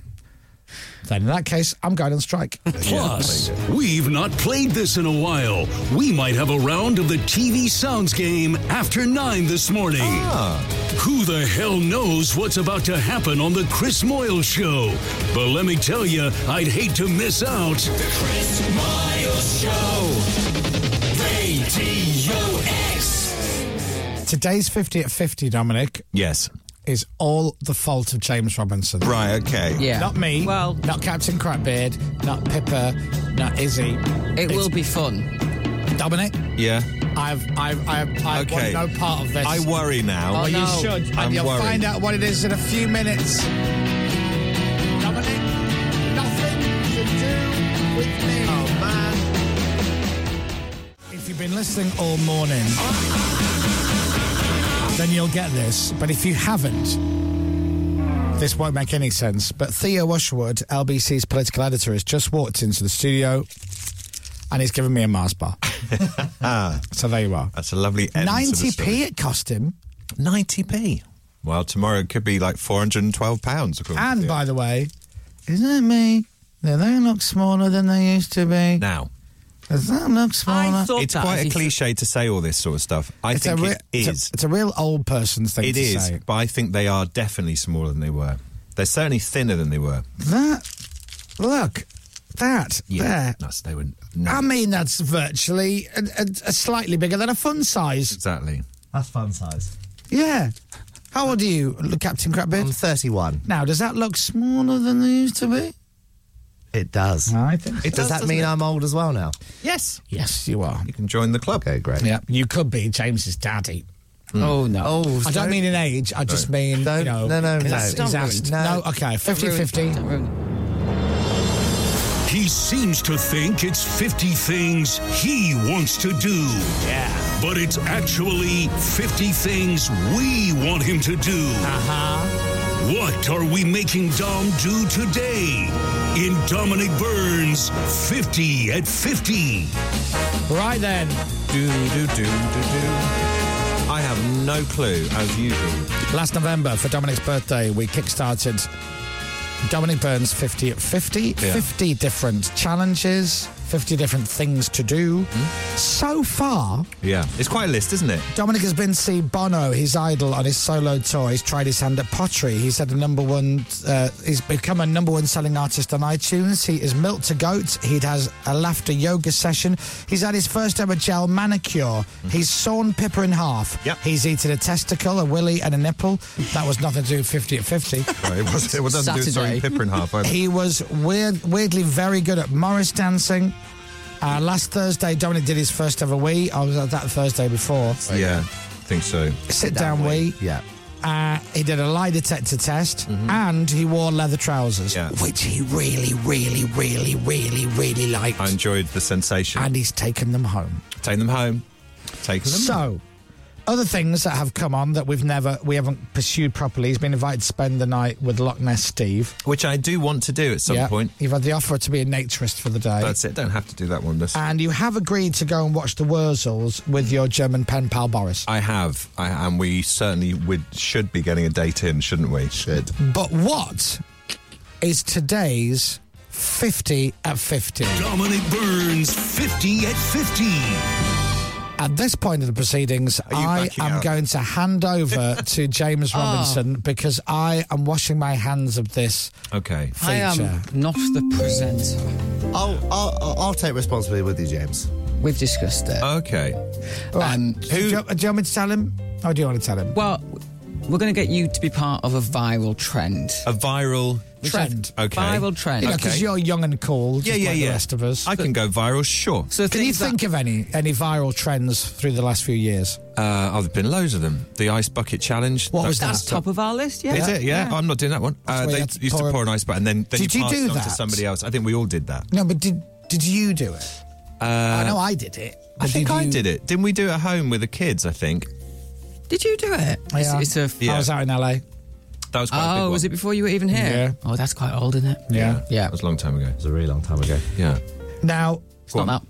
[SPEAKER 5] Then in that case, I'm going on strike.
[SPEAKER 1] Plus, we've not played this in a while. We might have a round of the TV Sounds game after 9 this morning.
[SPEAKER 14] Ah.
[SPEAKER 1] Who the hell knows what's about to happen on The Chris Moyle Show? But let me tell you, I'd hate to miss out.
[SPEAKER 14] Chris Miles Show. Radio X.
[SPEAKER 5] Today's 50 at 50, Dominic.
[SPEAKER 7] Yes.
[SPEAKER 5] Is all the fault of James Robinson.
[SPEAKER 7] Right, okay.
[SPEAKER 5] Yeah. Not me. Well, not Captain Crapbeard, not Pippa, not Izzy. It
[SPEAKER 8] will be fun.
[SPEAKER 5] Dominic,
[SPEAKER 7] Yeah.
[SPEAKER 5] I've, I've, I've, I
[SPEAKER 7] Okay.
[SPEAKER 5] want no part of this.
[SPEAKER 7] I worry now.
[SPEAKER 5] Well,
[SPEAKER 7] Oh,
[SPEAKER 5] you
[SPEAKER 7] no.
[SPEAKER 5] should. And
[SPEAKER 7] I'm
[SPEAKER 5] you'll
[SPEAKER 7] worried.
[SPEAKER 5] find out what it is in a few minutes. Dominic, nothing to do with me. Oh, man. If you've been listening all morning, then you'll get this. But if you haven't, this won't make any sense. But Theo Ushwood, LBC's political editor, has just walked into the studio and he's given me a Mars bar. so there you are.
[SPEAKER 7] That's a lovely end. To the
[SPEAKER 5] 90p
[SPEAKER 7] story.
[SPEAKER 5] it cost him.
[SPEAKER 7] 90p. Well, tomorrow it could be like £412, according to
[SPEAKER 5] And by the way, isn't it me? Now they look smaller than they used to be.
[SPEAKER 7] Now.
[SPEAKER 5] Does that look smaller?
[SPEAKER 7] it's quite a cliche to say all this sort of stuff. I
[SPEAKER 5] It's a
[SPEAKER 7] think
[SPEAKER 5] re-
[SPEAKER 7] it
[SPEAKER 5] it's a-
[SPEAKER 7] is.
[SPEAKER 5] It's a real old person's thing
[SPEAKER 7] It
[SPEAKER 5] to
[SPEAKER 7] is,
[SPEAKER 5] say.
[SPEAKER 7] but I think they are definitely smaller than they were. They're certainly thinner than they were.
[SPEAKER 5] That look, that there.
[SPEAKER 7] That's, they were
[SPEAKER 5] I mean, that's virtually a, a, a slightly bigger than a fun size.
[SPEAKER 7] Exactly.
[SPEAKER 11] That's fun size.
[SPEAKER 5] Yeah. How old are you, Captain Crapbeard? I'm
[SPEAKER 11] 31.
[SPEAKER 5] Now, does that look smaller than they used to be?
[SPEAKER 11] It does.
[SPEAKER 5] I think
[SPEAKER 11] does,
[SPEAKER 5] does,
[SPEAKER 11] that
[SPEAKER 5] doesn't
[SPEAKER 11] mean
[SPEAKER 5] it?
[SPEAKER 11] I'm old as well now?
[SPEAKER 5] Yes. Yes, you are. You
[SPEAKER 7] can join the club.
[SPEAKER 11] Okay, great.
[SPEAKER 5] Yeah, you could be James's daddy.
[SPEAKER 7] Hmm.
[SPEAKER 5] Oh no!
[SPEAKER 11] Oh,
[SPEAKER 5] I don't
[SPEAKER 11] don't-
[SPEAKER 5] mean in age. I just mean you know.
[SPEAKER 11] no, no,
[SPEAKER 5] he's
[SPEAKER 11] no.
[SPEAKER 5] asked-
[SPEAKER 11] Don't
[SPEAKER 5] he's asked.
[SPEAKER 11] ruin it.
[SPEAKER 5] No.
[SPEAKER 11] No.
[SPEAKER 5] okay,
[SPEAKER 11] Don't
[SPEAKER 5] 50
[SPEAKER 11] ruin it.
[SPEAKER 5] 50
[SPEAKER 1] He seems to think it's 50 things he wants to do. Yeah. But it's actually 50 things we want him to do. Uh huh. What are we making Dom do today? In Dominic Burns, 50 at 50.
[SPEAKER 5] Right then.
[SPEAKER 7] Do, do, do, do, do. I have no clue, as usual.
[SPEAKER 5] Last November, for Dominic's birthday, we kickstarted Dominic Burns 50 at 50. 50 different challenges, 50 different things to do.
[SPEAKER 11] Hmm?
[SPEAKER 5] So far,
[SPEAKER 7] Yeah. It's quite a list, isn't it?
[SPEAKER 5] Dominic has been see Bono, his idol, on his solo tour. He's tried his hand at pottery. He's had a number one. Uh, he's become a number one selling artist on iTunes. He is milked to goats. He has a laughter yoga session. He's had his first ever gel manicure. He's sawn Pippa in half. Mm-hmm. Yep. He's eaten a testicle, a willy, and a nipple. That was nothing to do with fifty at fifty.
[SPEAKER 7] Right, it was- it wasn't doing Saturday. Pippa in half either.
[SPEAKER 5] He was weird, weirdly very good at Morris dancing. Uh, last Thursday, Dominic did his first ever wee. I was at that Thursday before.
[SPEAKER 7] Yeah, I think so.
[SPEAKER 5] Sit down, wee.
[SPEAKER 11] Yeah.
[SPEAKER 5] Uh, he did a lie detector test
[SPEAKER 7] Mm-hmm.
[SPEAKER 5] and he wore leather trousers, which he really, really, really, really, really liked.
[SPEAKER 7] I enjoyed the sensation.
[SPEAKER 5] And he's taken them home.
[SPEAKER 7] Take them home. Take them
[SPEAKER 5] So, other things that have come on that we've never, we haven't pursued properly. He's been invited to spend the night with Loch Ness Steve.
[SPEAKER 7] Which I do want to do at some
[SPEAKER 5] Yeah.
[SPEAKER 7] point.
[SPEAKER 5] You've had the offer to be a naturist for the day.
[SPEAKER 7] That's it. Don't have to do that one. That's-
[SPEAKER 5] And you have agreed to go and watch the Wurzels with your German pen pal Boris.
[SPEAKER 7] I have, I, and we certainly would should be getting a date in, shouldn't we? Should.
[SPEAKER 5] But what is today's 50 at 50?
[SPEAKER 1] Dominic Burns, 50 at 50.
[SPEAKER 5] At this point of the proceedings, I
[SPEAKER 1] backing
[SPEAKER 5] am
[SPEAKER 1] out?
[SPEAKER 5] going to hand over to James
[SPEAKER 8] Oh.
[SPEAKER 5] Robinson because I am washing my hands of this.
[SPEAKER 7] Okay.
[SPEAKER 8] I am
[SPEAKER 5] Feature.
[SPEAKER 8] not the presenter.
[SPEAKER 11] I'll, I'll, I'll- I'll take responsibility with you, James.
[SPEAKER 8] We've discussed it. Um,
[SPEAKER 7] Okay.
[SPEAKER 5] Right. So do, you, do you want me to tell him? Or do you want to tell him?
[SPEAKER 8] Well, we're going to get you to be part of a viral trend.
[SPEAKER 7] A viral
[SPEAKER 5] Trend.
[SPEAKER 7] Okay.
[SPEAKER 8] Viral trend.
[SPEAKER 5] Because you're young and cool.
[SPEAKER 7] yeah,
[SPEAKER 5] just
[SPEAKER 7] yeah,
[SPEAKER 5] like the
[SPEAKER 7] yeah.
[SPEAKER 5] rest of us.
[SPEAKER 7] I can go viral, sure.
[SPEAKER 5] So Can you think of any any viral trends through the last few years?
[SPEAKER 7] Uh, oh, there've been loads of them. The ice bucket challenge.
[SPEAKER 5] What was
[SPEAKER 8] That's
[SPEAKER 5] that?
[SPEAKER 8] top of our list, yeah.
[SPEAKER 7] Is it? Yeah. I'm not doing that one.
[SPEAKER 5] That's where
[SPEAKER 7] Uh, they
[SPEAKER 5] you had to
[SPEAKER 7] used
[SPEAKER 5] pour
[SPEAKER 7] to
[SPEAKER 5] a-
[SPEAKER 7] pour an ice bucket, and then, then
[SPEAKER 5] Did
[SPEAKER 7] you
[SPEAKER 5] you
[SPEAKER 7] passed
[SPEAKER 5] do
[SPEAKER 7] it on to
[SPEAKER 5] that?
[SPEAKER 7] somebody else. I think we all did that.
[SPEAKER 5] No, but did did you do it?
[SPEAKER 7] Uh,
[SPEAKER 5] I know I did it.
[SPEAKER 7] I think I did it. Didn't we do it at home with the kids? I think
[SPEAKER 8] Did you do it?
[SPEAKER 5] Yeah.
[SPEAKER 8] It's, it's a,
[SPEAKER 7] Yeah. I was
[SPEAKER 5] out in LA.
[SPEAKER 7] that was quite a big
[SPEAKER 8] Oh,
[SPEAKER 7] one.
[SPEAKER 8] was it before you were even here? Yeah. Oh, that's quite old, isn't it?
[SPEAKER 5] Yeah.
[SPEAKER 8] Yeah.
[SPEAKER 7] It was a long time ago. It
[SPEAKER 11] was a really long time ago.
[SPEAKER 7] Yeah.
[SPEAKER 5] Now,
[SPEAKER 8] It's not that.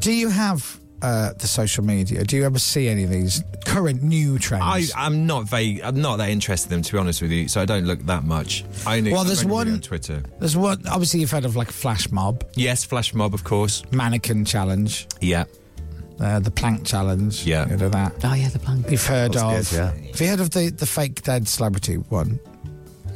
[SPEAKER 5] do you have uh, the social media? Do you ever see any of these current new
[SPEAKER 7] I,
[SPEAKER 5] trends?
[SPEAKER 7] I'm not vague. I'm not that interested in them, to be honest with you. So I don't look that much. I only,
[SPEAKER 5] Well,
[SPEAKER 7] I'm
[SPEAKER 5] there's
[SPEAKER 7] only really
[SPEAKER 5] one-
[SPEAKER 7] on Twitter.
[SPEAKER 5] There's one. Obviously, you've heard of like flash mob,
[SPEAKER 7] Yes, flash mob, of course.
[SPEAKER 5] mannequin challenge,
[SPEAKER 7] Yeah,
[SPEAKER 5] uh, the plank challenge.
[SPEAKER 7] Yeah.
[SPEAKER 5] you know that.
[SPEAKER 8] Oh yeah, the plank.
[SPEAKER 5] You've heard
[SPEAKER 7] That's
[SPEAKER 5] of?
[SPEAKER 7] good,
[SPEAKER 5] Have you heard of the the fake dead celebrity one?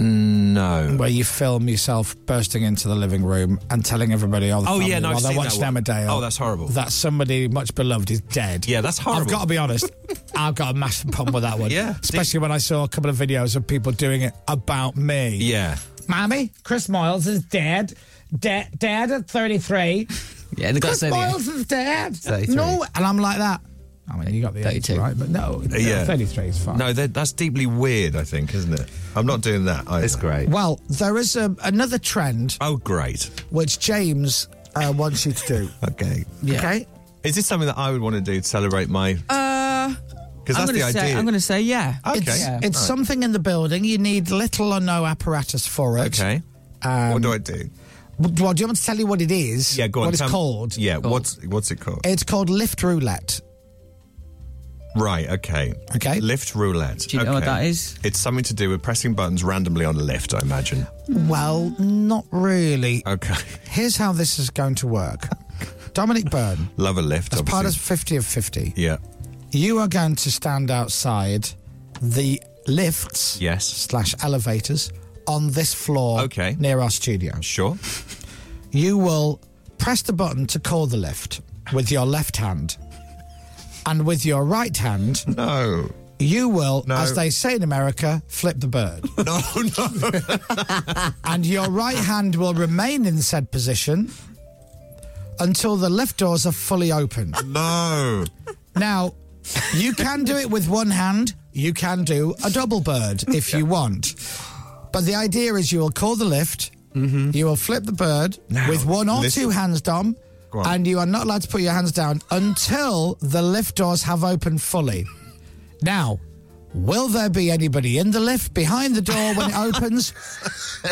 [SPEAKER 7] no.
[SPEAKER 5] Where you film yourself bursting into the living room and telling everybody all the
[SPEAKER 7] Oh,
[SPEAKER 5] family
[SPEAKER 7] yeah, no, I've
[SPEAKER 5] while they're
[SPEAKER 7] seen that
[SPEAKER 5] watching
[SPEAKER 7] one.
[SPEAKER 5] Emmerdale.
[SPEAKER 7] Oh, that's horrible.
[SPEAKER 5] That somebody much beloved is dead.
[SPEAKER 7] Yeah, that's horrible.
[SPEAKER 5] I've got to be honest. I've got a massive problem with that one.
[SPEAKER 7] Yeah.
[SPEAKER 5] Especially when I saw a couple of videos of people doing it about me.
[SPEAKER 7] Yeah.
[SPEAKER 5] Mommy, Chris Miles is dead. Dead, dead at 33.
[SPEAKER 8] Yeah, they've got to
[SPEAKER 5] Chris
[SPEAKER 8] say the
[SPEAKER 5] Miles is dead.
[SPEAKER 8] 33.
[SPEAKER 5] No. And I'm like that. I mean, you got the age
[SPEAKER 8] 32.
[SPEAKER 5] right, but no. no,
[SPEAKER 7] yeah.
[SPEAKER 5] 33 is fine.
[SPEAKER 7] No, that- that's deeply weird. I think, isn't it? I'm not doing that. Either. It's great.
[SPEAKER 5] Well, there is a, another trend
[SPEAKER 7] Oh, great.
[SPEAKER 5] which James uh, wants you to do.
[SPEAKER 7] Okay.
[SPEAKER 5] Okay?
[SPEAKER 7] Is this something that I would want to do to celebrate my?
[SPEAKER 8] Uh,
[SPEAKER 7] Because
[SPEAKER 8] I'm
[SPEAKER 7] that's
[SPEAKER 8] gonna
[SPEAKER 7] the
[SPEAKER 8] say,
[SPEAKER 7] idea.
[SPEAKER 8] I'm going to say yeah.
[SPEAKER 7] Okay.
[SPEAKER 5] It's,
[SPEAKER 7] Yeah.
[SPEAKER 5] it's
[SPEAKER 7] Right.
[SPEAKER 5] something in the building. You need little or no apparatus for it.
[SPEAKER 7] Okay. what do I do?
[SPEAKER 5] Well, do you want me to tell you what it is?
[SPEAKER 7] Yeah, go on.
[SPEAKER 5] Um, What it's
[SPEAKER 7] tell me-
[SPEAKER 5] called? Eh.
[SPEAKER 7] Yeah. What's What's it called?
[SPEAKER 5] It's called lift roulette.
[SPEAKER 7] Right, okay.
[SPEAKER 5] Okay.
[SPEAKER 7] Lift roulette.
[SPEAKER 8] Do you know what that is?
[SPEAKER 7] It's something to do with pressing buttons randomly on a lift, I imagine.
[SPEAKER 8] Hmm.
[SPEAKER 5] Well, not really.
[SPEAKER 7] Okay.
[SPEAKER 5] Here's how this is going to work. Dominic Byrne,
[SPEAKER 7] Love a lift.
[SPEAKER 5] as part of
[SPEAKER 7] obviously.
[SPEAKER 5] 50 of 50,
[SPEAKER 7] Yeah.
[SPEAKER 5] you are going to stand outside the lifts
[SPEAKER 7] Yes.
[SPEAKER 5] slash elevators on this floor
[SPEAKER 7] Okay.
[SPEAKER 5] near our studio.
[SPEAKER 7] Sure.
[SPEAKER 5] You will press the button to call the lift with your left hand. And with your right hand,
[SPEAKER 7] No.
[SPEAKER 5] you will,
[SPEAKER 7] No.
[SPEAKER 5] as they say in America, flip the bird.
[SPEAKER 7] No, no.
[SPEAKER 5] and your right hand will remain in said position until the lift doors are fully open.
[SPEAKER 7] No.
[SPEAKER 5] Now, you can do it with one hand, you can do a double bird if you want. But the idea is you will call the lift, you will flip the bird
[SPEAKER 7] Mm-hmm. Now,
[SPEAKER 5] with one or
[SPEAKER 7] listen.
[SPEAKER 5] two hands, Dom,
[SPEAKER 7] Go on.
[SPEAKER 5] and you are not allowed to put your hands down until the lift doors have opened fully. Now, will there be anybody in the lift behind the door when it opens?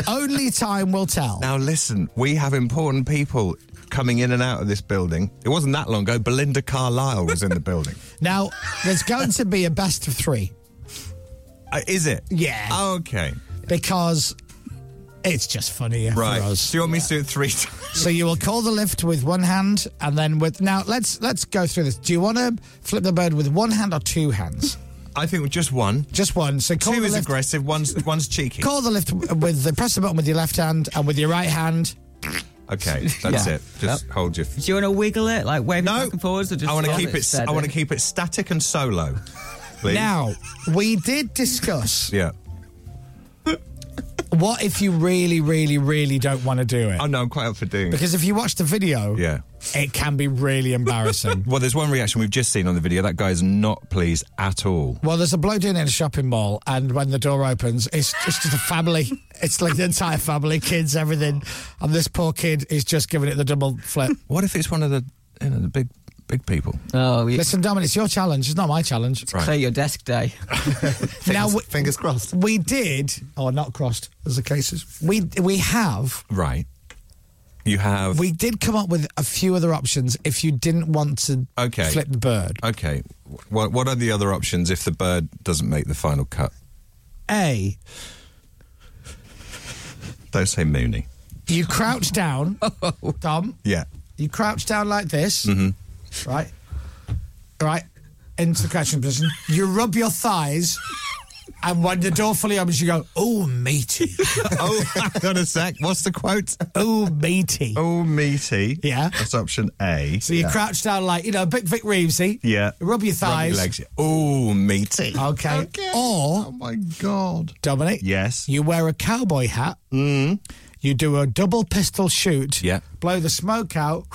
[SPEAKER 5] Only time will tell.
[SPEAKER 7] Now, listen, we have important people coming in and out of this building. It wasn't that long ago. Belinda Carlisle was in the building.
[SPEAKER 5] Now, there's going to be a best of three
[SPEAKER 7] Uh, is it?
[SPEAKER 5] Yeah.
[SPEAKER 7] okay.
[SPEAKER 5] because it's just funnier
[SPEAKER 7] Right.
[SPEAKER 5] for us.
[SPEAKER 7] Do you want me to do it three times?
[SPEAKER 5] So you will call the lift with one hand, and then with now let's let's go through this. Do you want to flip the bird with one hand or two hands?
[SPEAKER 7] I think just one.
[SPEAKER 5] Just one. So call
[SPEAKER 7] Two
[SPEAKER 5] the
[SPEAKER 7] is
[SPEAKER 5] lift.
[SPEAKER 7] aggressive, one's, one's cheeky.
[SPEAKER 5] Call the lift w- with the press the button with your left hand and with your right hand.
[SPEAKER 7] Okay, that's
[SPEAKER 8] Yeah.
[SPEAKER 7] it. Just hold your
[SPEAKER 8] Do you want to wiggle it, like wave it
[SPEAKER 7] No,
[SPEAKER 8] back and forwards, or just
[SPEAKER 7] I want to
[SPEAKER 8] hold
[SPEAKER 7] keep it.
[SPEAKER 8] steady?
[SPEAKER 7] I want to keep it static and solo. Please.
[SPEAKER 5] Now we did discuss
[SPEAKER 7] Yeah.
[SPEAKER 5] what if you really, really, really don't want to do it
[SPEAKER 7] Oh no, I'm quite up for doing it.
[SPEAKER 5] because if you watch the video,
[SPEAKER 7] Yeah.
[SPEAKER 5] it can be really embarrassing.
[SPEAKER 7] Well, there's one reaction we've just seen on the video. That guy is not pleased at all.
[SPEAKER 5] Well, there's a bloke doing it in a shopping mall, and when the door opens, it's, it's just a family. It's like the entire family, kids, everything. And this poor kid is just giving it the double flip.
[SPEAKER 7] What if it's one of the you know, the big big people?
[SPEAKER 8] Oh, you
[SPEAKER 5] Listen, Dominic, it's your challenge. It's not my challenge.
[SPEAKER 8] clear your desk day.
[SPEAKER 5] now, we,
[SPEAKER 11] Fingers crossed.
[SPEAKER 5] we did, or not crossed, as the case is. We, we have,
[SPEAKER 7] Right. You have.
[SPEAKER 5] we did come up with a few other options if you didn't want to
[SPEAKER 7] Okay.
[SPEAKER 5] flip the bird.
[SPEAKER 11] Uh,
[SPEAKER 7] okay. What What are the other options if the bird doesn't make the final cut?
[SPEAKER 5] A,
[SPEAKER 7] Don't say Mooney.
[SPEAKER 5] you crouch down,
[SPEAKER 11] Oh.
[SPEAKER 5] Dom.
[SPEAKER 7] Yeah.
[SPEAKER 5] You crouch down like this,
[SPEAKER 7] Mm-hmm.
[SPEAKER 5] right? Right, into the crouching position. You rub your thighs, and when the door fully opens, you go, "Oh meaty,
[SPEAKER 7] oh, hang on a sec. What's the quote?
[SPEAKER 5] oh meaty."
[SPEAKER 7] Oh, meaty.
[SPEAKER 5] Yeah.
[SPEAKER 7] That's option A.
[SPEAKER 5] So you crouch down like you know, Big Vic Reevesy.
[SPEAKER 7] Yeah.
[SPEAKER 5] You rub your thighs.
[SPEAKER 7] Oh, meaty.
[SPEAKER 5] Okay. Or
[SPEAKER 7] Oh my god.
[SPEAKER 5] Dominic.
[SPEAKER 7] Yes. Mm-hmm.
[SPEAKER 5] You wear a cowboy hat. You do a double pistol shoot.
[SPEAKER 7] Yeah.
[SPEAKER 5] Blow the smoke out.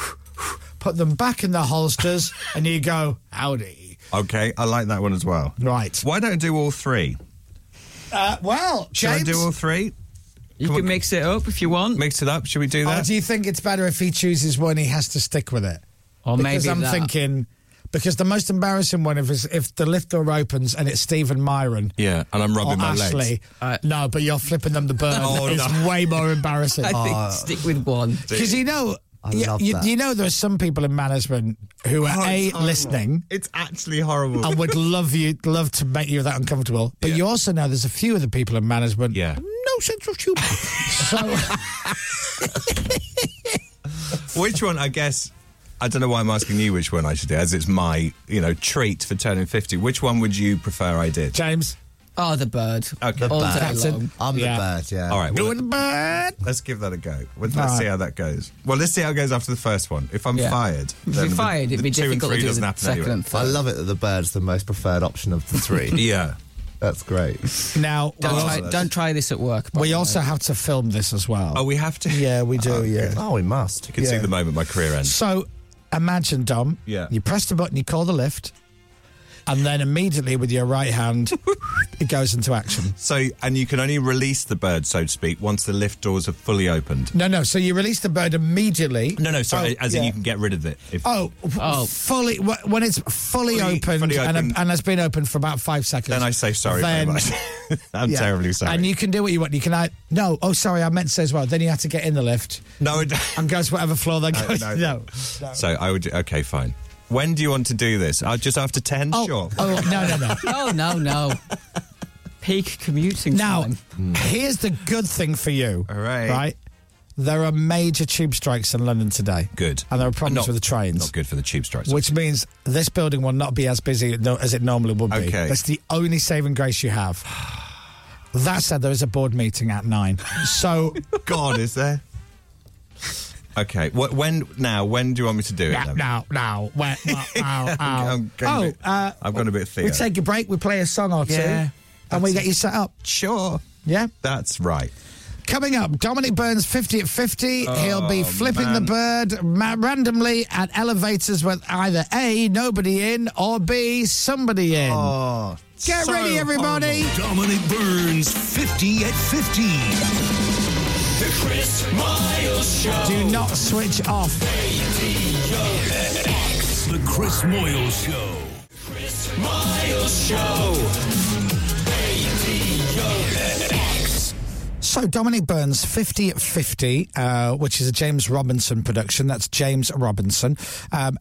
[SPEAKER 5] Put them back in their holsters, and you go, "Howdy."
[SPEAKER 7] Okay, I like that one as well.
[SPEAKER 5] Right.
[SPEAKER 7] Why don't I do all three?
[SPEAKER 5] Uh, well,
[SPEAKER 7] Should I
[SPEAKER 5] James.
[SPEAKER 7] do all three?
[SPEAKER 8] You can mix it up if you want,
[SPEAKER 7] Mix it up. Should we do
[SPEAKER 5] Or
[SPEAKER 7] that?
[SPEAKER 5] Oh, do you think it's better if he chooses one, he has to stick with it?
[SPEAKER 8] or
[SPEAKER 5] because
[SPEAKER 8] maybe
[SPEAKER 5] I'm
[SPEAKER 8] that.
[SPEAKER 5] thinking, because the most embarrassing one of is if the lift door opens and it's Stephen Myron
[SPEAKER 7] yeah, and I'm
[SPEAKER 5] or
[SPEAKER 7] rubbing
[SPEAKER 5] Oh,
[SPEAKER 7] my
[SPEAKER 5] Ashley.
[SPEAKER 7] legs.
[SPEAKER 8] Uh,
[SPEAKER 5] no, but you're flipping them the bird.
[SPEAKER 7] Oh,
[SPEAKER 8] Oh,
[SPEAKER 5] it's way more embarrassing.
[SPEAKER 8] I think stick with one.
[SPEAKER 5] Because you know,
[SPEAKER 11] I
[SPEAKER 5] Yeah,
[SPEAKER 11] love
[SPEAKER 5] you,
[SPEAKER 11] that.
[SPEAKER 5] you know, there are some people in management who are
[SPEAKER 11] Oh,
[SPEAKER 5] a
[SPEAKER 11] it's horrible.
[SPEAKER 5] listening.
[SPEAKER 7] It's actually horrible.
[SPEAKER 5] and would love you, love to make you that uncomfortable. But you also know there's a few of the people in management. Yeah. No sense of humour. so
[SPEAKER 7] Which one? I guess I don't know why I'm asking you which one I should do, as it's my you know treat for turning fifty. Which one would you prefer I did?
[SPEAKER 5] James.
[SPEAKER 8] Oh, the bird.
[SPEAKER 7] Okay,
[SPEAKER 8] All day long.
[SPEAKER 7] All right, well,
[SPEAKER 5] bird.
[SPEAKER 7] let's give that a go. Well,
[SPEAKER 8] All
[SPEAKER 7] Let's
[SPEAKER 8] right.
[SPEAKER 7] see how that goes. Well, let's see how it goes after the first one. If I'm
[SPEAKER 11] Yeah.
[SPEAKER 7] fired, then the- the two and three doesn't happen anyway.
[SPEAKER 11] I love it that the bird's the most preferred option of the three.
[SPEAKER 7] yeah.
[SPEAKER 11] That's great.
[SPEAKER 5] now,
[SPEAKER 8] Don't, try, don't try this at work.
[SPEAKER 5] we also have to film this as well.
[SPEAKER 7] Oh, we have to.
[SPEAKER 5] Yeah, we do. yeah.
[SPEAKER 11] Oh, we must.
[SPEAKER 7] You can see
[SPEAKER 5] Yeah.
[SPEAKER 7] the moment my career ends.
[SPEAKER 5] So imagine, Dom.
[SPEAKER 7] Yeah.
[SPEAKER 5] You press the button, you call the lift, and then immediately with your right hand, it goes into action.
[SPEAKER 7] So, and you can only release the bird, so to speak, once the lift doors are fully opened.
[SPEAKER 5] No, no. So you release the bird immediately.
[SPEAKER 7] No, no, sorry,
[SPEAKER 5] Oh,
[SPEAKER 7] as in
[SPEAKER 5] yeah.
[SPEAKER 7] you can get rid of it. If,
[SPEAKER 5] Oh, f- fully wh- when it's fully,
[SPEAKER 7] Fully-
[SPEAKER 5] opened,
[SPEAKER 7] fully
[SPEAKER 5] And,
[SPEAKER 7] opened.
[SPEAKER 5] and has been open for about five seconds.
[SPEAKER 7] Then I say sorry very
[SPEAKER 5] Then-
[SPEAKER 7] much. I'm
[SPEAKER 5] Yeah.
[SPEAKER 7] terribly sorry.
[SPEAKER 5] And you can do what you want. You can I no. Oh, sorry, I meant to say as well. Then you have to get in the lift.
[SPEAKER 7] No,
[SPEAKER 5] and goes whatever floor they
[SPEAKER 7] No,
[SPEAKER 5] go.
[SPEAKER 7] Uh, no.
[SPEAKER 5] No, no.
[SPEAKER 7] So I would. Okay, fine. When do you want to do this? Uh, just after ten? sure.
[SPEAKER 5] Oh no, no, no.
[SPEAKER 8] oh no, no. Peak commuting
[SPEAKER 5] now,
[SPEAKER 7] Hmm.
[SPEAKER 5] here's the good thing for you. All right. Right. There are major tube strikes in London today.
[SPEAKER 7] Good.
[SPEAKER 5] And there are problems
[SPEAKER 7] Not-
[SPEAKER 5] with the trains.
[SPEAKER 7] Not good for the tube strikes.
[SPEAKER 5] Which means this building will not be as busy no- as it normally would be.
[SPEAKER 7] Okay.
[SPEAKER 5] That's the only saving grace you have. That said, there is a board meeting at nine. So,
[SPEAKER 7] God, is there? Okay. What? When? Now? When do you want me to do it?
[SPEAKER 5] now,
[SPEAKER 7] then?
[SPEAKER 5] now, now, where, now, ow, ow.
[SPEAKER 7] I'm going a
[SPEAKER 5] oh,
[SPEAKER 7] bit-
[SPEAKER 5] uh,
[SPEAKER 7] I've gone a bit Theo.
[SPEAKER 5] we take a break, we play a song or two,
[SPEAKER 7] Yeah,
[SPEAKER 5] and we get you set up.
[SPEAKER 7] Sure.
[SPEAKER 5] Yeah.
[SPEAKER 7] That's right.
[SPEAKER 5] Coming up, Dominic Burns, 50 at 50. He'll be
[SPEAKER 7] Oh,
[SPEAKER 5] flipping
[SPEAKER 7] man.
[SPEAKER 5] the bird ma- randomly at elevators with either A, nobody in, or B, somebody in.
[SPEAKER 7] Oh,
[SPEAKER 5] Get ready, everybody.
[SPEAKER 1] Dominic Burns, 50 at 50.
[SPEAKER 14] The Chris Miles Show.
[SPEAKER 5] Do not switch off.
[SPEAKER 1] The Chris Moyle Show.
[SPEAKER 14] Chris Miles Show. Radio X.
[SPEAKER 5] So, Dominic Burns, 50 at 50, uh, which is a James Robinson production. That's James Robinson. Um,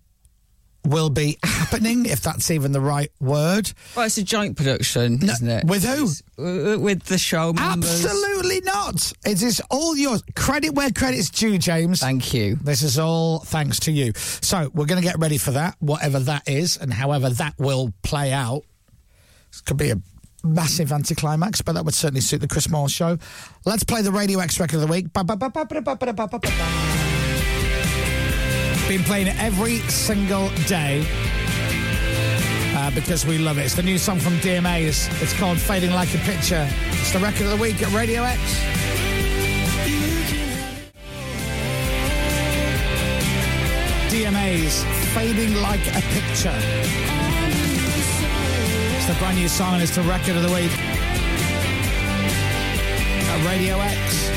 [SPEAKER 5] will be happening, if that's even the right word.
[SPEAKER 8] Well, it's a joint production, isn't it?
[SPEAKER 5] With who?
[SPEAKER 8] It's- uh, With the show members.
[SPEAKER 5] Absolutely not. It is all yours. Credit where credit's due, James.
[SPEAKER 8] Thank you.
[SPEAKER 5] This is all thanks to you. So we're going to get ready for that, whatever that is, and however that will play out. This could be a massive anticlimax, but that would certainly suit the Chris Moore show. Let's play the Radio X record of the week. Ba- ba- ba- ba- ba- ba- ba- ba- ba- ba- ba. Been playing it every single day uh, because we love it. It's the new song from DMA. It's, it's called Fading Like a Picture. It's the record of the week at Radio X. DMA's Fading Like a Picture. It's the brand new song and it's the record of the week. At Radio X.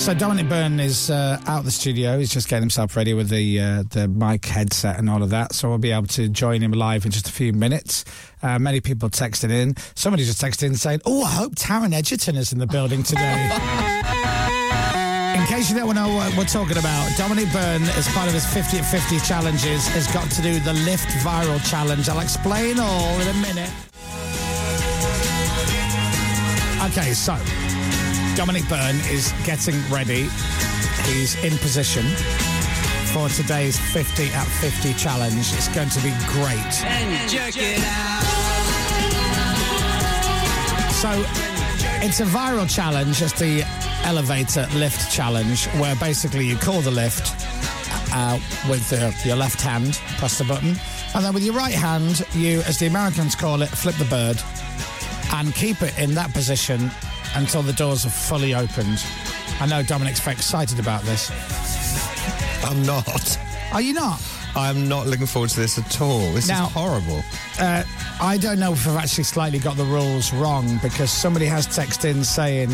[SPEAKER 5] So Dominic Byrne is uh, out of the studio. He's just getting himself ready with the uh, the mic headset and all of that. So we'll be able to join him live in just a few minutes. Uh, many people texted in. Somebody just texted in saying, "Oh, I hope Taryn Edgerton is in the building today." In case you don't know what we're talking about, Dominic Byrne, as part of his 50 at 50 challenges, has got to do the Lift Viral Challenge. I'll explain all in a minute. Okay, so Dominic Byrne is getting ready. He's in position for today's 50 at 50 challenge. It's going to be great.
[SPEAKER 14] And check it out.
[SPEAKER 5] So it's a viral challenge. It's the elevator lift challenge, where basically you call the lift uh, with the, your left hand, press the button, and then with your right hand, you, as the Americans call it, flip the bird and keep it in that position until the doors are fully opened. I know Dominic's very excited about this.
[SPEAKER 7] I'm not.
[SPEAKER 5] Are you not?
[SPEAKER 7] I'm not looking forward to this at all. This
[SPEAKER 5] Now-
[SPEAKER 7] is horrible.
[SPEAKER 5] Uh, I don't know if I've actually slightly got the rules wrong because somebody has texted in saying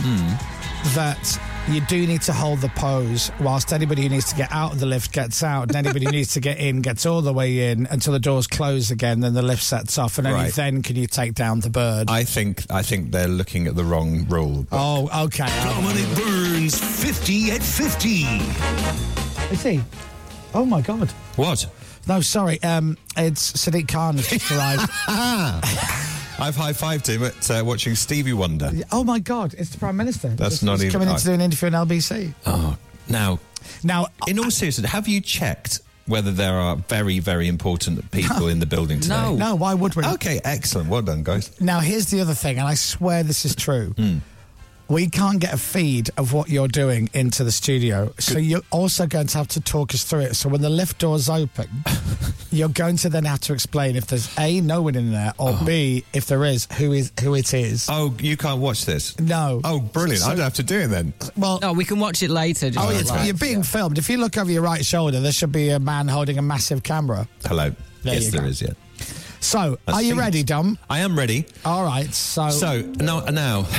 [SPEAKER 5] that you do need to hold the pose whilst anybody who needs to get out of the lift gets out and anybody who needs to get in gets all the way in until the doors close again then the lift sets off and only
[SPEAKER 7] Right.
[SPEAKER 5] then can you take down the bird
[SPEAKER 7] I think I think they're looking at the wrong rule.
[SPEAKER 5] oh okay
[SPEAKER 1] Dominic Burns, 50 at 50.
[SPEAKER 5] is he oh my god
[SPEAKER 7] What?
[SPEAKER 5] no sorry um it's sadiq khan has just arrived
[SPEAKER 7] I've high fived him at uh, watching Stevie Wonder.
[SPEAKER 5] oh my god it's the prime minister
[SPEAKER 7] That's
[SPEAKER 5] He's-
[SPEAKER 7] not
[SPEAKER 5] he's
[SPEAKER 7] even-
[SPEAKER 5] coming in
[SPEAKER 7] I-
[SPEAKER 5] to do an interview on lbc
[SPEAKER 7] Oh, now,
[SPEAKER 5] now,
[SPEAKER 7] in all seriousness, have you checked whether there are very, very important people in the building today?
[SPEAKER 5] No. No, why would we?
[SPEAKER 7] Okay, excellent. Well done, guys.
[SPEAKER 5] Now, here's the other thing, and I swear this is true.
[SPEAKER 7] Hmm.
[SPEAKER 5] We can't get a feed of what you're doing into the studio. So you're also going to have to talk us through it. So when the lift doors open, you're going to then have to explain if there's A, no one in there, or B, if there is, who is who it is.
[SPEAKER 7] Oh, you can't watch this?
[SPEAKER 5] No.
[SPEAKER 7] Oh, brilliant. I don't have to do it then.
[SPEAKER 5] Well,
[SPEAKER 8] no, Oh, we can watch it later. Just
[SPEAKER 5] Oh, it's,
[SPEAKER 8] like-
[SPEAKER 5] you're being filmed. If you look over your right shoulder, there should be a man holding a massive camera.
[SPEAKER 7] Hello.
[SPEAKER 5] There
[SPEAKER 7] yes,
[SPEAKER 5] you
[SPEAKER 7] there
[SPEAKER 5] go.
[SPEAKER 7] is, yeah.
[SPEAKER 5] So,
[SPEAKER 7] I
[SPEAKER 5] are you
[SPEAKER 7] think-
[SPEAKER 5] ready, Dom? Oh.
[SPEAKER 7] I am ready.
[SPEAKER 5] All right. So,
[SPEAKER 7] So now, now,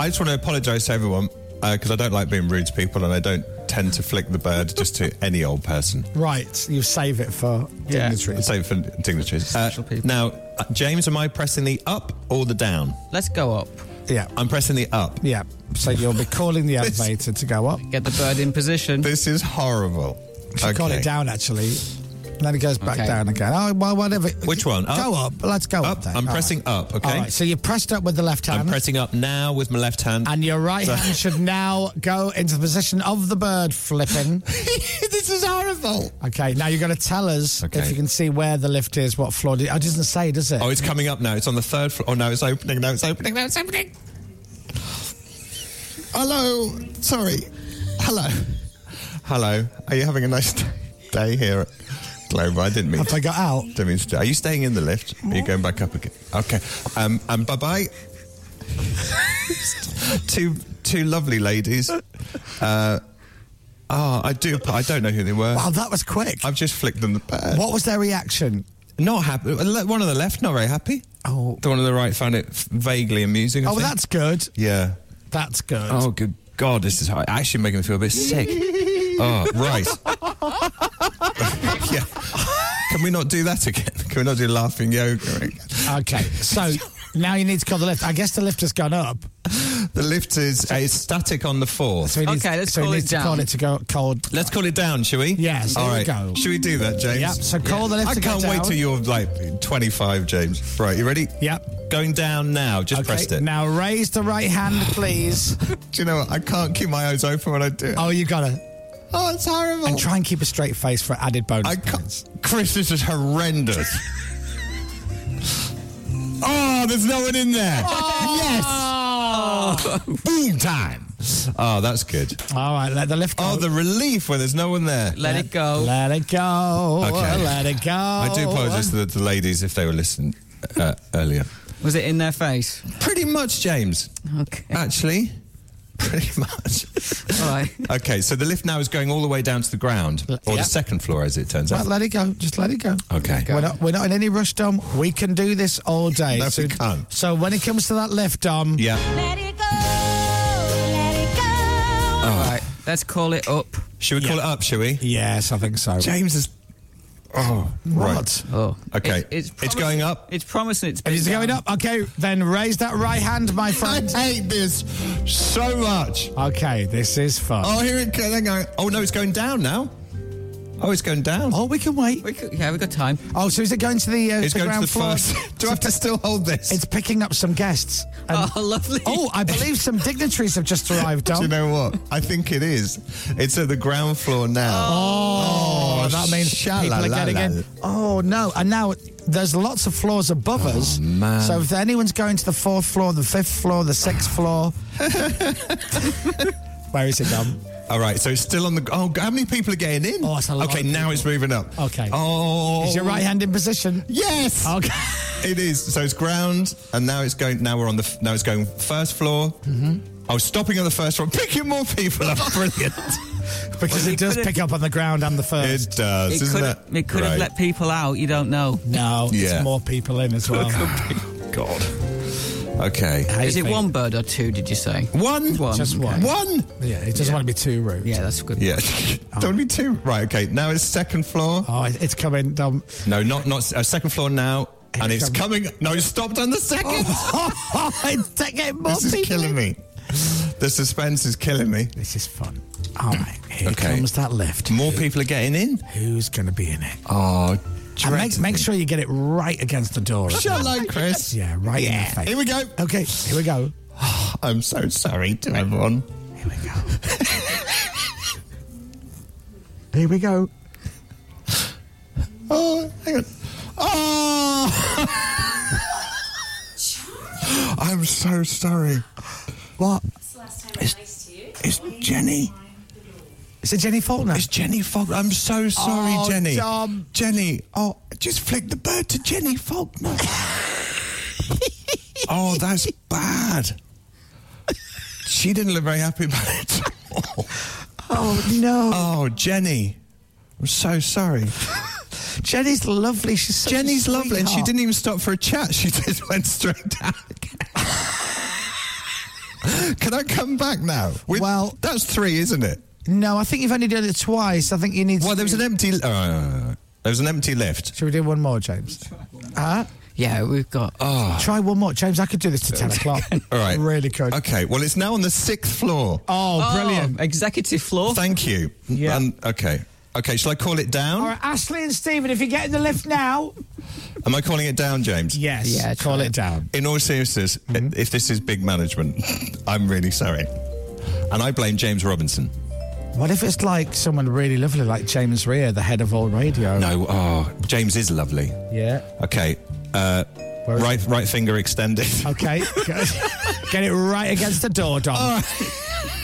[SPEAKER 7] I just want to apologise to everyone because I don't like being rude to people, and I don't tend to flick the bird just to any old person.
[SPEAKER 5] right, you save it for dignitaries.
[SPEAKER 7] Save for dignitaries. Uh, now, uh, James, am I pressing the up or the down?
[SPEAKER 8] Let's go up.
[SPEAKER 5] Yeah.
[SPEAKER 7] I'm pressing the up.
[SPEAKER 5] Yeah. So you'll be calling the
[SPEAKER 7] This-
[SPEAKER 5] elevator to go up.
[SPEAKER 8] Get the bird in position.
[SPEAKER 7] This is horrible.
[SPEAKER 5] She called
[SPEAKER 7] Okay.
[SPEAKER 5] it down actually. And then it goes back
[SPEAKER 7] Okay.
[SPEAKER 5] down again. Oh well, whatever.
[SPEAKER 7] Which one? Up?
[SPEAKER 5] Go up. Let's go up. then.
[SPEAKER 7] I'm
[SPEAKER 5] All
[SPEAKER 7] pressing
[SPEAKER 5] right.
[SPEAKER 7] up. Okay.
[SPEAKER 5] All right. So you pressed up with the left hand.
[SPEAKER 7] I'm pressing up now with my left hand.
[SPEAKER 5] and your right
[SPEAKER 7] So-
[SPEAKER 5] hand should now go into the position of the bird flipping.
[SPEAKER 7] this is horrible.
[SPEAKER 5] Okay, now you've got to tell us if
[SPEAKER 7] Okay.
[SPEAKER 5] you can see where the lift is, what floor. it- Oh, it doesn't say, does it?
[SPEAKER 7] Oh, it's coming up now. It's on the third floor. Oh no, it's opening. No, it's opening. No, it's opening. Hello. Sorry. Hello. Hello. Are you having a nice d- day here at Glover? I didn't mean.
[SPEAKER 5] Have I got out?
[SPEAKER 7] Didn't mean to. do- Are you staying in the lift? Are you going back up again? Okay. Um. And bye bye. two two lovely ladies. Uh. Oh, I do. I don't know who they were.
[SPEAKER 5] Wow, that was quick.
[SPEAKER 7] I've just flicked them the bird.
[SPEAKER 5] What was their reaction?
[SPEAKER 7] Not happy. One on the left, not very happy.
[SPEAKER 5] Oh.
[SPEAKER 7] The one on the right found it f- vaguely amusing. I
[SPEAKER 5] Oh, well,
[SPEAKER 7] think.
[SPEAKER 5] that's good.
[SPEAKER 7] Yeah.
[SPEAKER 5] That's good.
[SPEAKER 7] Oh, good God, this is hard. actually making me feel a bit sick. oh, right. yeah. Can we not do that again? Can we not do laughing yoga again?
[SPEAKER 5] Okay, so now you need to call the lift. I guess the lift has gone up.
[SPEAKER 7] The lift is uh, it's static on the fourth.
[SPEAKER 5] So he needs,
[SPEAKER 8] Okay, let's
[SPEAKER 5] so he
[SPEAKER 8] call it
[SPEAKER 5] needs
[SPEAKER 8] down.
[SPEAKER 5] to call it to go cold.
[SPEAKER 7] Let's call it down, shall we?
[SPEAKER 5] Yes,
[SPEAKER 7] All
[SPEAKER 5] there we
[SPEAKER 7] right.
[SPEAKER 5] go.
[SPEAKER 7] Should we do that, James?
[SPEAKER 5] Yep, so call the lift
[SPEAKER 7] I
[SPEAKER 5] to go
[SPEAKER 7] can't wait
[SPEAKER 5] down.
[SPEAKER 7] till you're like 25, James. Right, you ready?
[SPEAKER 5] Yep.
[SPEAKER 7] Going down now. Just
[SPEAKER 5] Okay,
[SPEAKER 7] pressed it.
[SPEAKER 5] Now raise the right hand, please.
[SPEAKER 7] Do you know what? I can't keep my eyes open when I do it.
[SPEAKER 5] oh, you gotta.
[SPEAKER 7] Oh, it's horrible.
[SPEAKER 5] And try and keep a straight face for added bonus.
[SPEAKER 7] I
[SPEAKER 5] points.
[SPEAKER 7] can't. Chris, this is horrendous. oh, there's no one in there. Yes. Boom time. Oh, that's good.
[SPEAKER 5] All right, let the lift go.
[SPEAKER 7] Oh, the relief when there's no one there.
[SPEAKER 8] Let it go.
[SPEAKER 5] Let it go.
[SPEAKER 7] Okay.
[SPEAKER 5] Let it go.
[SPEAKER 7] I do apologise to the, the ladies if they were listening uh, earlier.
[SPEAKER 8] Was it in their face?
[SPEAKER 7] Pretty much, James.
[SPEAKER 8] Okay.
[SPEAKER 7] Actually, pretty much.
[SPEAKER 8] All right.
[SPEAKER 7] okay, so the lift now is going all the way down to the ground, or
[SPEAKER 5] Yeah.
[SPEAKER 7] the second floor, as it turns
[SPEAKER 5] Right,
[SPEAKER 7] out.
[SPEAKER 5] let it go. Just let it go.
[SPEAKER 7] Okay.
[SPEAKER 5] We're not, we're not in any rush, Dom. We can do this all day.
[SPEAKER 7] No, we
[SPEAKER 5] so,
[SPEAKER 7] can't.
[SPEAKER 5] so when it comes to that lift, Dom,
[SPEAKER 7] Yeah.
[SPEAKER 14] Let it go, let it
[SPEAKER 5] Oh.
[SPEAKER 14] go.
[SPEAKER 8] All right. Let's call it up.
[SPEAKER 7] Should we call it up? Shall we?
[SPEAKER 5] yes, I think so.
[SPEAKER 7] James is. Oh,
[SPEAKER 5] What?
[SPEAKER 7] Right.
[SPEAKER 8] Oh.
[SPEAKER 7] Okay. It's,
[SPEAKER 8] promising-
[SPEAKER 7] going up.
[SPEAKER 8] It's promising. It's
[SPEAKER 5] If it's
[SPEAKER 8] been
[SPEAKER 5] going
[SPEAKER 8] down.
[SPEAKER 5] up, okay, then raise that right hand, my friend.
[SPEAKER 7] hate this so much.
[SPEAKER 5] Okay, this is fun.
[SPEAKER 7] Oh, here it goes. They're going- Oh, no, it's going down now. Oh, it's going down.
[SPEAKER 5] Oh, we can wait.
[SPEAKER 8] We could, yeah, we got time.
[SPEAKER 5] Oh, so is it going to the, uh,
[SPEAKER 7] it's
[SPEAKER 5] the
[SPEAKER 7] going to
[SPEAKER 5] ground
[SPEAKER 7] the
[SPEAKER 5] floor?
[SPEAKER 7] first. Do I have to still hold this?
[SPEAKER 5] It's picking up some guests. And-
[SPEAKER 8] oh, lovely.
[SPEAKER 5] oh, I believe some dignitaries have just arrived,
[SPEAKER 7] Do
[SPEAKER 5] Dom.
[SPEAKER 7] you know what? I think it is. It's at the ground floor now.
[SPEAKER 5] oh, that means people are getting in. Oh, no. And now there's lots of floors above us.
[SPEAKER 7] man.
[SPEAKER 5] So if anyone's going to the fourth floor, the fifth floor, the sixth floor. Where is it, Dom?
[SPEAKER 7] All right, so it's still on the. Oh, how many people are getting in?
[SPEAKER 5] Oh, it's a lot
[SPEAKER 7] Okay,
[SPEAKER 5] of
[SPEAKER 7] now
[SPEAKER 5] people.
[SPEAKER 7] it's moving up.
[SPEAKER 5] Okay.
[SPEAKER 7] Oh.
[SPEAKER 5] Is your right hand in position?
[SPEAKER 7] Yes.
[SPEAKER 5] Okay.
[SPEAKER 7] It is. So it's ground, and now it's going. Now we're on the. f- Now it's going first floor. Mm-hmm. I was stopping on the first floor, picking more people up. Brilliant.
[SPEAKER 5] Because it does
[SPEAKER 8] could've-
[SPEAKER 5] pick up on the ground and the first.
[SPEAKER 7] it does,
[SPEAKER 8] It
[SPEAKER 7] isn't
[SPEAKER 8] could
[SPEAKER 7] it?
[SPEAKER 8] have, it could have
[SPEAKER 7] Right.
[SPEAKER 8] let people out. You don't know.
[SPEAKER 5] No,
[SPEAKER 7] Yeah.
[SPEAKER 5] it's more people in as well.
[SPEAKER 7] Oh God. Okay.
[SPEAKER 8] Is it one bird or two, did you say?
[SPEAKER 7] One?
[SPEAKER 8] One.
[SPEAKER 5] Just one.
[SPEAKER 7] One?
[SPEAKER 5] Yeah, it doesn't want to be too rude.
[SPEAKER 8] Yeah, that's good.
[SPEAKER 7] Yeah. Don't need two. Right. Okay. Now it's second floor.
[SPEAKER 5] Oh, it- it's coming. Um,
[SPEAKER 7] No, not not uh, second floor now. And it's coming. No, it stopped on the second.
[SPEAKER 5] it's getting more
[SPEAKER 7] Oh. this is
[SPEAKER 5] people
[SPEAKER 7] killing
[SPEAKER 5] in.
[SPEAKER 7] me. The suspense is killing me.
[SPEAKER 5] This is fun. All right, here
[SPEAKER 7] Okay.
[SPEAKER 5] comes that lift.
[SPEAKER 7] More people are getting in.
[SPEAKER 5] Who's going to be in it?
[SPEAKER 7] Oh,
[SPEAKER 5] And make, make sure you get it right against the door.
[SPEAKER 7] Hello, Chris.
[SPEAKER 5] Yeah, right in
[SPEAKER 7] Yeah.
[SPEAKER 5] the face.
[SPEAKER 7] Here we go.
[SPEAKER 5] Okay, here we go.
[SPEAKER 7] I'm so sorry to everyone.
[SPEAKER 5] Here we go.
[SPEAKER 7] Oh, hang on. Oh! I'm so sorry.
[SPEAKER 5] What?
[SPEAKER 7] It's Jenny.
[SPEAKER 5] Is it Jenny Faulkner?
[SPEAKER 7] It's Jenny Faulkner. I'm so sorry,
[SPEAKER 5] Oh,
[SPEAKER 7] Jenny.
[SPEAKER 5] Tom.
[SPEAKER 7] Jenny. Oh, just flick the bird to Jenny Faulkner. oh, that's bad. She didn't look very happy about it.
[SPEAKER 5] Oh, no.
[SPEAKER 7] oh, Jenny. I'm so sorry.
[SPEAKER 5] Jenny's lovely. She's such a
[SPEAKER 7] Jenny's lovely, and she
[SPEAKER 5] sweetheart.
[SPEAKER 7] didn't even stop for a chat. She just went straight down. Can I come back now? With-
[SPEAKER 5] Well-
[SPEAKER 7] that's three, isn't it?
[SPEAKER 5] No, I think you've only done it twice. I think you need.
[SPEAKER 7] Well,
[SPEAKER 5] to
[SPEAKER 7] there was an
[SPEAKER 5] do-
[SPEAKER 7] empty. Uh, there was an empty lift.
[SPEAKER 5] Shall we do one more, James? Huh?
[SPEAKER 8] Yeah, we've got.
[SPEAKER 5] Try one more, James. I could do this to ten o'clock.
[SPEAKER 7] Ah. All right.
[SPEAKER 5] really could.
[SPEAKER 7] Okay. Well, it's now on the sixth floor.
[SPEAKER 5] Oh,
[SPEAKER 8] Oh,
[SPEAKER 5] brilliant!
[SPEAKER 8] Executive floor.
[SPEAKER 7] Thank you.
[SPEAKER 5] Yeah.
[SPEAKER 7] Um, okay. Okay. Shall I call it down?
[SPEAKER 5] All right, Ashley and Stephen, if you get in the lift now.
[SPEAKER 7] Am I calling it down, James?
[SPEAKER 5] Yes.
[SPEAKER 8] Yeah, try
[SPEAKER 5] call
[SPEAKER 8] it.
[SPEAKER 5] it down.
[SPEAKER 7] In all seriousness,
[SPEAKER 5] Mm-hmm.
[SPEAKER 7] if this is big management, I'm really sorry, and I blame James Robinson.
[SPEAKER 5] What if it's like someone really lovely, like James Rea, the head of all radio?
[SPEAKER 7] No. Oh, James is lovely.
[SPEAKER 5] Yeah.
[SPEAKER 7] Okay. Uh,
[SPEAKER 5] is
[SPEAKER 7] right, right finger extended.
[SPEAKER 5] Okay. Good. get it right against the door, Dom.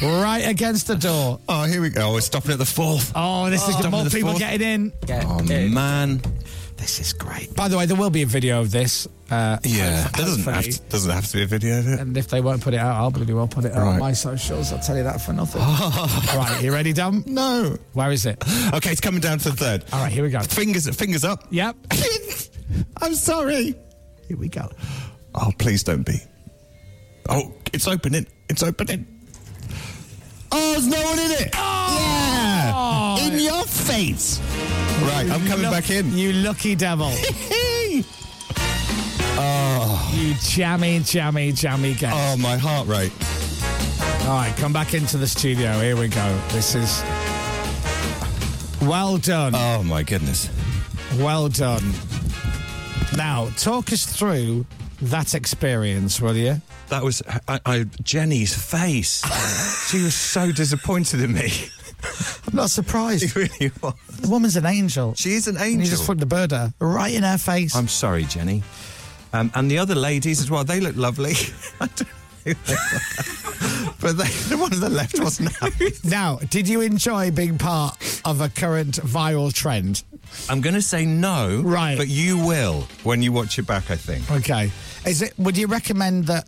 [SPEAKER 5] Right against the door.
[SPEAKER 7] Oh, here we go. We're stopping at the fourth.
[SPEAKER 5] Oh, this is
[SPEAKER 7] Stopping
[SPEAKER 5] the
[SPEAKER 7] at
[SPEAKER 5] more
[SPEAKER 7] the
[SPEAKER 5] people
[SPEAKER 7] fourth.
[SPEAKER 5] getting in.
[SPEAKER 8] Yeah.
[SPEAKER 7] Oh man.
[SPEAKER 5] This is great. By the way, there will be a video of this. Uh,
[SPEAKER 7] Yeah. That doesn't
[SPEAKER 5] hopefully.
[SPEAKER 7] have to, doesn't have to be a video of it.
[SPEAKER 5] And if they won't put it out, I'll bloody well put it out on
[SPEAKER 7] Right.
[SPEAKER 5] my socials. I'll tell you that for nothing. right, you ready, Dom?
[SPEAKER 7] No.
[SPEAKER 5] Where is it?
[SPEAKER 7] Okay, it's coming down to the third.
[SPEAKER 5] All right, here we go.
[SPEAKER 7] Fingers, fingers up.
[SPEAKER 5] Yep.
[SPEAKER 7] I'm sorry.
[SPEAKER 5] Here we go.
[SPEAKER 7] Oh, please don't be. Oh, it's opening. It's opening. Oh, there's no one in it. yeah.
[SPEAKER 5] Oh.
[SPEAKER 7] in your face. Right, I'm coming
[SPEAKER 5] Luck-
[SPEAKER 7] back in.
[SPEAKER 5] You lucky devil. you jammy, jammy, jammy guy.
[SPEAKER 7] oh, my heart rate.
[SPEAKER 5] All right, come back into the studio. Here we go. This is. Well done.
[SPEAKER 7] Oh my goodness.
[SPEAKER 5] well done. Now, talk us through that experience, will you?
[SPEAKER 7] That was I, I, Jenny's face. she was so disappointed in me.
[SPEAKER 5] I'm not surprised.
[SPEAKER 7] really was.
[SPEAKER 5] The woman's an angel.
[SPEAKER 7] She is an
[SPEAKER 5] And
[SPEAKER 7] angel.
[SPEAKER 5] you just flipped the bird at her, right in her face.
[SPEAKER 7] I'm sorry, Jenny. Um, and the other ladies as well. They look lovely. I don't know who they were. but they, the one on the left wasn't happy.
[SPEAKER 5] now, did you enjoy being part of a current viral trend?
[SPEAKER 7] I'm going to say no.
[SPEAKER 5] Right.
[SPEAKER 7] But you will when you watch it back. I think.
[SPEAKER 5] Okay. Is it? Would you recommend that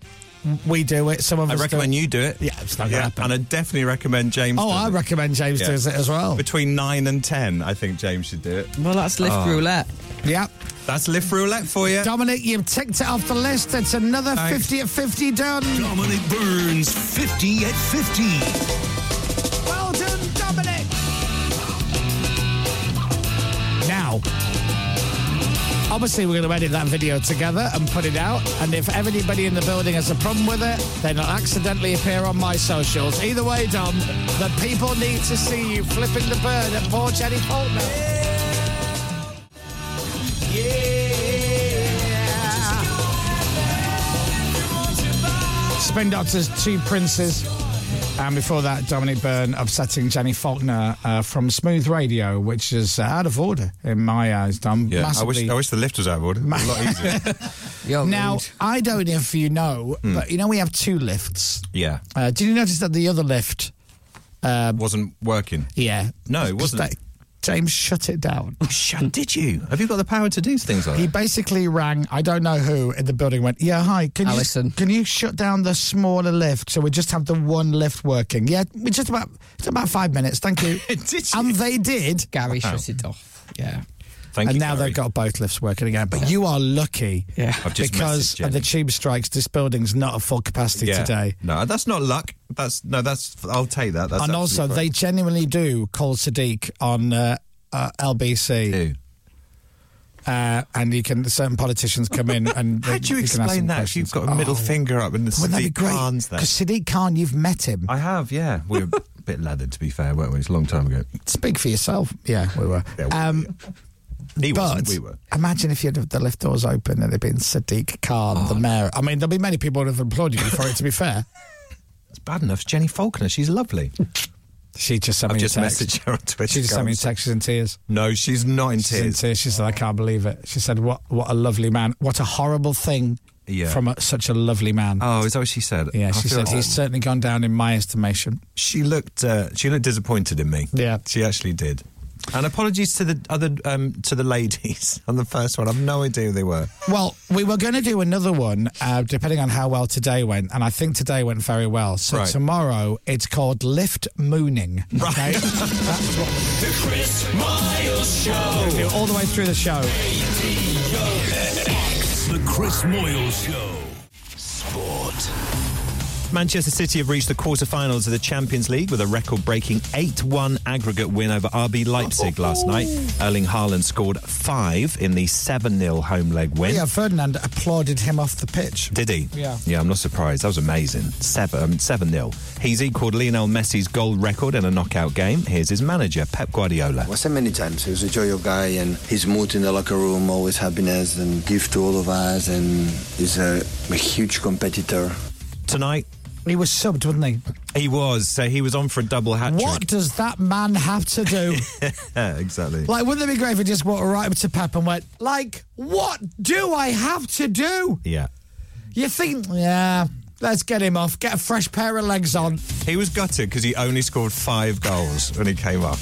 [SPEAKER 5] we do it? Some of
[SPEAKER 7] I
[SPEAKER 5] us.
[SPEAKER 7] recommend
[SPEAKER 5] do?
[SPEAKER 7] you do it.
[SPEAKER 5] Yeah, it's not gonna happen.
[SPEAKER 7] And I definitely recommend James.
[SPEAKER 5] Oh,
[SPEAKER 7] does
[SPEAKER 5] I
[SPEAKER 7] it.
[SPEAKER 5] recommend James
[SPEAKER 7] Yeah.
[SPEAKER 5] does it as well.
[SPEAKER 7] Between nine and ten, I think James should do it.
[SPEAKER 8] Well, that's lift roulette.
[SPEAKER 5] Yep.
[SPEAKER 7] That's lift roulette for you.
[SPEAKER 5] Dominic, you've ticked it off the list. It's another
[SPEAKER 7] Thanks.
[SPEAKER 5] 50 at 50 done.
[SPEAKER 1] Dominic Burns, 50 at 50.
[SPEAKER 5] Well done, Dominic. Now, obviously, we're going to edit that video together and put it out. And if anybody in the building has a problem with it, then it'll accidentally appear on my socials. Either way, Dom, the people need to see you flipping the bird at poor Jenny Faulkner. Spin Doctors, Two Princes. And before that, Dominic Byrne upsetting Jenny Faulkner uh, from Smooth Radio, which is uh, out of order in my eyes, Dom.
[SPEAKER 7] Yeah, I
[SPEAKER 5] Massively-
[SPEAKER 7] wish, I wish the lift was out of order. A lot easier.
[SPEAKER 12] Oh,
[SPEAKER 8] You're
[SPEAKER 5] now,
[SPEAKER 8] rude.
[SPEAKER 5] I don't know if you know,
[SPEAKER 12] Hmm.
[SPEAKER 5] but you know we have two lifts.
[SPEAKER 7] yeah,
[SPEAKER 5] Uh, did you notice that the other lift?
[SPEAKER 7] wasn't working.
[SPEAKER 5] Yeah.
[SPEAKER 7] No, it wasn't.
[SPEAKER 5] Sta- James Oh, shut it down.
[SPEAKER 7] Shut! Did you? Have you got the power to do things like
[SPEAKER 5] He
[SPEAKER 7] that?
[SPEAKER 5] basically rang, I don't know who, in the building went, Yeah, hi, can
[SPEAKER 8] Alison.
[SPEAKER 5] you can you shut down the smaller lift so we just have the one lift working? Yeah, we just about it's about five minutes, thank you.
[SPEAKER 7] Did you?
[SPEAKER 5] And they did.
[SPEAKER 8] Gary shut it off. Yeah.
[SPEAKER 12] Thank
[SPEAKER 5] and
[SPEAKER 12] you,
[SPEAKER 5] now
[SPEAKER 12] Gary.
[SPEAKER 5] they've got both lifts working again. But you are lucky
[SPEAKER 12] Yeah. I've just
[SPEAKER 5] because
[SPEAKER 12] messaged
[SPEAKER 5] of the tube strikes, this building's not at full capacity
[SPEAKER 12] Yeah.
[SPEAKER 5] today.
[SPEAKER 7] No, that's not luck. That's no, that's I'll take that. That's
[SPEAKER 5] and also,
[SPEAKER 7] absolutely
[SPEAKER 5] they
[SPEAKER 7] fine.
[SPEAKER 5] genuinely do call Sadiq on uh, uh, LBC. Uh, and you can certain politicians come in and
[SPEAKER 7] How do you explain that? If you've got a middle finger up and the
[SPEAKER 5] Oh. Wouldn't that be
[SPEAKER 7] Sadiq
[SPEAKER 5] great?
[SPEAKER 7] Khan's there.
[SPEAKER 5] Because Sadiq Khan, you've met him.
[SPEAKER 7] I have, yeah. We were a bit lathered, to be fair, weren't we? It's a long time ago.
[SPEAKER 5] Speak for yourself. Yeah, we were.
[SPEAKER 7] Yeah, we-
[SPEAKER 5] um,
[SPEAKER 7] He
[SPEAKER 5] but
[SPEAKER 7] wasn't, we were.
[SPEAKER 5] Imagine if you'd have the lift doors open and it'd been Sadiq Khan,
[SPEAKER 7] Oh.
[SPEAKER 5] the mayor. I mean, there'll be many people who would have applauded you for it. To be fair,
[SPEAKER 7] It's bad enough. Jenny Faulkner, she's lovely.
[SPEAKER 5] she just sent
[SPEAKER 7] I've
[SPEAKER 5] me
[SPEAKER 7] just
[SPEAKER 5] a text.
[SPEAKER 7] messaged her on Twitter.
[SPEAKER 5] She just sent me a text. She's in tears.
[SPEAKER 7] No, she's not in
[SPEAKER 5] She's in
[SPEAKER 7] tears.
[SPEAKER 5] tears. She said, "I can't believe it." She said, "What? What a lovely man! What a horrible thing
[SPEAKER 7] Yeah.
[SPEAKER 5] from a, such a lovely man."
[SPEAKER 7] Oh, is that what she said?
[SPEAKER 5] yeah,
[SPEAKER 7] I
[SPEAKER 5] she
[SPEAKER 7] feel-
[SPEAKER 5] said he's certainly gone down in my estimation.
[SPEAKER 7] She looked. Uh, she looked disappointed in me.
[SPEAKER 5] Yeah.
[SPEAKER 7] she actually did. And apologies to the other um, to the ladies on the first one. I've no idea who they were.
[SPEAKER 5] Well, we were going to do another one, uh, depending on how well today went, and I think today went very well. So
[SPEAKER 7] Right.
[SPEAKER 5] tomorrow it's called lift mooning. Right.
[SPEAKER 14] The Chris Miles Show.
[SPEAKER 5] all the way through the show.
[SPEAKER 1] The Chris Moyle Show.
[SPEAKER 7] Sport. Manchester City have reached the quarterfinals of the Champions League with a record-breaking 8-1 aggregate win over RB Leipzig last night. Erling Haaland scored five in the 7-0 home leg win.
[SPEAKER 5] Yeah, Ferdinand applauded him off the pitch.
[SPEAKER 7] Did he?
[SPEAKER 5] Yeah.
[SPEAKER 7] Yeah, I'm not surprised. That was amazing. Seven, um, seven nil. He's equalled Lionel Messi's goal record in a knockout game. Here's his manager, Pep Guardiola.
[SPEAKER 15] I said many times he was a jovial guy and his mood in the locker room, always happiness and give to all of us. And he's a, a huge competitor.
[SPEAKER 7] Tonight,
[SPEAKER 5] He was subbed, wasn't he?
[SPEAKER 7] he was. So he was on for a double hat
[SPEAKER 5] What does that man have to do?
[SPEAKER 7] yeah, exactly.
[SPEAKER 5] like, wouldn't it be great if he just walked right up to Pep and went, like, what do I have to do?
[SPEAKER 7] yeah.
[SPEAKER 5] You think, yeah, let's get him off, get a fresh pair of legs on.
[SPEAKER 7] He was gutted because he only scored five goals when he came up.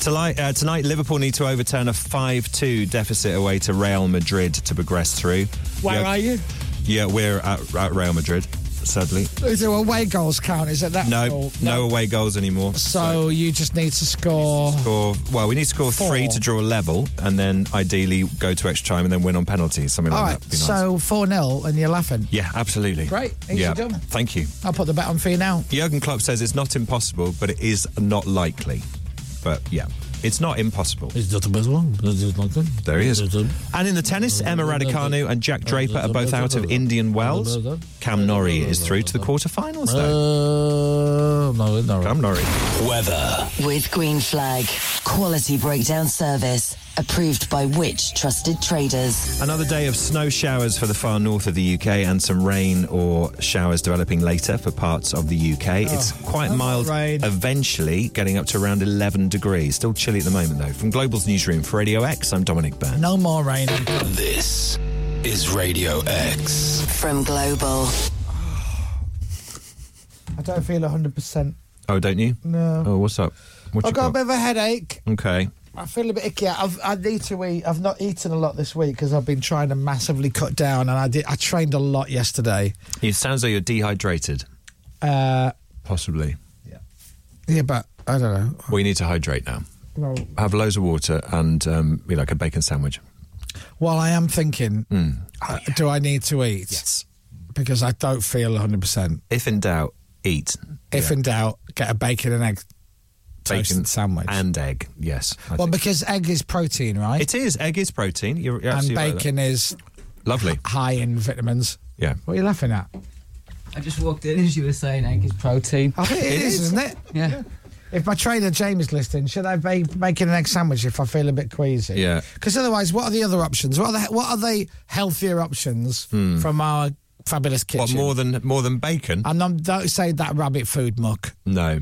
[SPEAKER 7] Tonight, uh, tonight, Liverpool need to overturn a 5 2 deficit away to Real Madrid to progress through.
[SPEAKER 5] Where
[SPEAKER 7] Yeah-
[SPEAKER 5] are you?
[SPEAKER 7] Yeah, we're at, at Real Madrid, sadly.
[SPEAKER 5] Is there away goals count? Is it that?
[SPEAKER 7] No,
[SPEAKER 5] goal?
[SPEAKER 7] no away goals anymore.
[SPEAKER 5] So you just need to score.
[SPEAKER 7] Score, well, we need to score three to draw level, and then ideally go to extra time and then win on penalties, something
[SPEAKER 5] All
[SPEAKER 7] like
[SPEAKER 5] right,
[SPEAKER 7] that. would be
[SPEAKER 5] so
[SPEAKER 7] nice.
[SPEAKER 5] 4 0, and you're laughing.
[SPEAKER 7] yeah, absolutely.
[SPEAKER 5] Great, easy
[SPEAKER 7] Yeah,
[SPEAKER 5] done.
[SPEAKER 7] thank you.
[SPEAKER 5] I'll put the bet on for you now.
[SPEAKER 7] Jurgen Klopp says it's not impossible, but it is not likely. But yeah, it's not impossible.
[SPEAKER 16] Is that the best one? That is not good.
[SPEAKER 7] There he is. And in the tennis, Emma Raducanu and Jack Draper are both out of Indian Wells. Cam Norrie is through to the quarterfinals, though.
[SPEAKER 16] Uh, no, no.
[SPEAKER 1] uh,
[SPEAKER 7] Cam Norrie.
[SPEAKER 2] Weather. With Green Flag. Quality breakdown service. Approved by which trusted traders?
[SPEAKER 7] Another day of snow showers for the far north of the UK and some rain or showers developing later for parts of the UK. it's quite mild eventually, getting up to around 11 degrees. Still chilly at the moment, though. From Global's newsroom for Radio X, I'm Dominic Byrne.
[SPEAKER 5] No more rain.
[SPEAKER 13] This is Radio X.
[SPEAKER 2] From Global.
[SPEAKER 5] I don't feel 100%.
[SPEAKER 7] Oh, don't you?
[SPEAKER 5] No.
[SPEAKER 7] Oh, what's up? What
[SPEAKER 5] I've
[SPEAKER 7] you
[SPEAKER 5] got, a bit of a headache.
[SPEAKER 7] Okay.
[SPEAKER 5] I feel a bit icky. I've, I need to eat. I've not eaten a lot this week because I've been trying to massively cut down, and I did. I trained a lot yesterday.
[SPEAKER 7] It sounds like you're dehydrated.
[SPEAKER 5] Uh,
[SPEAKER 7] Possibly.
[SPEAKER 5] yeah, but I don't know.
[SPEAKER 7] Well, you need to hydrate now.
[SPEAKER 5] Well,
[SPEAKER 7] Have loads of water and um, you know, like a bacon sandwich.
[SPEAKER 5] well I am thinking.
[SPEAKER 7] Mm.
[SPEAKER 5] uh, Do I need to eat? Yes. Because I don't feel 100%.
[SPEAKER 7] If in doubt, eat.
[SPEAKER 5] If in doubt, get a bacon and egg toast
[SPEAKER 7] Bacon
[SPEAKER 5] sandwich.
[SPEAKER 7] and egg. Yes. I
[SPEAKER 5] well,
[SPEAKER 7] think.
[SPEAKER 5] because egg is protein, right?
[SPEAKER 7] it is egg is protein. You're, you're
[SPEAKER 5] and
[SPEAKER 7] absolutely right
[SPEAKER 5] bacon is
[SPEAKER 7] there. Lovely.
[SPEAKER 5] high in vitamins.
[SPEAKER 7] Yeah.
[SPEAKER 5] What are you laughing at?
[SPEAKER 8] I just walked in as you were saying egg is protein.
[SPEAKER 5] I think it is, isn't it?
[SPEAKER 8] Yeah.
[SPEAKER 5] If my trainer James listening, should I be making an egg sandwich if I feel a bit queasy?
[SPEAKER 7] Yeah.
[SPEAKER 5] Because otherwise, what are the other options? What are the what are the healthier options
[SPEAKER 7] Hmm.
[SPEAKER 5] from our fabulous kitchen?
[SPEAKER 7] What more than more than bacon?
[SPEAKER 5] And I'm, don't say that rabbit food muck.
[SPEAKER 7] no.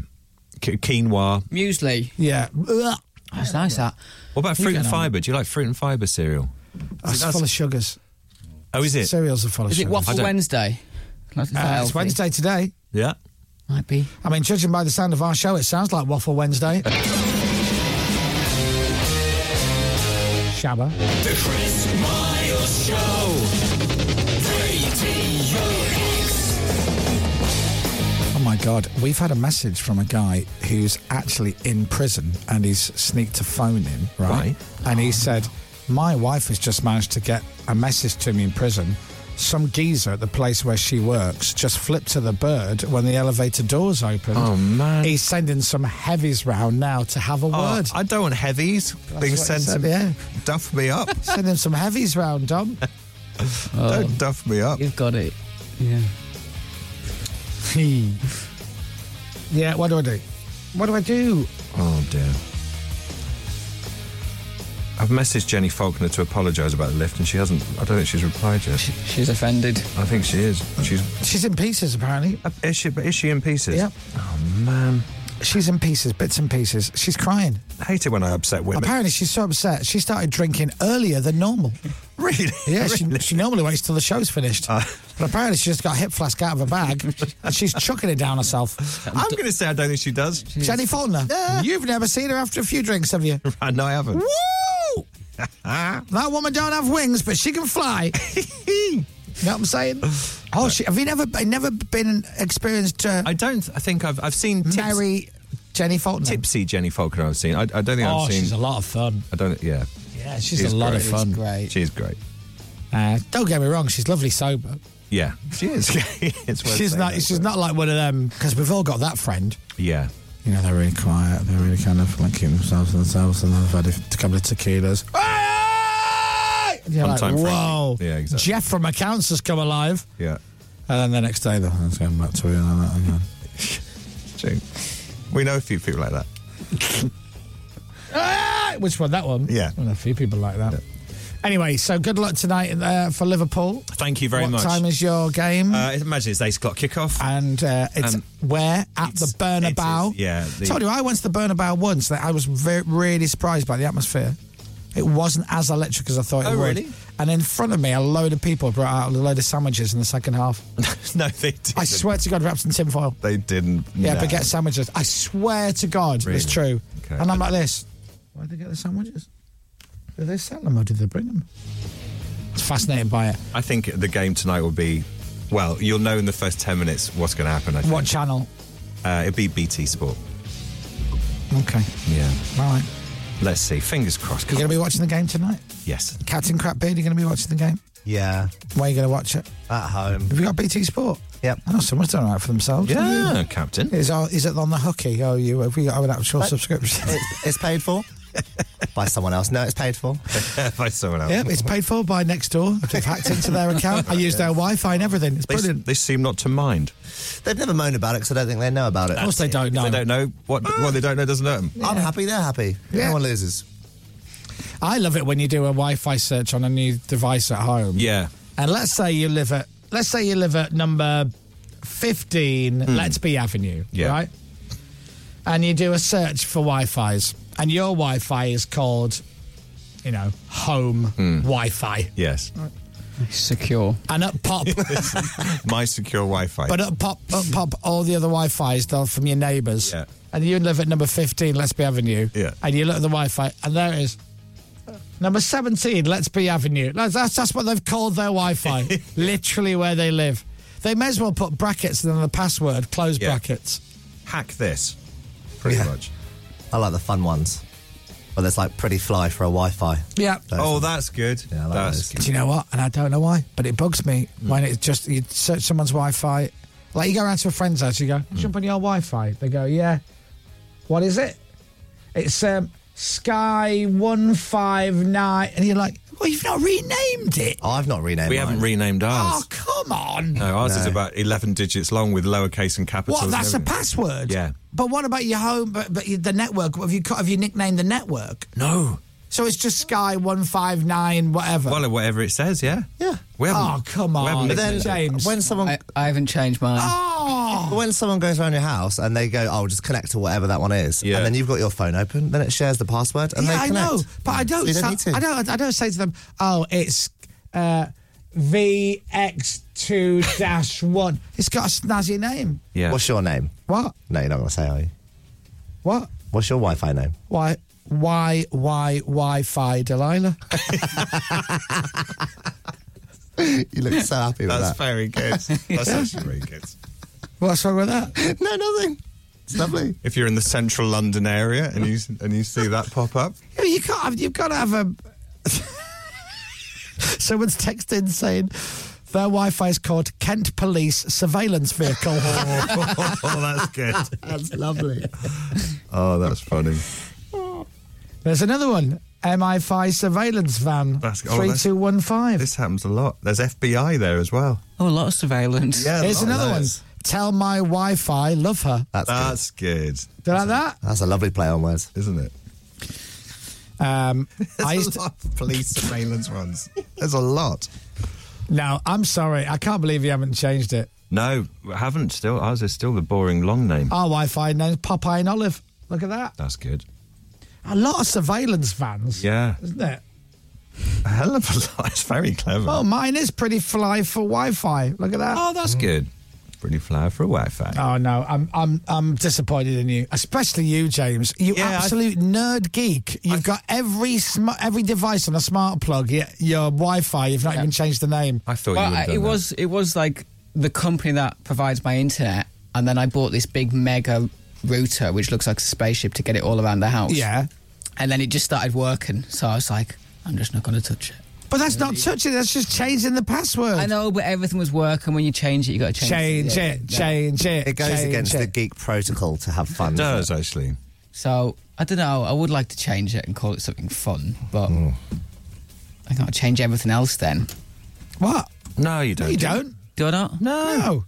[SPEAKER 7] Qu- quinoa.
[SPEAKER 8] Muesli.
[SPEAKER 5] Yeah. Ugh.
[SPEAKER 8] That's nice, that.
[SPEAKER 7] What about
[SPEAKER 5] You
[SPEAKER 7] fruit
[SPEAKER 5] get
[SPEAKER 7] and
[SPEAKER 5] on.
[SPEAKER 7] fibre? Do you like fruit and fibre cereal?
[SPEAKER 5] That's, full of sugars.
[SPEAKER 7] Oh, is it?
[SPEAKER 5] Cereals are full of
[SPEAKER 8] Is it
[SPEAKER 5] sugars.
[SPEAKER 8] Waffle Wednesday? Not-
[SPEAKER 5] Uh,
[SPEAKER 8] not
[SPEAKER 5] it's
[SPEAKER 8] healthy.
[SPEAKER 5] Wednesday today.
[SPEAKER 7] Yeah.
[SPEAKER 8] Might be.
[SPEAKER 5] I mean, judging by the sound of our show, it sounds like Waffle Wednesday. Shabba.
[SPEAKER 14] The Chris Miles Show. Radio X.
[SPEAKER 5] Oh my God, we've had a message from a guy who's actually in prison and he's sneaked a phone in, right?
[SPEAKER 7] Right.
[SPEAKER 5] And he said, My wife has just managed to get a message to me in prison. Some geezer at the place where she works just flipped to the bird when the elevator doors opened.
[SPEAKER 7] Oh, man. Oh,
[SPEAKER 5] He's sending some heavies round now to have a word.
[SPEAKER 7] I don't want heavies being
[SPEAKER 5] what he
[SPEAKER 7] sent
[SPEAKER 5] said,
[SPEAKER 7] to
[SPEAKER 5] yeah.
[SPEAKER 7] duff me up.
[SPEAKER 5] Send him some heavies round, Dom. Oh.
[SPEAKER 7] Don't duff me up.
[SPEAKER 8] You've got it. Yeah.
[SPEAKER 5] yeah, what do I do? What do I do?
[SPEAKER 7] Oh dear. I've messaged Jenny Faulkner to apologise about the lift, and she hasn't. I don't think she's replied yet.
[SPEAKER 8] She's offended.
[SPEAKER 7] I think she is. She's. uh,
[SPEAKER 5] She's in pieces, apparently.
[SPEAKER 7] Is she? Is she in pieces?
[SPEAKER 5] Yep.
[SPEAKER 7] Oh man,
[SPEAKER 5] She's in pieces, bits and pieces. She's crying.
[SPEAKER 7] I hate it when I upset women.
[SPEAKER 5] Apparently, she's so upset. She started drinking earlier than normal.
[SPEAKER 7] Really? Uh.
[SPEAKER 5] Yeah, she, she normally waits till the show's finished. but apparently, she just got a hip flask out of her bag and she's chucking it down herself.
[SPEAKER 7] I'm going to say I don't think she does.
[SPEAKER 5] Jenny Faulkner, you've never seen her after a few drinks, have you?
[SPEAKER 7] no, I haven't.
[SPEAKER 5] Woo! that woman don't have wings, but she can fly. you know what I'm saying? Oh, she, have you never never been experienced uh,
[SPEAKER 7] I don't. I think I've. I've seen tips,
[SPEAKER 5] Mary Jenny Faulkner?
[SPEAKER 7] tipsy Jenny Faulkner. I've seen. I, I don't think
[SPEAKER 16] Oh,
[SPEAKER 7] I've seen.
[SPEAKER 16] she's a lot of fun.
[SPEAKER 7] I don't. Yeah.
[SPEAKER 5] Yeah, she's,
[SPEAKER 7] She's
[SPEAKER 5] a lot
[SPEAKER 7] great.
[SPEAKER 5] of fun.
[SPEAKER 7] She's She's great.
[SPEAKER 5] Uh, don't get me wrong, she's lovely sober.
[SPEAKER 7] Yeah, she is. it's worth
[SPEAKER 5] she's
[SPEAKER 7] saying
[SPEAKER 5] not.
[SPEAKER 7] that,
[SPEAKER 5] She's
[SPEAKER 7] but-
[SPEAKER 5] not like one of them because we've all got that friend.
[SPEAKER 7] Yeah.
[SPEAKER 5] You know, they're really quiet. They're really kind of like keeping themselves to themselves, and then they've had a couple of tequilas. And you're like,
[SPEAKER 7] Sometime Frankie.
[SPEAKER 5] whoa!
[SPEAKER 7] Yeah, exactly.
[SPEAKER 5] Jeff from accounts has come alive,
[SPEAKER 7] Yeah.
[SPEAKER 5] and then the next day they're "Let's go back to it and that again.
[SPEAKER 7] True. We know a few people like that.
[SPEAKER 5] Ah! Which one? That one?
[SPEAKER 7] Yeah.
[SPEAKER 5] I know a few people like that. Anyway, so good luck tonight uh, for Liverpool.
[SPEAKER 7] Thank you very
[SPEAKER 5] what
[SPEAKER 7] much.
[SPEAKER 5] time is your game?
[SPEAKER 7] uh, imagine it's eight o'clock kickoff.
[SPEAKER 5] and uh, it's
[SPEAKER 7] Um,
[SPEAKER 5] where at
[SPEAKER 7] it's-
[SPEAKER 5] the Bernabeu.
[SPEAKER 7] it is, yeah, the-
[SPEAKER 5] told you I went to the Bernabeu once. That I was very, really surprised by the atmosphere. It wasn't as electric as I thought
[SPEAKER 7] Oh,
[SPEAKER 5] it would.
[SPEAKER 7] really?
[SPEAKER 5] And in front of me, a load of people brought out a load of sandwiches in the second half.
[SPEAKER 7] no, they didn't.
[SPEAKER 5] I swear to God, wrapped in tinfoil.
[SPEAKER 7] they didn't.
[SPEAKER 5] Yeah,
[SPEAKER 7] no.
[SPEAKER 5] baguette sandwiches. I swear to God,
[SPEAKER 7] Really?
[SPEAKER 5] it's true.
[SPEAKER 7] Okay.
[SPEAKER 5] And I'm like this. Why did they get the sandwiches? Did they sell them or did they bring them? It's fascinated by it.
[SPEAKER 7] I think the game tonight will be. Well, you'll know in the first ten minutes what's going to happen. I think.
[SPEAKER 5] What channel?
[SPEAKER 7] Uh, it'll be BT Sport.
[SPEAKER 5] Okay.
[SPEAKER 7] Yeah.
[SPEAKER 5] All right.
[SPEAKER 7] Let's see. Fingers crossed.
[SPEAKER 5] You're
[SPEAKER 7] 'cause-
[SPEAKER 5] going to be watching the game tonight?
[SPEAKER 7] yes.
[SPEAKER 5] Captain Crapbeard, you're going to be watching the game?
[SPEAKER 11] Yeah,
[SPEAKER 5] Where are you going to watch it?
[SPEAKER 11] at home.
[SPEAKER 5] Have you got BT Sport?
[SPEAKER 11] Yep.
[SPEAKER 5] I know someone's done all right for themselves.
[SPEAKER 7] Yeah, captain.
[SPEAKER 5] Is, our, is it on the hooky? Oh, you have we got an actual subscription?
[SPEAKER 11] It's, it's paid for by someone else. No, it's paid for.
[SPEAKER 7] By someone else.
[SPEAKER 5] yep, it's paid for by Nextdoor. They've hacked into their account. I use their Wi-Fi and everything. It's
[SPEAKER 7] They, s-
[SPEAKER 5] brilliant.
[SPEAKER 7] they seem not to mind.
[SPEAKER 11] They've never moaned about it because I don't think they know about it.
[SPEAKER 5] of course, they don't know.
[SPEAKER 7] They don't know what what they don't know doesn't hurt Um, them.
[SPEAKER 11] I'm happy. They're happy.
[SPEAKER 5] Yeah.
[SPEAKER 11] No one loses.
[SPEAKER 5] I love it when you do a Wi-Fi search on a new device at home.
[SPEAKER 7] Yeah.
[SPEAKER 5] And let's say you live at let's say you live at number fifteen, Let's Be Avenue,
[SPEAKER 7] Yeah.
[SPEAKER 5] right? And you do a search for Wi-Fi's, and your Wi-Fi is called, you know, home Wi-Fi,
[SPEAKER 7] Yes.
[SPEAKER 8] Secure.
[SPEAKER 5] and up pop,
[SPEAKER 7] My secure Wi-Fi.
[SPEAKER 5] but uh, up pop, up pop all the other Wi-Fi's they're from your neighbours.
[SPEAKER 7] Yeah.
[SPEAKER 5] And you live at number fifteen, Let's Be Avenue.
[SPEAKER 7] Yeah.
[SPEAKER 5] And you look at the Wi-Fi, and there it is. Number 17, Let's Be Avenue. That's, that's, that's what they've called their Wi Fi, literally where they live. They may as well put brackets and then the password, close
[SPEAKER 7] Yeah.
[SPEAKER 5] brackets.
[SPEAKER 7] hack this. Pretty much.
[SPEAKER 11] I like the fun ones. Well, there's like pretty fly for a Wi-Fi.
[SPEAKER 5] Yeah.
[SPEAKER 7] Oh, that's good.
[SPEAKER 11] Yeah, I like
[SPEAKER 7] that's
[SPEAKER 11] those.
[SPEAKER 7] good.
[SPEAKER 5] Do you know what? And I don't know why, but it bugs me
[SPEAKER 7] Hmm.
[SPEAKER 5] when it's just you search someone's Wi Fi. Like you go around to a friend's house, you go,
[SPEAKER 7] Hmm.
[SPEAKER 5] jump on your Wi Fi. They go, yeah. What is it? It's um, Sky 159. And you're like, well, you've not renamed it.
[SPEAKER 11] Oh, I've not renamed.
[SPEAKER 7] We haven't
[SPEAKER 11] mine.
[SPEAKER 7] renamed
[SPEAKER 5] Oh,
[SPEAKER 7] ours.
[SPEAKER 5] come on.
[SPEAKER 7] no, ours is about eleven digits long with lowercase and capitals.
[SPEAKER 5] What?
[SPEAKER 7] and
[SPEAKER 5] That's a
[SPEAKER 7] everything.
[SPEAKER 5] password.
[SPEAKER 7] Yeah.
[SPEAKER 5] But what about your home? But, but you- the network. Have you co- have you nicknamed the network?
[SPEAKER 7] No.
[SPEAKER 5] So it's just Sky One Five Nine whatever.
[SPEAKER 7] Well, whatever it says, yeah.
[SPEAKER 11] Yeah.
[SPEAKER 7] We haven't.
[SPEAKER 5] oh come
[SPEAKER 7] we
[SPEAKER 5] on,
[SPEAKER 7] haven't
[SPEAKER 5] then,
[SPEAKER 7] nicknamed it.
[SPEAKER 5] James.
[SPEAKER 11] When someone
[SPEAKER 8] I, I haven't changed mine.
[SPEAKER 5] oh,
[SPEAKER 11] when someone goes around your house and they go, "Oh, just connect to whatever that one is,"
[SPEAKER 7] Yeah.
[SPEAKER 11] and then you've got your phone open, then it shares the password, and
[SPEAKER 5] yeah,
[SPEAKER 11] they
[SPEAKER 5] I
[SPEAKER 11] connect.
[SPEAKER 5] know. But I
[SPEAKER 11] So
[SPEAKER 5] don't.
[SPEAKER 11] you
[SPEAKER 5] sa-
[SPEAKER 11] need to.
[SPEAKER 5] I don't. I don't say to them, oh, it's uh, VX two dash one. It's got a snazzy name.
[SPEAKER 7] Yeah.
[SPEAKER 11] What's your name?
[SPEAKER 5] What?
[SPEAKER 11] No, you're not going to say, are you?
[SPEAKER 5] What?
[SPEAKER 11] What's your Wi-Fi name?
[SPEAKER 5] Why? Why? Why? Wi-Fi, Delilah.
[SPEAKER 11] You look so happy with that.
[SPEAKER 7] That's very good. That's actually very good.
[SPEAKER 5] What's wrong with that?
[SPEAKER 11] No, nothing. It's lovely.
[SPEAKER 7] If you're in the central London area and you and you see that pop up,
[SPEAKER 5] You can't. You've got to have a. Someone's texted saying their Wi-Fi is called Kent Police Surveillance Vehicle.
[SPEAKER 7] oh, that's good.
[SPEAKER 5] That's lovely.
[SPEAKER 7] Oh, that's funny.
[SPEAKER 5] There's another one. MI5 surveillance van.
[SPEAKER 7] That's- oh,
[SPEAKER 5] three
[SPEAKER 7] that's-
[SPEAKER 5] two one five.
[SPEAKER 7] This happens a lot. There's FBI there as well.
[SPEAKER 8] Oh, a lot of surveillance.
[SPEAKER 7] Yeah, a
[SPEAKER 5] Here's
[SPEAKER 7] lot of
[SPEAKER 5] another one.
[SPEAKER 7] those.
[SPEAKER 5] Tell my Wi-Fi, love her.
[SPEAKER 7] That's, good.
[SPEAKER 5] Do you like that?
[SPEAKER 11] That's a lovely play on words,
[SPEAKER 7] isn't it?
[SPEAKER 5] Um, I used
[SPEAKER 7] There's a lot of police surveillance ones. There's a lot.
[SPEAKER 5] to, no, I'm sorry. I can't believe you haven't changed it.
[SPEAKER 7] No, I haven't. Still, ours is still the boring long name.
[SPEAKER 5] Our Wi-Fi name's Popeye and Olive. Look at that.
[SPEAKER 7] That's good.
[SPEAKER 5] A lot of surveillance vans,
[SPEAKER 7] Yeah,
[SPEAKER 5] isn't it?
[SPEAKER 7] a hell of a lot. It's very clever.
[SPEAKER 5] Oh, mine is pretty fly for Wi-Fi. Look at that.
[SPEAKER 7] Oh, that's good. Pretty fly for a Wi-Fi.
[SPEAKER 5] Oh no, I'm I'm I'm disappointed in you, especially you, James. You
[SPEAKER 7] Yeah, I-
[SPEAKER 5] absolute nerd geek. You've got every sm- every device on a smart plug. Your, your Wi-Fi. You've not even changed the name.
[SPEAKER 7] I thought you
[SPEAKER 8] well,
[SPEAKER 7] would
[SPEAKER 8] I-
[SPEAKER 7] have done
[SPEAKER 8] it
[SPEAKER 7] that.
[SPEAKER 8] was it was like the company that provides my internet, and then I bought this big mega router which looks like a spaceship to get it all around the house.
[SPEAKER 5] Yeah.
[SPEAKER 8] and then it just started working, so I was like, I'm just not going to touch it.
[SPEAKER 5] But that's not touching. That's just changing the password.
[SPEAKER 8] I know, but everything was working. When you change it, you got to change,
[SPEAKER 5] Oh. Change
[SPEAKER 8] Yeah,
[SPEAKER 5] it.
[SPEAKER 8] yeah.
[SPEAKER 5] Change it.
[SPEAKER 11] It goes
[SPEAKER 5] change
[SPEAKER 11] against
[SPEAKER 5] it.
[SPEAKER 11] the geek protocol to have fun.
[SPEAKER 7] It
[SPEAKER 11] doesn't
[SPEAKER 7] does actually.
[SPEAKER 8] So I don't know. I would like to change it and call it something fun, but
[SPEAKER 7] Hmm.
[SPEAKER 8] I got to change everything else then.
[SPEAKER 5] What?
[SPEAKER 7] No, you don't.
[SPEAKER 5] You don't.
[SPEAKER 8] Do I not?
[SPEAKER 5] No. No.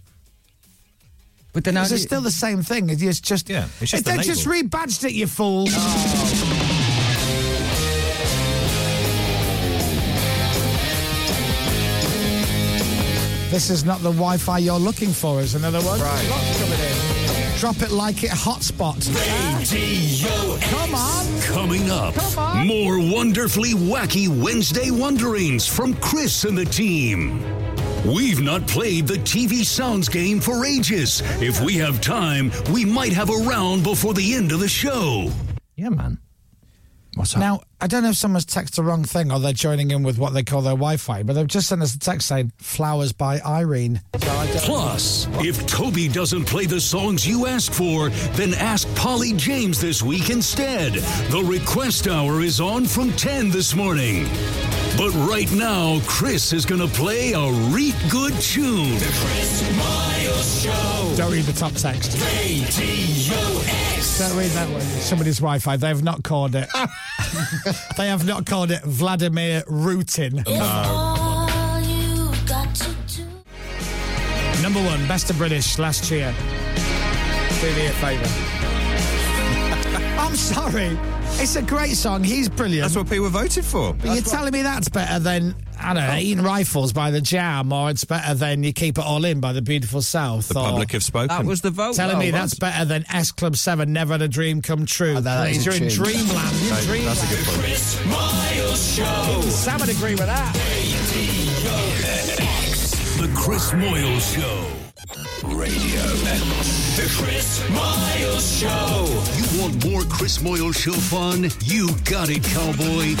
[SPEAKER 8] But then I
[SPEAKER 5] This is still the same thing. It's just
[SPEAKER 7] Yeah, it's just the
[SPEAKER 5] they just rebadged it, you fool. This is not the Wi-Fi you're looking for. Is another one. Right. Drop it like it hotspot. Come on.
[SPEAKER 1] Coming up, more wonderfully wacky Wednesday wonderings from Chris and the team. We've not played the TV Sounds game for ages. If we have time, we might have a round before the end of the show.
[SPEAKER 7] Yeah, man. What's up?
[SPEAKER 5] Now, I don't know if someone's texted the wrong thing or they're joining in with what they call their Wi Fi, but they've just sent us a text saying, Flowers by Irene.
[SPEAKER 1] Plus, if Toby doesn't play the songs you asked for, then ask Polly James this week instead. The request hour is on from 10 this morning. But right now, Chris is going to play a reet good tune.
[SPEAKER 5] Don't read the top text. Don't read that one. Somebody's Wi Fi. They have not called it. they have not called it Vladimir Rutin.
[SPEAKER 14] All you got to do.
[SPEAKER 5] Number one, Best of British last year. Do me a favour. I'm sorry. It's a great song. He's brilliant.
[SPEAKER 7] That's what people voted for.
[SPEAKER 5] But you're telling me that's Oh. better than I don't know, eating rifles by the jam, or it's better than you keep it all in by the beautiful south.
[SPEAKER 7] The
[SPEAKER 5] or
[SPEAKER 7] public have spoken.
[SPEAKER 8] that was the vote.
[SPEAKER 5] telling
[SPEAKER 8] though,
[SPEAKER 5] me that's
[SPEAKER 8] wasn't
[SPEAKER 5] better than S Club Seven, Never Had a Dream Come True.
[SPEAKER 8] that
[SPEAKER 5] Please,
[SPEAKER 8] is a
[SPEAKER 5] you're in
[SPEAKER 8] tune.
[SPEAKER 5] dreamland. You're in
[SPEAKER 7] Okay,
[SPEAKER 5] dreamland.
[SPEAKER 7] that's a good point.
[SPEAKER 5] Sam would agree with that.
[SPEAKER 1] The Chris Moyle Show. Radio. The Chris Moyle Show. You want more Chris Moyle Show fun? You got it, cowboy.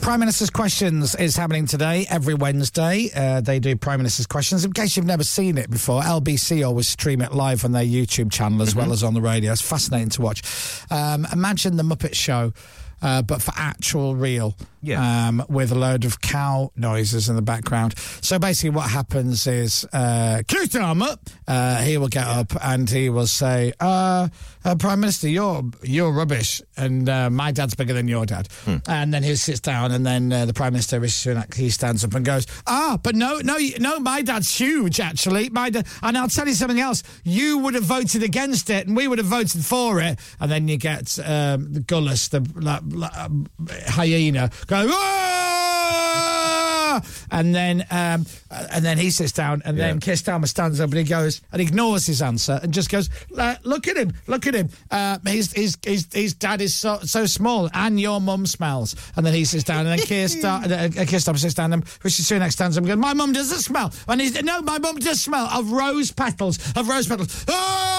[SPEAKER 5] Prime Minister's Questions is happening today, every Wednesday. Uh, they do Prime Minister's Questions. In case you've never seen it before, LBC always stream it live on their YouTube channel as well as on the radio. It's fascinating to watch. Um, imagine the Muppet Show, uh, but for actual real.
[SPEAKER 7] Yeah.
[SPEAKER 5] Um, with a load of cow noises in the background. So basically, what happens is, uh, "Keep your arm up. Uh, he will get up and he will say, uh, uh, "Prime Minister, you're you're rubbish, and uh, my dad's bigger than your dad." And then he sits down, and then uh, the Prime Minister Rishi Sunak he stands up and goes, "Ah, but no, no, you- no, my dad's huge actually. My dad, and I'll tell you something else. You would have voted against it, and we would have voted for it." And then you get um, the Gullis, the like, like, um, hyena, going. "Ah!" and then um, and then he sits down, and then Keir Starmer stands up and he goes and ignores his answer and just goes, "Uh, "Look at him! Look at him! Uh, his, his his his dad is so, so small, and your mum smells." And then he sits down, and then Keir, Star- uh, Keir Starmer sits down, and Rishi Sunak stands up and goes, "My mum doesn't smell," and he's no, my mum does smell of rose petals, of rose petals.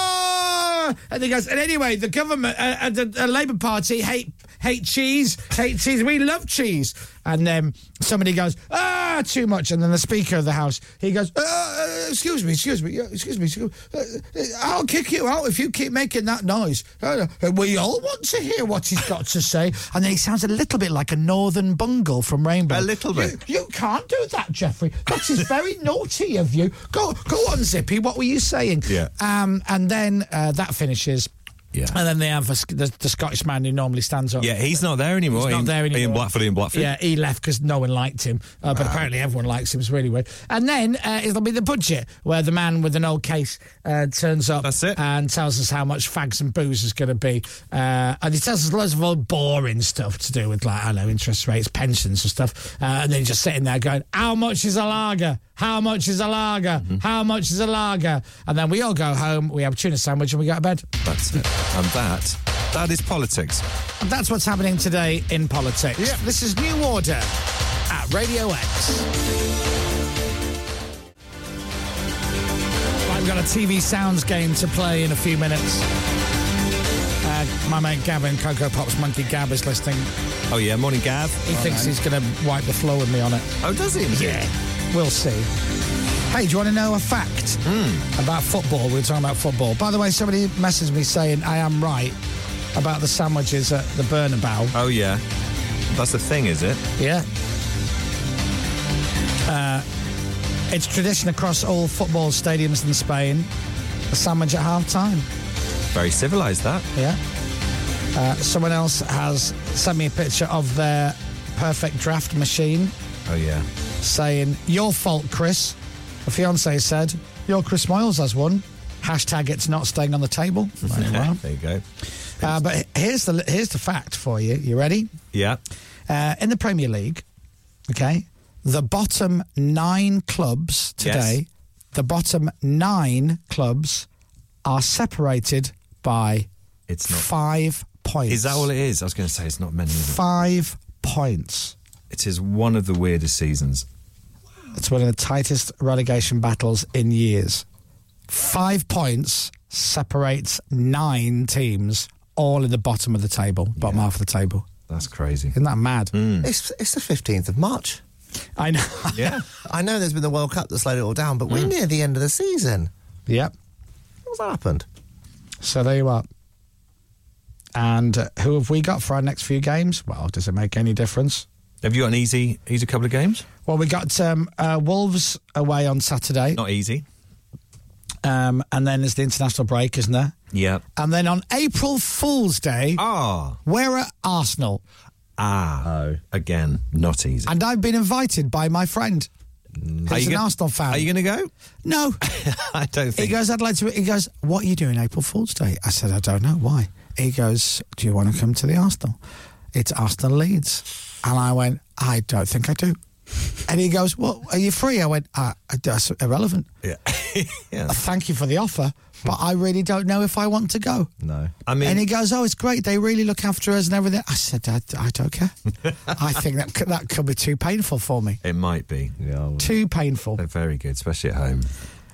[SPEAKER 5] Ah! And he goes, and anyway, the government, uh, uh, the, the Labour Party hate hate cheese, hate cheese. We love cheese. And then somebody goes, ah, too much. And then the Speaker of the House, he goes, ah, excuse me, excuse me, yeah, excuse me. Excuse me. Uh, uh, I'll kick you out if you keep making that noise. Uh, uh, we all want to hear what he's got to say. And then he sounds a little bit like a northern bungle from Rainbow.
[SPEAKER 7] A little bit.
[SPEAKER 5] You, you can't do that, Jeffrey. That is very naughty of you. Go, go on, Zippy. What were you saying?
[SPEAKER 7] Yeah.
[SPEAKER 5] Um, and then uh, that finishes.
[SPEAKER 7] Yeah.
[SPEAKER 5] And then they have a, sc- the, the Scottish man who normally stands up.
[SPEAKER 7] Yeah, he's not there anymore.
[SPEAKER 5] He's not
[SPEAKER 7] Ian-
[SPEAKER 5] there
[SPEAKER 7] Ian
[SPEAKER 5] anymore.
[SPEAKER 7] Blackford, Ian Blackford. Ah.
[SPEAKER 5] Yeah, he left because no one liked him. Uh, But apparently everyone likes him. It's really weird. And then uh, it'll be the budget where the man with an old case uh, turns up. That's it. And tells us how much fags and booze is going to be. Uh, and he tells us loads of old boring stuff to do with, like, I don't know, interest rates, pensions and stuff. Uh, and then he's just sitting there going, how much is a lager? How much is a lager?
[SPEAKER 7] Mm-hmm.
[SPEAKER 5] How much is a lager? And then we all go home, we have a tuna sandwich and we go to bed.
[SPEAKER 7] That's it. And that, that is politics.
[SPEAKER 5] And that's what's happening today in politics. This is New Order at Radio X. Right, we've got a TV sounds game to play in a few minutes. Uh, my mate Gavin, Coco Pop's monkey Gab, is listening.
[SPEAKER 7] Oh, yeah. Morning, Gav.
[SPEAKER 5] He thinks he's going to wipe the floor with me on it.
[SPEAKER 7] Oh, does he?
[SPEAKER 5] Yeah. We'll see. Hey, do you want to know a fact about football? We were talking about football. By the way, somebody messaged me saying I am right about the sandwiches at the Bernabeu.
[SPEAKER 7] Oh, yeah. That's the thing, is it?
[SPEAKER 5] Yeah. Uh, it's tradition across all football stadiums in Spain. A sandwich at half time.
[SPEAKER 7] Very civilised, that.
[SPEAKER 5] Yeah. Uh, someone else has sent me a picture of their perfect draft machine
[SPEAKER 7] Oh, yeah.
[SPEAKER 5] saying, Your fault, Chris. A fiance said, Your Chris Miles has one. Hashtag it's not staying on the table. Right, well.
[SPEAKER 7] there you go.
[SPEAKER 5] Uh, but here's the here's the fact for you. You ready?
[SPEAKER 7] Yeah.
[SPEAKER 5] Uh, in the Premier League, okay, the bottom nine clubs today,
[SPEAKER 7] Yes.
[SPEAKER 5] the bottom nine clubs are separated by
[SPEAKER 7] It's not-
[SPEAKER 5] five points.
[SPEAKER 7] Is that all it is? I was going to say it's not many. Is it?
[SPEAKER 5] Five points.
[SPEAKER 7] it is one of the weirdest seasons.
[SPEAKER 5] It's one of the tightest relegation battles in years. Five points separates nine teams, all in the bottom of the table, bottom half of the table.
[SPEAKER 7] That's crazy.
[SPEAKER 5] Isn't that mad?
[SPEAKER 7] Hmm.
[SPEAKER 11] It's, it's the 15th of March.
[SPEAKER 5] I know.
[SPEAKER 7] Yeah.
[SPEAKER 11] I know there's been the World Cup that slowed it all down, but we're near the end of the season.
[SPEAKER 5] Yep.
[SPEAKER 11] What's happened?
[SPEAKER 5] So there you are. And uh, who have we got for our next few games? Well, does it make any difference?
[SPEAKER 7] Have you got an easy, easy couple of games?
[SPEAKER 5] Well, we got um, uh, Wolves away on Saturday,
[SPEAKER 7] Not easy.
[SPEAKER 5] um, and then there's the international break, isn't there?
[SPEAKER 7] Yeah.
[SPEAKER 5] And then on April Fool's Day,
[SPEAKER 7] Ah.
[SPEAKER 5] we're at Arsenal,
[SPEAKER 7] Ah. Oh. Again, not easy.
[SPEAKER 5] and I've been invited by my friend.
[SPEAKER 7] Are
[SPEAKER 5] He's
[SPEAKER 7] you
[SPEAKER 5] an
[SPEAKER 7] gonna-
[SPEAKER 5] Arsenal fan.
[SPEAKER 7] Are you going to go?
[SPEAKER 5] no,
[SPEAKER 7] I don't
[SPEAKER 5] he
[SPEAKER 7] think.
[SPEAKER 5] goes. I'd like to. He goes. What are you doing April Fool's Day? I said, I don't know why. He goes. Do you want to come to the Arsenal? It's Arsenal Leeds, and I went. I don't think I do. And he goes, Well, are you free? I went, uh, That's irrelevant.
[SPEAKER 7] Yeah. yeah.
[SPEAKER 5] Uh, Thank you for the offer, but I really don't know if I want to go.
[SPEAKER 7] No. I mean,
[SPEAKER 5] and he goes, "Oh, it's great. They really look after us and everything." I said, "I, I don't care. I think that c- that could be too painful for me.
[SPEAKER 7] it might be. Yeah.
[SPEAKER 5] Too painful."
[SPEAKER 7] They're very good, especially at home.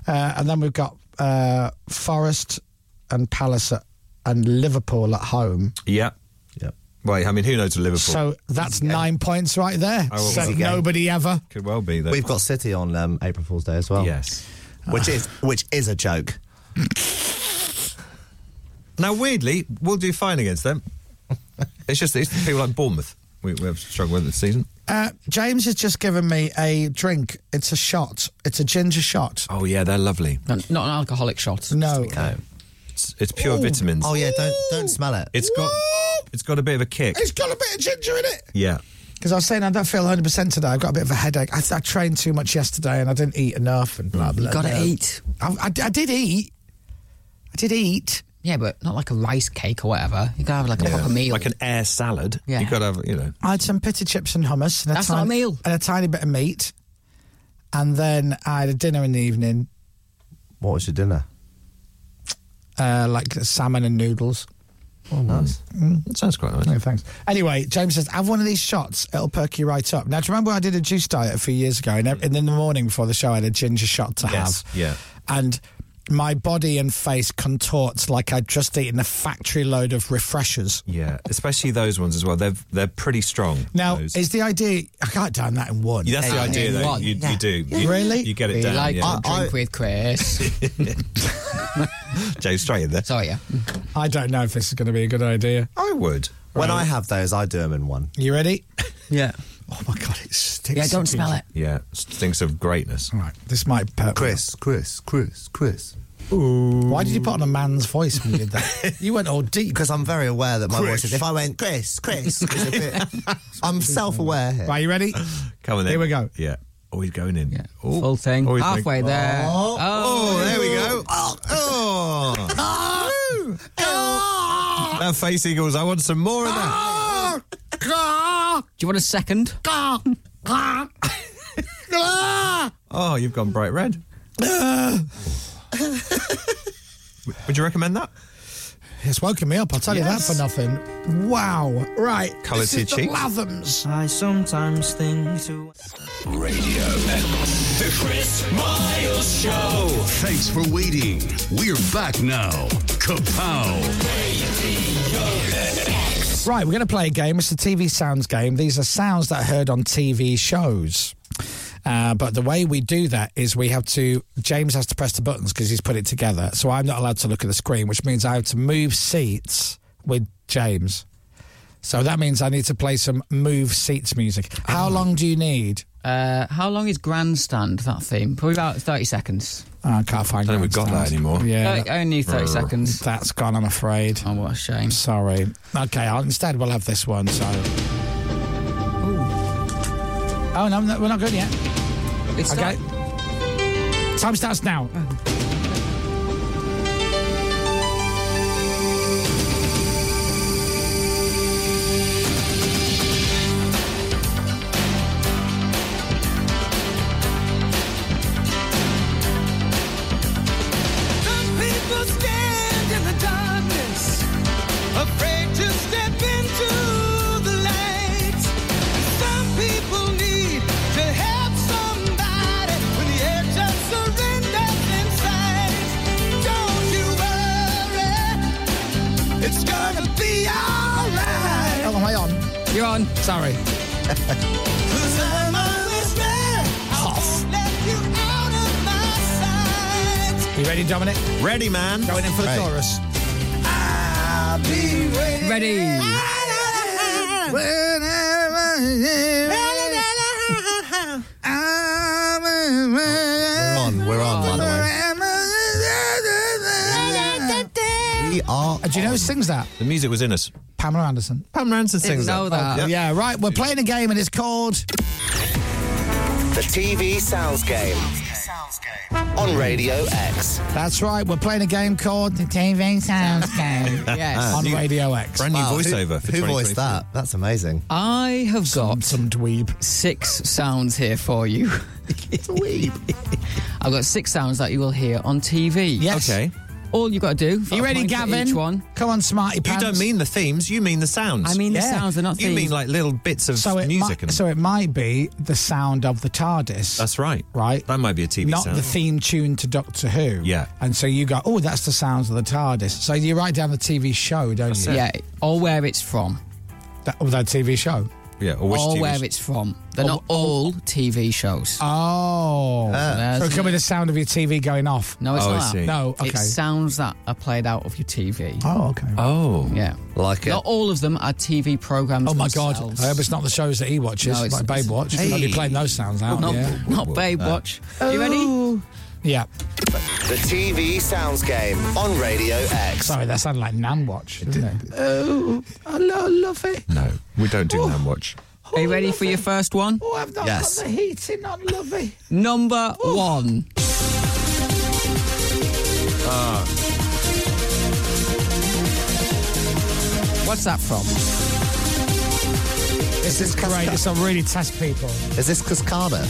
[SPEAKER 5] Uh, and then we've got uh, Forest and Palace at, and Liverpool at home.
[SPEAKER 7] Yeah. Yeah. Wait, I mean, who knows Liverpool?
[SPEAKER 5] So that's nine points right there.
[SPEAKER 7] Oh, well,
[SPEAKER 5] Said
[SPEAKER 7] easy
[SPEAKER 11] game.
[SPEAKER 5] nobody ever.
[SPEAKER 7] Could well be that.
[SPEAKER 11] We've got City on um, April Fool's Day as well.
[SPEAKER 7] Yes.
[SPEAKER 11] Which is which is a joke.
[SPEAKER 7] Now, weirdly, we'll do fine against them. It's just it's people like Bournemouth. We, we have struggled with this season.
[SPEAKER 5] Uh, James has just given me a drink. It's a shot. It's a ginger shot.
[SPEAKER 7] Oh yeah, they're lovely.
[SPEAKER 8] Not, not an alcoholic shot.
[SPEAKER 5] No.
[SPEAKER 7] It's, it's pure vitamins.
[SPEAKER 11] Oh yeah, don't don't smell it.
[SPEAKER 7] It's got it's got a bit of a kick.
[SPEAKER 5] It's got a bit of ginger in it.
[SPEAKER 7] Yeah.
[SPEAKER 5] Because I was saying I don't feel 100% today. I've got a bit of a headache. I, I trained too much yesterday and I didn't eat enough and blah, blah,
[SPEAKER 8] You've got
[SPEAKER 5] blah.
[SPEAKER 8] to eat.
[SPEAKER 5] I, I- I did eat. I did eat.
[SPEAKER 8] Yeah, but not like a rice cake or whatever. You gotta have like a
[SPEAKER 7] Yeah.
[SPEAKER 8] proper meal.
[SPEAKER 7] Like an air salad.
[SPEAKER 8] Yeah.
[SPEAKER 7] You've got to have, you know.
[SPEAKER 5] I had some pita chips and hummus. And
[SPEAKER 8] That's
[SPEAKER 5] a
[SPEAKER 8] not a
[SPEAKER 5] tiny,
[SPEAKER 8] meal.
[SPEAKER 5] And a tiny bit of meat. And then I had a dinner in the evening,
[SPEAKER 11] What was your dinner?
[SPEAKER 5] uh, like salmon and noodles.
[SPEAKER 11] Oh, nice.
[SPEAKER 7] That sounds quite nice.
[SPEAKER 5] No thanks. Anyway, James says, have one of these shots. It'll perk you right up. Now, do you remember I did a juice diet a few years ago? And, and in the morning before the show, I had a ginger shot to
[SPEAKER 7] Yes,
[SPEAKER 5] have.
[SPEAKER 7] yeah.
[SPEAKER 5] And my body and face contorts like I've just eaten a factory load of refreshers.
[SPEAKER 7] Yeah, especially those ones as well. They're they're pretty strong.
[SPEAKER 5] Now,
[SPEAKER 7] those.
[SPEAKER 5] is the idea I can't down that in one.
[SPEAKER 7] Yeah, that's the idea, though. You, you do. You,
[SPEAKER 5] Really?
[SPEAKER 7] You get it
[SPEAKER 8] We
[SPEAKER 7] down.
[SPEAKER 8] like
[SPEAKER 7] yeah.
[SPEAKER 8] to drink with Chris.
[SPEAKER 7] Joe, straight in there.
[SPEAKER 8] Sorry, yeah.
[SPEAKER 5] I don't know if this is going to be a good idea.
[SPEAKER 7] I would.
[SPEAKER 17] When
[SPEAKER 5] Right.
[SPEAKER 17] I have those, I do them in one.
[SPEAKER 5] You ready?
[SPEAKER 8] Yeah.
[SPEAKER 5] Oh my god, it stinks.
[SPEAKER 8] Yeah, don't smell it.
[SPEAKER 7] Yeah, stinks of greatness.
[SPEAKER 5] All right, this might put.
[SPEAKER 17] Chris, Chris, Chris, Chris.
[SPEAKER 5] Why did you put on a man's voice when you did that? you went all deep.
[SPEAKER 17] Because I'm very aware that my
[SPEAKER 5] Chris.
[SPEAKER 17] voice is. If I went Chris, Chris, it's a bit, I'm self-aware here.
[SPEAKER 5] Right, you ready?
[SPEAKER 7] Come on then.
[SPEAKER 5] Here we go.
[SPEAKER 7] Yeah. Always going in.
[SPEAKER 8] Yeah.
[SPEAKER 7] Oh,
[SPEAKER 8] Full thing.
[SPEAKER 7] always make-
[SPEAKER 8] Halfway there.
[SPEAKER 17] Oh,
[SPEAKER 8] Oh.
[SPEAKER 17] oh, there we go. Oh, oh. oh. oh.
[SPEAKER 7] That face eagles, I want some more of that.
[SPEAKER 8] Do you want a second?
[SPEAKER 7] Oh, you've gone bright red. W- Would you recommend that?
[SPEAKER 5] It's woken me up. I'll tell you that for nothing. Wow. Right.
[SPEAKER 7] Colours
[SPEAKER 5] this is
[SPEAKER 7] to
[SPEAKER 5] the
[SPEAKER 7] your cheeks.
[SPEAKER 5] Lathams.
[SPEAKER 18] I sometimes think to.
[SPEAKER 19] Radio. The Chris Miles Show.
[SPEAKER 1] Thanks for waiting. We're back now. Kapow!
[SPEAKER 5] Right, we're going to play a game. It's the TV sounds game. These are sounds that are heard on TV shows. Uh, but the way we do that is we have to. James has to press the buttons because he's put it together. So I'm not allowed to look at the screen, which means I have to move seats with James. So that means I need to play some move seats music. How
[SPEAKER 7] Oh.
[SPEAKER 5] long do you need?
[SPEAKER 8] Uh, how long is Grandstand, that theme? Probably about 30 seconds.
[SPEAKER 5] Oh, I can't find.
[SPEAKER 7] I don't think we've got that anymore.
[SPEAKER 5] Yeah,
[SPEAKER 8] Uh, only 30 seconds.
[SPEAKER 5] that's gone. I'm afraid.
[SPEAKER 8] Oh, what a shame.
[SPEAKER 5] I'm sorry. Okay, I'll, instead we'll have this one. So. Oh no, no, we're not good yet.
[SPEAKER 8] It's
[SPEAKER 5] Okay.
[SPEAKER 8] not-
[SPEAKER 5] Time starts now.
[SPEAKER 9] The people stand in the darkness, afraid to step into the light. Some people need to help somebody when the edge of surrender's in sight. Don't you worry, it's gonna be alright.
[SPEAKER 5] Oh, am I on?
[SPEAKER 8] You're on.
[SPEAKER 5] Sorry.
[SPEAKER 9] Cause I'm a listener, I won't let you out of my sight.
[SPEAKER 5] You ready, Dominic?
[SPEAKER 7] Ready, man.
[SPEAKER 5] Going in for the
[SPEAKER 17] Right.
[SPEAKER 5] chorus.
[SPEAKER 9] I'll be waiting.
[SPEAKER 8] Ready.
[SPEAKER 17] We're on, we're on, by the way. We are.
[SPEAKER 5] Oh, Do you know who sings that?
[SPEAKER 7] The music was in us.
[SPEAKER 5] Pamela Anderson. Oh,
[SPEAKER 7] Pam Ranson
[SPEAKER 8] Didn't
[SPEAKER 7] sings
[SPEAKER 8] know that.
[SPEAKER 7] Yeah.
[SPEAKER 5] Yeah, right. We're playing a game and it's called.
[SPEAKER 2] The TV Sounds Game. On Radio X.
[SPEAKER 5] That's right. We're playing a game called the TV Sounds Game
[SPEAKER 8] Yes.
[SPEAKER 5] on Radio X.
[SPEAKER 7] Brand new
[SPEAKER 17] Wow, who-
[SPEAKER 7] voiceover for
[SPEAKER 17] Who, voiced
[SPEAKER 7] 2024.
[SPEAKER 17] that? That's amazing.
[SPEAKER 8] I have got
[SPEAKER 5] Some dweeb.
[SPEAKER 8] six sounds here for you. I've got six sounds that you will hear on TV.
[SPEAKER 5] Yes.
[SPEAKER 7] Okay.
[SPEAKER 8] All you've got to do.
[SPEAKER 5] You ready, Gavin?
[SPEAKER 8] Each one.
[SPEAKER 5] Come on, smarty
[SPEAKER 7] You
[SPEAKER 5] pants.
[SPEAKER 7] don't mean the themes, you mean the sounds.
[SPEAKER 8] I mean the
[SPEAKER 5] Yeah.
[SPEAKER 8] sounds. They're not
[SPEAKER 7] you
[SPEAKER 8] themes.
[SPEAKER 7] mean like little bits of
[SPEAKER 5] so it
[SPEAKER 7] music.
[SPEAKER 5] Might,
[SPEAKER 7] and
[SPEAKER 5] so it might be the sound of the TARDIS.
[SPEAKER 7] That's right.
[SPEAKER 5] Right.
[SPEAKER 7] That might be a TV
[SPEAKER 5] Not
[SPEAKER 7] sound.
[SPEAKER 5] the theme tune to Doctor Who.
[SPEAKER 7] Yeah.
[SPEAKER 5] And so you go, oh, that's the sounds of the TARDIS. So you write down the TV show, don't you?
[SPEAKER 8] yeah, or where it's from.
[SPEAKER 5] That, oh, that TV show.
[SPEAKER 7] yeah, or which
[SPEAKER 8] or
[SPEAKER 7] TV
[SPEAKER 8] where it's from. They're not
[SPEAKER 5] Oh,
[SPEAKER 8] all TV shows.
[SPEAKER 7] Ah.
[SPEAKER 5] Oh.
[SPEAKER 8] There's-
[SPEAKER 5] so it could be the sound of your TV going off.
[SPEAKER 8] no, it's
[SPEAKER 7] Oh, I
[SPEAKER 8] not.
[SPEAKER 7] see.
[SPEAKER 8] that.
[SPEAKER 5] No, okay.
[SPEAKER 8] It's sounds that are played out of your TV.
[SPEAKER 5] Oh, okay.
[SPEAKER 7] Oh.
[SPEAKER 8] Yeah.
[SPEAKER 17] Like it.
[SPEAKER 8] Not all of them are TV programs.
[SPEAKER 5] Oh my God! I hope
[SPEAKER 8] themselves.
[SPEAKER 5] it's not the shows that he watches,
[SPEAKER 8] No, it's-
[SPEAKER 5] like Babe
[SPEAKER 8] it's-
[SPEAKER 5] Watch. Hey. I'll be playing those sounds out.
[SPEAKER 8] Not,
[SPEAKER 5] yeah.
[SPEAKER 8] not Baywatch. You ready?
[SPEAKER 5] Oh. yeah.
[SPEAKER 2] The TV Sounds Game on Radio X.
[SPEAKER 5] Sorry, that sounded like Nan Watch, didn't it?
[SPEAKER 8] Oh, I love it.
[SPEAKER 7] No, we don't do Man Watch.
[SPEAKER 8] Are you ready for your first one?
[SPEAKER 5] Oh, I've not
[SPEAKER 17] Yes. got the
[SPEAKER 5] heating on, lovey.
[SPEAKER 8] Number one. What's that from?
[SPEAKER 5] This is great. This will really test people.
[SPEAKER 17] Is this Cascada?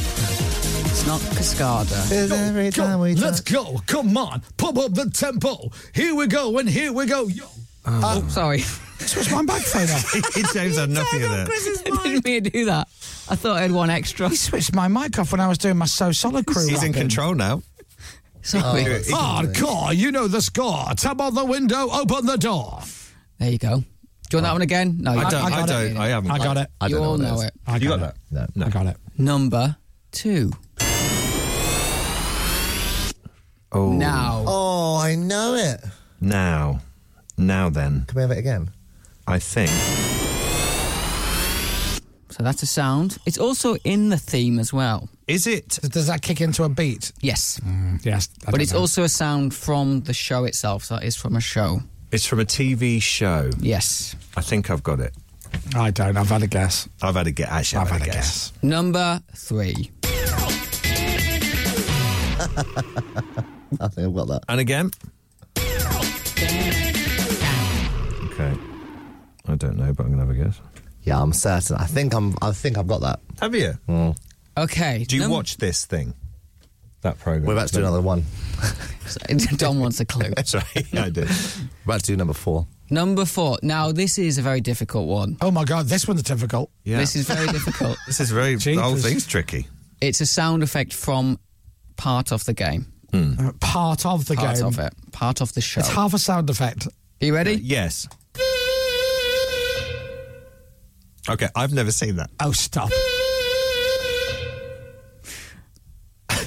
[SPEAKER 8] It's not Cascada.
[SPEAKER 17] Is every
[SPEAKER 5] Go,
[SPEAKER 17] time we
[SPEAKER 5] let's
[SPEAKER 17] talk-
[SPEAKER 5] go. Come on. Pump up the tempo. Here we go and here we go. Yo.
[SPEAKER 8] Oh, sorry.
[SPEAKER 5] Switch my microphone off.
[SPEAKER 7] James had nothing of that.
[SPEAKER 8] I didn't mean to do that. I thought I had one extra.
[SPEAKER 5] He switched my mic off when I was doing my So Solid crew.
[SPEAKER 7] He's in
[SPEAKER 5] wrapping.
[SPEAKER 7] control now.
[SPEAKER 8] Sorry.
[SPEAKER 5] Hardcore, you know the score. Tap on the window, open the door.
[SPEAKER 8] There you go. Do you want that one again? No, you
[SPEAKER 7] I don't. I,
[SPEAKER 8] got
[SPEAKER 7] don't.
[SPEAKER 8] it.
[SPEAKER 7] I haven't.
[SPEAKER 5] I got it.
[SPEAKER 8] You all
[SPEAKER 7] what that
[SPEAKER 8] know
[SPEAKER 7] is.
[SPEAKER 8] it.
[SPEAKER 7] you got that?
[SPEAKER 5] No, I got it.
[SPEAKER 8] Number two.
[SPEAKER 7] Oh,
[SPEAKER 8] Now.
[SPEAKER 1] Oh, I know it.
[SPEAKER 7] now, now then.
[SPEAKER 1] Can we have it again?
[SPEAKER 7] I think.
[SPEAKER 8] So that's a sound. It's also in the theme as well.
[SPEAKER 7] Is it?
[SPEAKER 5] Does that kick into a beat?
[SPEAKER 8] Yes.
[SPEAKER 7] Mm.
[SPEAKER 5] Yes. Mm. I
[SPEAKER 8] but
[SPEAKER 5] don't
[SPEAKER 8] it's
[SPEAKER 5] know.
[SPEAKER 8] also a sound from the show itself. So that is from a show.
[SPEAKER 7] It's from a TV show.
[SPEAKER 8] Yes.
[SPEAKER 7] I think I've got it.
[SPEAKER 5] I don't. I've had a guess.
[SPEAKER 7] I've had a guess. Actually, I've, had, a guess.
[SPEAKER 8] Number three.
[SPEAKER 1] I think I've got that.
[SPEAKER 7] And again. Okay. I don't know, but I'm gonna have a guess.
[SPEAKER 1] Yeah, I'm certain. I think I'm. I think I've got that.
[SPEAKER 7] Have you?
[SPEAKER 8] Okay.
[SPEAKER 7] Do you
[SPEAKER 8] num-
[SPEAKER 7] watch this thing? That program.
[SPEAKER 1] We're about to do another one.
[SPEAKER 8] Sorry, Don wants a clue.
[SPEAKER 7] Sorry, I did.
[SPEAKER 1] We're about to do number four.
[SPEAKER 8] Number four. Now, this is a very difficult one.
[SPEAKER 5] Oh my god, this one's difficult.
[SPEAKER 7] Yeah.
[SPEAKER 8] This is very difficult.
[SPEAKER 7] This is very. The whole
[SPEAKER 5] Jeepers.
[SPEAKER 7] thing's tricky.
[SPEAKER 8] It's a sound effect from part of the game.
[SPEAKER 5] Uh, Part of the
[SPEAKER 8] Hmm. Part
[SPEAKER 5] game.
[SPEAKER 8] of it. Part of the show.
[SPEAKER 5] It's half a sound effect.
[SPEAKER 8] you ready?
[SPEAKER 7] Yes. Okay, I've never seen that.
[SPEAKER 5] Oh, stop.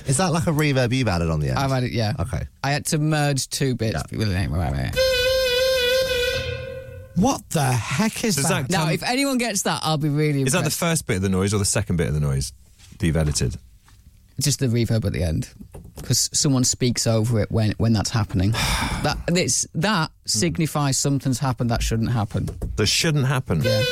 [SPEAKER 1] Is that like a reverb you've added on the end?
[SPEAKER 8] I've had it, yeah.
[SPEAKER 1] Okay.
[SPEAKER 8] I had to merge two bits. Well, wait, wait, wait.
[SPEAKER 5] What the heck is
[SPEAKER 7] Does
[SPEAKER 5] that?
[SPEAKER 7] that-
[SPEAKER 8] Now,
[SPEAKER 7] Tell-
[SPEAKER 8] if anyone gets that, I'll be really
[SPEAKER 7] Is that the
[SPEAKER 8] impressed.
[SPEAKER 7] first bit of the noise or the second bit of the noise that you've edited?
[SPEAKER 8] Just the reverb at the end. Because someone speaks over it when, when that's happening. that it's, that signifies something's happened that shouldn't happen.
[SPEAKER 7] That shouldn't happen.
[SPEAKER 8] Yeah.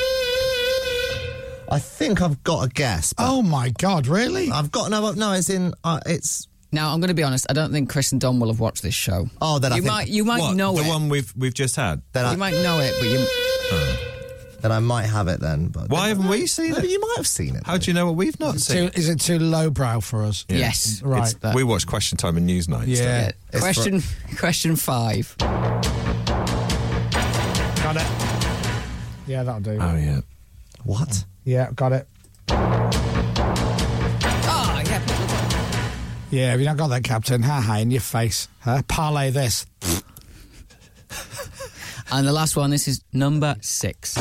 [SPEAKER 1] I think I've got a guess. But
[SPEAKER 5] oh my god, really?
[SPEAKER 1] I've got no. No, it's in. Uh, it's.
[SPEAKER 8] Now, I'm going to be honest. I don't think Chris and Don will have watched this show.
[SPEAKER 1] Oh, then I
[SPEAKER 8] you
[SPEAKER 1] think-
[SPEAKER 8] might you might
[SPEAKER 7] What,
[SPEAKER 8] know
[SPEAKER 7] the
[SPEAKER 8] it.
[SPEAKER 7] one we've we've just had.
[SPEAKER 1] Then I.
[SPEAKER 8] you might know it, but you
[SPEAKER 1] Then I might have it then. But
[SPEAKER 7] Why haven't we seen
[SPEAKER 1] Maybe
[SPEAKER 7] it?
[SPEAKER 1] you might have seen it.
[SPEAKER 7] How do you know what we've not seen?
[SPEAKER 5] Too- is it too lowbrow for us?
[SPEAKER 7] Yeah.
[SPEAKER 8] yes.
[SPEAKER 5] Right.
[SPEAKER 8] It's that.
[SPEAKER 7] We watch Question Time and Newsnight. so-
[SPEAKER 5] Yeah.
[SPEAKER 8] Yeah.
[SPEAKER 1] It's
[SPEAKER 8] Question question five.
[SPEAKER 5] Got it. Yeah, that'll do.
[SPEAKER 8] Uh.
[SPEAKER 7] Oh yeah.
[SPEAKER 1] What?
[SPEAKER 5] yeah, got it.
[SPEAKER 8] Oh, yeah.
[SPEAKER 5] Yeah, have you not got that, Captain? Ha ha, in your face. Huh? Parlay this.
[SPEAKER 8] And the last one. This is number six.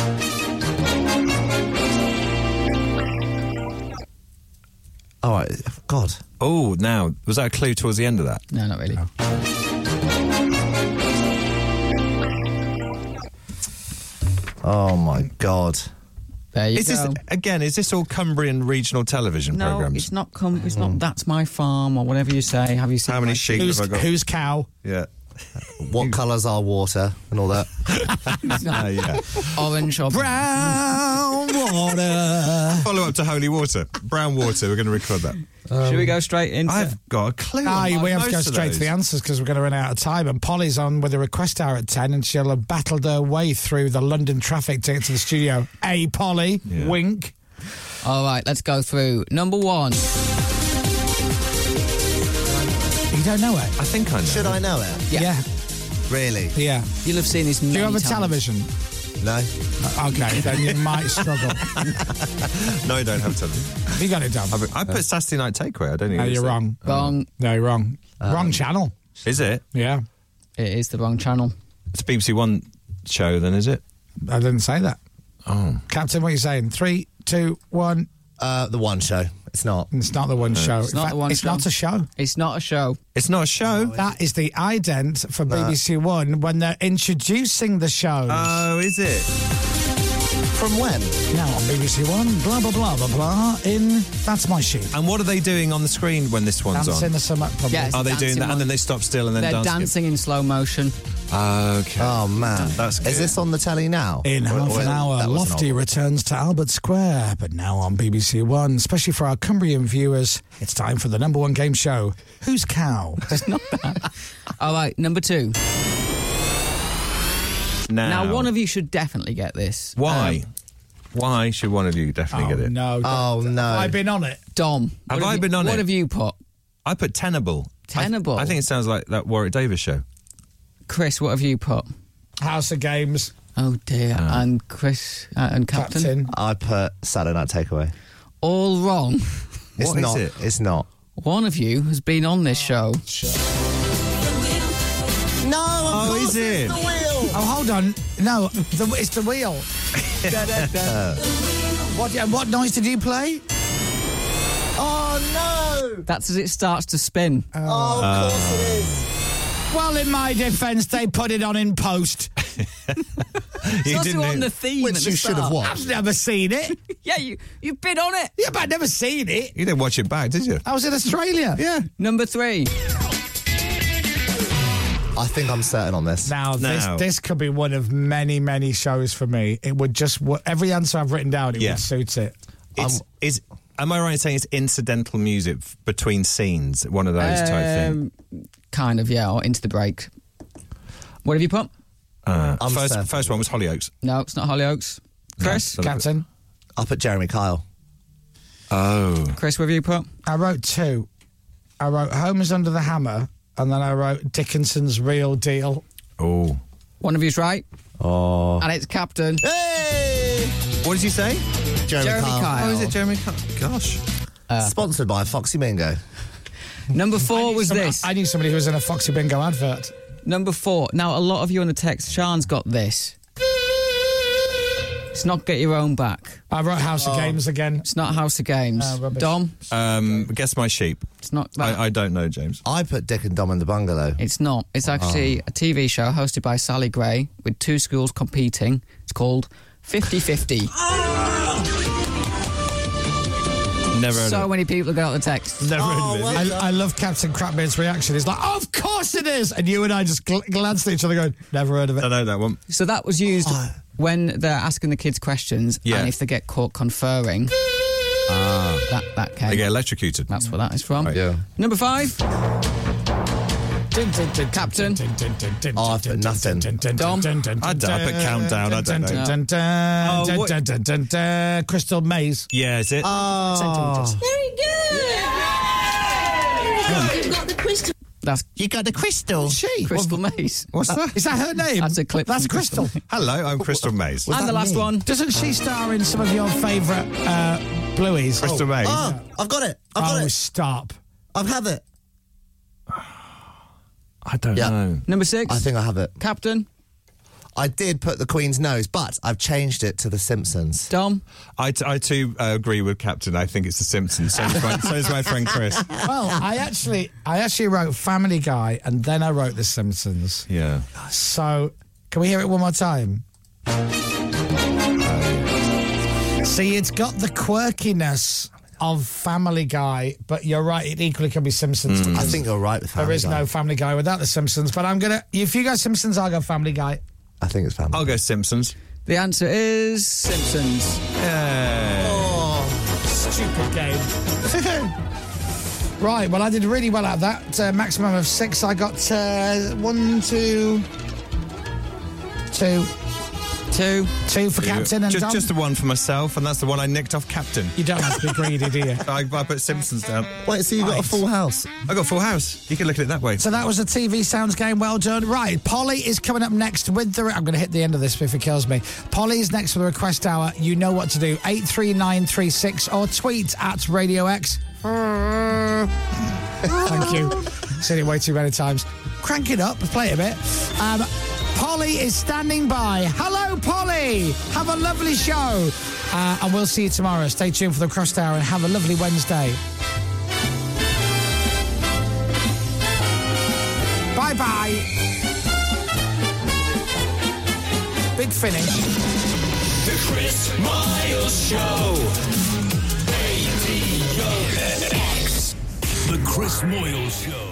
[SPEAKER 1] Oh I- God.
[SPEAKER 7] Oh, now was that a clue towards the end of that?
[SPEAKER 8] No, not really.
[SPEAKER 1] Oh my God.
[SPEAKER 8] There you
[SPEAKER 7] Is this
[SPEAKER 8] go.
[SPEAKER 7] again? Is this all Cumbrian regional television
[SPEAKER 8] no,
[SPEAKER 7] programs?
[SPEAKER 8] it's not. Com- it's not. That's my farm, or whatever you say. Have you seen?
[SPEAKER 7] How many
[SPEAKER 8] my-
[SPEAKER 7] sheep
[SPEAKER 5] Who's,
[SPEAKER 7] have I got?
[SPEAKER 5] who's cow?
[SPEAKER 7] yeah.
[SPEAKER 1] What colours are water and all that?
[SPEAKER 7] Ah, yeah.
[SPEAKER 8] Orange or brown water.
[SPEAKER 7] Follow up to Holy Water, Brown Water. We're going to record that.
[SPEAKER 8] Should we go straight into?
[SPEAKER 7] I've got a clue.
[SPEAKER 5] Aye,
[SPEAKER 7] on
[SPEAKER 5] we have Ah, to go
[SPEAKER 7] most of
[SPEAKER 5] straight to the
[SPEAKER 7] those.
[SPEAKER 5] answers because we're going to run out of time. And Polly's on with the request hour at 10 and she'll have battled her way through the London traffic to get to the studio. Hey, Polly,
[SPEAKER 7] Yeah.
[SPEAKER 5] wink.
[SPEAKER 8] All right, let's go through number one.
[SPEAKER 5] You don't know it?
[SPEAKER 7] I think I know.
[SPEAKER 1] Should I know it?
[SPEAKER 8] Yeah.
[SPEAKER 5] Yeah.
[SPEAKER 1] Really?
[SPEAKER 5] yeah.
[SPEAKER 8] You'll have seen this.
[SPEAKER 5] Do you
[SPEAKER 8] many
[SPEAKER 5] have a
[SPEAKER 8] times.
[SPEAKER 5] television?
[SPEAKER 1] No.
[SPEAKER 5] Okay, then you might struggle. Have
[SPEAKER 7] No, I don't have television.
[SPEAKER 5] you got it done?
[SPEAKER 7] I put- I put Saturday Night Takeaway. I don't even.
[SPEAKER 5] No, you're wrong.
[SPEAKER 8] Wrong.
[SPEAKER 5] No, you're wrong.
[SPEAKER 8] Um,
[SPEAKER 5] wrong channel.
[SPEAKER 7] Is it?
[SPEAKER 5] Yeah.
[SPEAKER 8] It is the wrong channel.
[SPEAKER 7] It's a BBC One show, then, is it?
[SPEAKER 5] I didn't say that. Oh. Captain, what are you saying? Three, two, one.
[SPEAKER 1] Uh, the one show. It's not.
[SPEAKER 5] It's not the one show.
[SPEAKER 8] It's
[SPEAKER 5] In
[SPEAKER 8] not
[SPEAKER 5] fact,
[SPEAKER 8] the one
[SPEAKER 5] It's
[SPEAKER 8] show.
[SPEAKER 5] not a show.
[SPEAKER 8] It's not a show.
[SPEAKER 7] It's not a show.
[SPEAKER 5] That is the ident for BBC One when they're introducing the shows.
[SPEAKER 1] Uh,
[SPEAKER 7] Oh, is it?
[SPEAKER 1] From when?
[SPEAKER 5] now on BBC One, blah blah blah blah blah. In that's my sheep.
[SPEAKER 7] And what are they doing on the screen when this one's
[SPEAKER 5] Dancing
[SPEAKER 7] on?
[SPEAKER 5] the summer probably.
[SPEAKER 8] Yes.
[SPEAKER 7] Are they
[SPEAKER 8] Dancing
[SPEAKER 7] doing that?
[SPEAKER 8] on-
[SPEAKER 7] And then they stop still and then
[SPEAKER 8] They're
[SPEAKER 7] dance.
[SPEAKER 8] dancing in slow motion.
[SPEAKER 7] Okay.
[SPEAKER 1] Oh man.
[SPEAKER 7] That's good.
[SPEAKER 1] Is this on the telly now?
[SPEAKER 5] In
[SPEAKER 1] Or-
[SPEAKER 5] half
[SPEAKER 1] or-
[SPEAKER 5] an hour,
[SPEAKER 1] that was an
[SPEAKER 5] Lofty
[SPEAKER 1] old one.
[SPEAKER 5] returns to Albert Square, but now on BBC One, especially for our Cumbrian viewers, it's time for the number one game show. Who's cow?
[SPEAKER 8] All right, number two.
[SPEAKER 7] now,
[SPEAKER 8] Now, one of you should definitely get this.
[SPEAKER 7] Um,
[SPEAKER 8] Um,
[SPEAKER 7] Why? Why should one of you definitely get it?
[SPEAKER 5] no!
[SPEAKER 1] Oh no.
[SPEAKER 5] I've been on it.
[SPEAKER 8] Dom.
[SPEAKER 7] Have
[SPEAKER 8] what
[SPEAKER 7] I
[SPEAKER 8] you-
[SPEAKER 7] been on
[SPEAKER 8] What
[SPEAKER 7] it?
[SPEAKER 8] have you put?
[SPEAKER 7] I put Tenable. I-
[SPEAKER 8] Tenable?
[SPEAKER 7] I, think it sounds like that Warwick Davis show.
[SPEAKER 8] Chris, what have you put?
[SPEAKER 5] House of Games,
[SPEAKER 8] Oh dear. and Chris uh, and Captain.
[SPEAKER 5] Captain.
[SPEAKER 1] I put Saturday Night Takeaway.
[SPEAKER 8] All wrong.
[SPEAKER 1] It's
[SPEAKER 7] What is
[SPEAKER 1] not.
[SPEAKER 7] it?
[SPEAKER 1] It's not.
[SPEAKER 8] One of you has been on this show.
[SPEAKER 11] No, of
[SPEAKER 5] Oh,
[SPEAKER 11] course
[SPEAKER 5] is it?
[SPEAKER 11] it's the wheel.
[SPEAKER 5] Oh, hold on. No, the, it's the wheel. Da, da, da. what, and what noise did you play?
[SPEAKER 11] Oh, no.
[SPEAKER 8] That's as it starts to spin.
[SPEAKER 11] Oh, of course it is.
[SPEAKER 5] Well, in my defence, they put it on in post.
[SPEAKER 8] It's also didn't on it? the theme
[SPEAKER 5] Which
[SPEAKER 8] at the
[SPEAKER 5] you should have
[SPEAKER 8] start.
[SPEAKER 5] watched. I've never seen it.
[SPEAKER 8] yeah, you you bid on it.
[SPEAKER 5] Yeah, but I've never seen it.
[SPEAKER 7] You didn't watch it back, did you?
[SPEAKER 5] I was in Australia.
[SPEAKER 7] Yeah.
[SPEAKER 8] Number three.
[SPEAKER 11] I think I'm certain on this.
[SPEAKER 5] Now, this,
[SPEAKER 7] Now.
[SPEAKER 5] this could be one of many, many shows for me. It would just, wo- every answer I've written down, it
[SPEAKER 7] Yeah.
[SPEAKER 5] would suit it. Um,
[SPEAKER 7] It's, is, am I right in saying it's incidental music f- between scenes? One of those type things.
[SPEAKER 8] Um, kind of, yeah, or into the break. What have you put?
[SPEAKER 7] Uh,
[SPEAKER 11] I'm certain.
[SPEAKER 7] first, first one was Hollyoaks.
[SPEAKER 8] No, it's not Hollyoaks. Chris?
[SPEAKER 7] No,
[SPEAKER 5] Captain,
[SPEAKER 11] I put Jeremy Kyle.
[SPEAKER 7] Oh.
[SPEAKER 8] Chris, what have you put?
[SPEAKER 5] I wrote two. I wrote Homer's Under the Hammer, and then I wrote Dickinson's Real Deal.
[SPEAKER 7] Oh.
[SPEAKER 8] One of you's right.
[SPEAKER 11] Oh.
[SPEAKER 8] And it's Captain.
[SPEAKER 11] Hey!
[SPEAKER 7] What did you say?
[SPEAKER 11] Jeremy,
[SPEAKER 8] Jeremy
[SPEAKER 11] Kyle.
[SPEAKER 8] Kyle.
[SPEAKER 7] Oh, is it Jeremy? Car- Gosh.
[SPEAKER 11] Sponsored by Foxy Mingo.
[SPEAKER 8] Number four was
[SPEAKER 5] Some-
[SPEAKER 8] this.
[SPEAKER 5] I knew somebody who was in a Foxy Bingo advert.
[SPEAKER 8] Number four. Now, a lot of you on the text, Sean's got this. It's not Get Your Own Back.
[SPEAKER 5] I wrote House
[SPEAKER 7] Oh.
[SPEAKER 5] of Games again.
[SPEAKER 8] It's not House of Games.
[SPEAKER 5] Ah, rubbish.
[SPEAKER 8] Dom,
[SPEAKER 7] Um, guess my sheep.
[SPEAKER 8] it's not that.
[SPEAKER 7] I, I don't know, James.
[SPEAKER 1] Oh,
[SPEAKER 11] I put Dick and Dom in the bungalow.
[SPEAKER 8] It's not. It's
[SPEAKER 7] Oh.
[SPEAKER 8] actually a TV show hosted by Sally Gray with two schools competing. It's called 50 50.
[SPEAKER 7] Never. heard
[SPEAKER 8] so
[SPEAKER 7] of
[SPEAKER 8] many people have got out the text.
[SPEAKER 7] Never heard of it.
[SPEAKER 5] I, I love Captain Crapbeard's reaction. He's like, "Of course it is!" And you and I just gl- glanced at each other, going, "Never heard of
[SPEAKER 7] I
[SPEAKER 5] it."
[SPEAKER 7] know that one.
[SPEAKER 8] So that was used when they're asking the kids questions
[SPEAKER 7] Yeah. Ah.
[SPEAKER 8] and if they get caught conferring. That, that came.
[SPEAKER 7] They get electrocuted.
[SPEAKER 8] That's where that is from.
[SPEAKER 7] Right. Yeah.
[SPEAKER 8] Number five. Captain.
[SPEAKER 11] Oh, I've put nothing.
[SPEAKER 8] Dom?
[SPEAKER 7] I don't- I put Countdown, I don't know.
[SPEAKER 5] know.
[SPEAKER 7] Oh, what-
[SPEAKER 5] Crystal Maze.
[SPEAKER 7] Yeah, is it?
[SPEAKER 20] Very good. You've got the crystal.
[SPEAKER 8] That's
[SPEAKER 11] You got the crystal. She.
[SPEAKER 8] Crystal Maze.
[SPEAKER 7] What's that?
[SPEAKER 5] Is that her name?
[SPEAKER 8] That's a clip
[SPEAKER 5] That's
[SPEAKER 8] from Crystal.
[SPEAKER 5] Crystal.
[SPEAKER 7] Hello, I'm Crystal Maze.
[SPEAKER 8] and the last one.
[SPEAKER 5] Doesn't she star in some of your favourite uh, blueies?
[SPEAKER 7] Crystal Maze.
[SPEAKER 11] Oh, I've got it. I've got
[SPEAKER 5] Oh,
[SPEAKER 11] it.
[SPEAKER 5] stop.
[SPEAKER 11] I've had it.
[SPEAKER 7] I don't
[SPEAKER 11] Yeah.
[SPEAKER 7] know.
[SPEAKER 8] Number six.
[SPEAKER 11] I think I have it.
[SPEAKER 8] Captain.
[SPEAKER 11] I did put the Queen's nose, but I've changed it to the Simpsons.
[SPEAKER 8] Dom.
[SPEAKER 7] I, t- I too uh, agree with Captain. I think it's The Simpsons. So is my, so is my friend Chris.
[SPEAKER 5] Well, I actually, I actually wrote Family Guy, and then I wrote The Simpsons.
[SPEAKER 7] Yeah.
[SPEAKER 5] So, can we hear it one more time? See, it's got the quirkiness of Family Guy, but you're right, it equally can be Simpsons.
[SPEAKER 7] Mm.
[SPEAKER 11] I think you're right with Family
[SPEAKER 5] There is
[SPEAKER 11] Guy.
[SPEAKER 5] no Family Guy without the Simpsons, but I'm gonna. If you go Simpsons, I'll go Family Guy.
[SPEAKER 11] I think it's Family.
[SPEAKER 7] I'll go Simpsons.
[SPEAKER 8] The answer is Simpsons.
[SPEAKER 5] Stupid game. right. Well, I did really well at that. Uh, maximum of six. I got uh, one, two, two,
[SPEAKER 8] Two.
[SPEAKER 5] two for Captain and
[SPEAKER 7] just,
[SPEAKER 5] Dom.
[SPEAKER 7] just the one for myself, and that's the one I nicked off Captain.
[SPEAKER 5] you don't have to be greedy, do you?
[SPEAKER 7] I, I put Simpsons down.
[SPEAKER 11] Wait, so you got a full house?
[SPEAKER 7] I got Full House. You can look at it that way.
[SPEAKER 5] So that was the TV sounds game. Well done. Right, Polly is coming up next with the. I'm going to hit the end of this if it kills me. Polly is next with the request hour. You know what to do. Eight three nine three six or tweet at Radio X. Thank you. Said it way too many times. Crank it up. Play it a bit. Um, Polly is standing by. Hello, Polly. Have a lovely show, uh, and we'll see you tomorrow. Stay tuned for the cross hour and have a lovely Wednesday. Bye bye. Big finish.
[SPEAKER 13] The Chris Miles Show.
[SPEAKER 1] The Chris Moyle Show.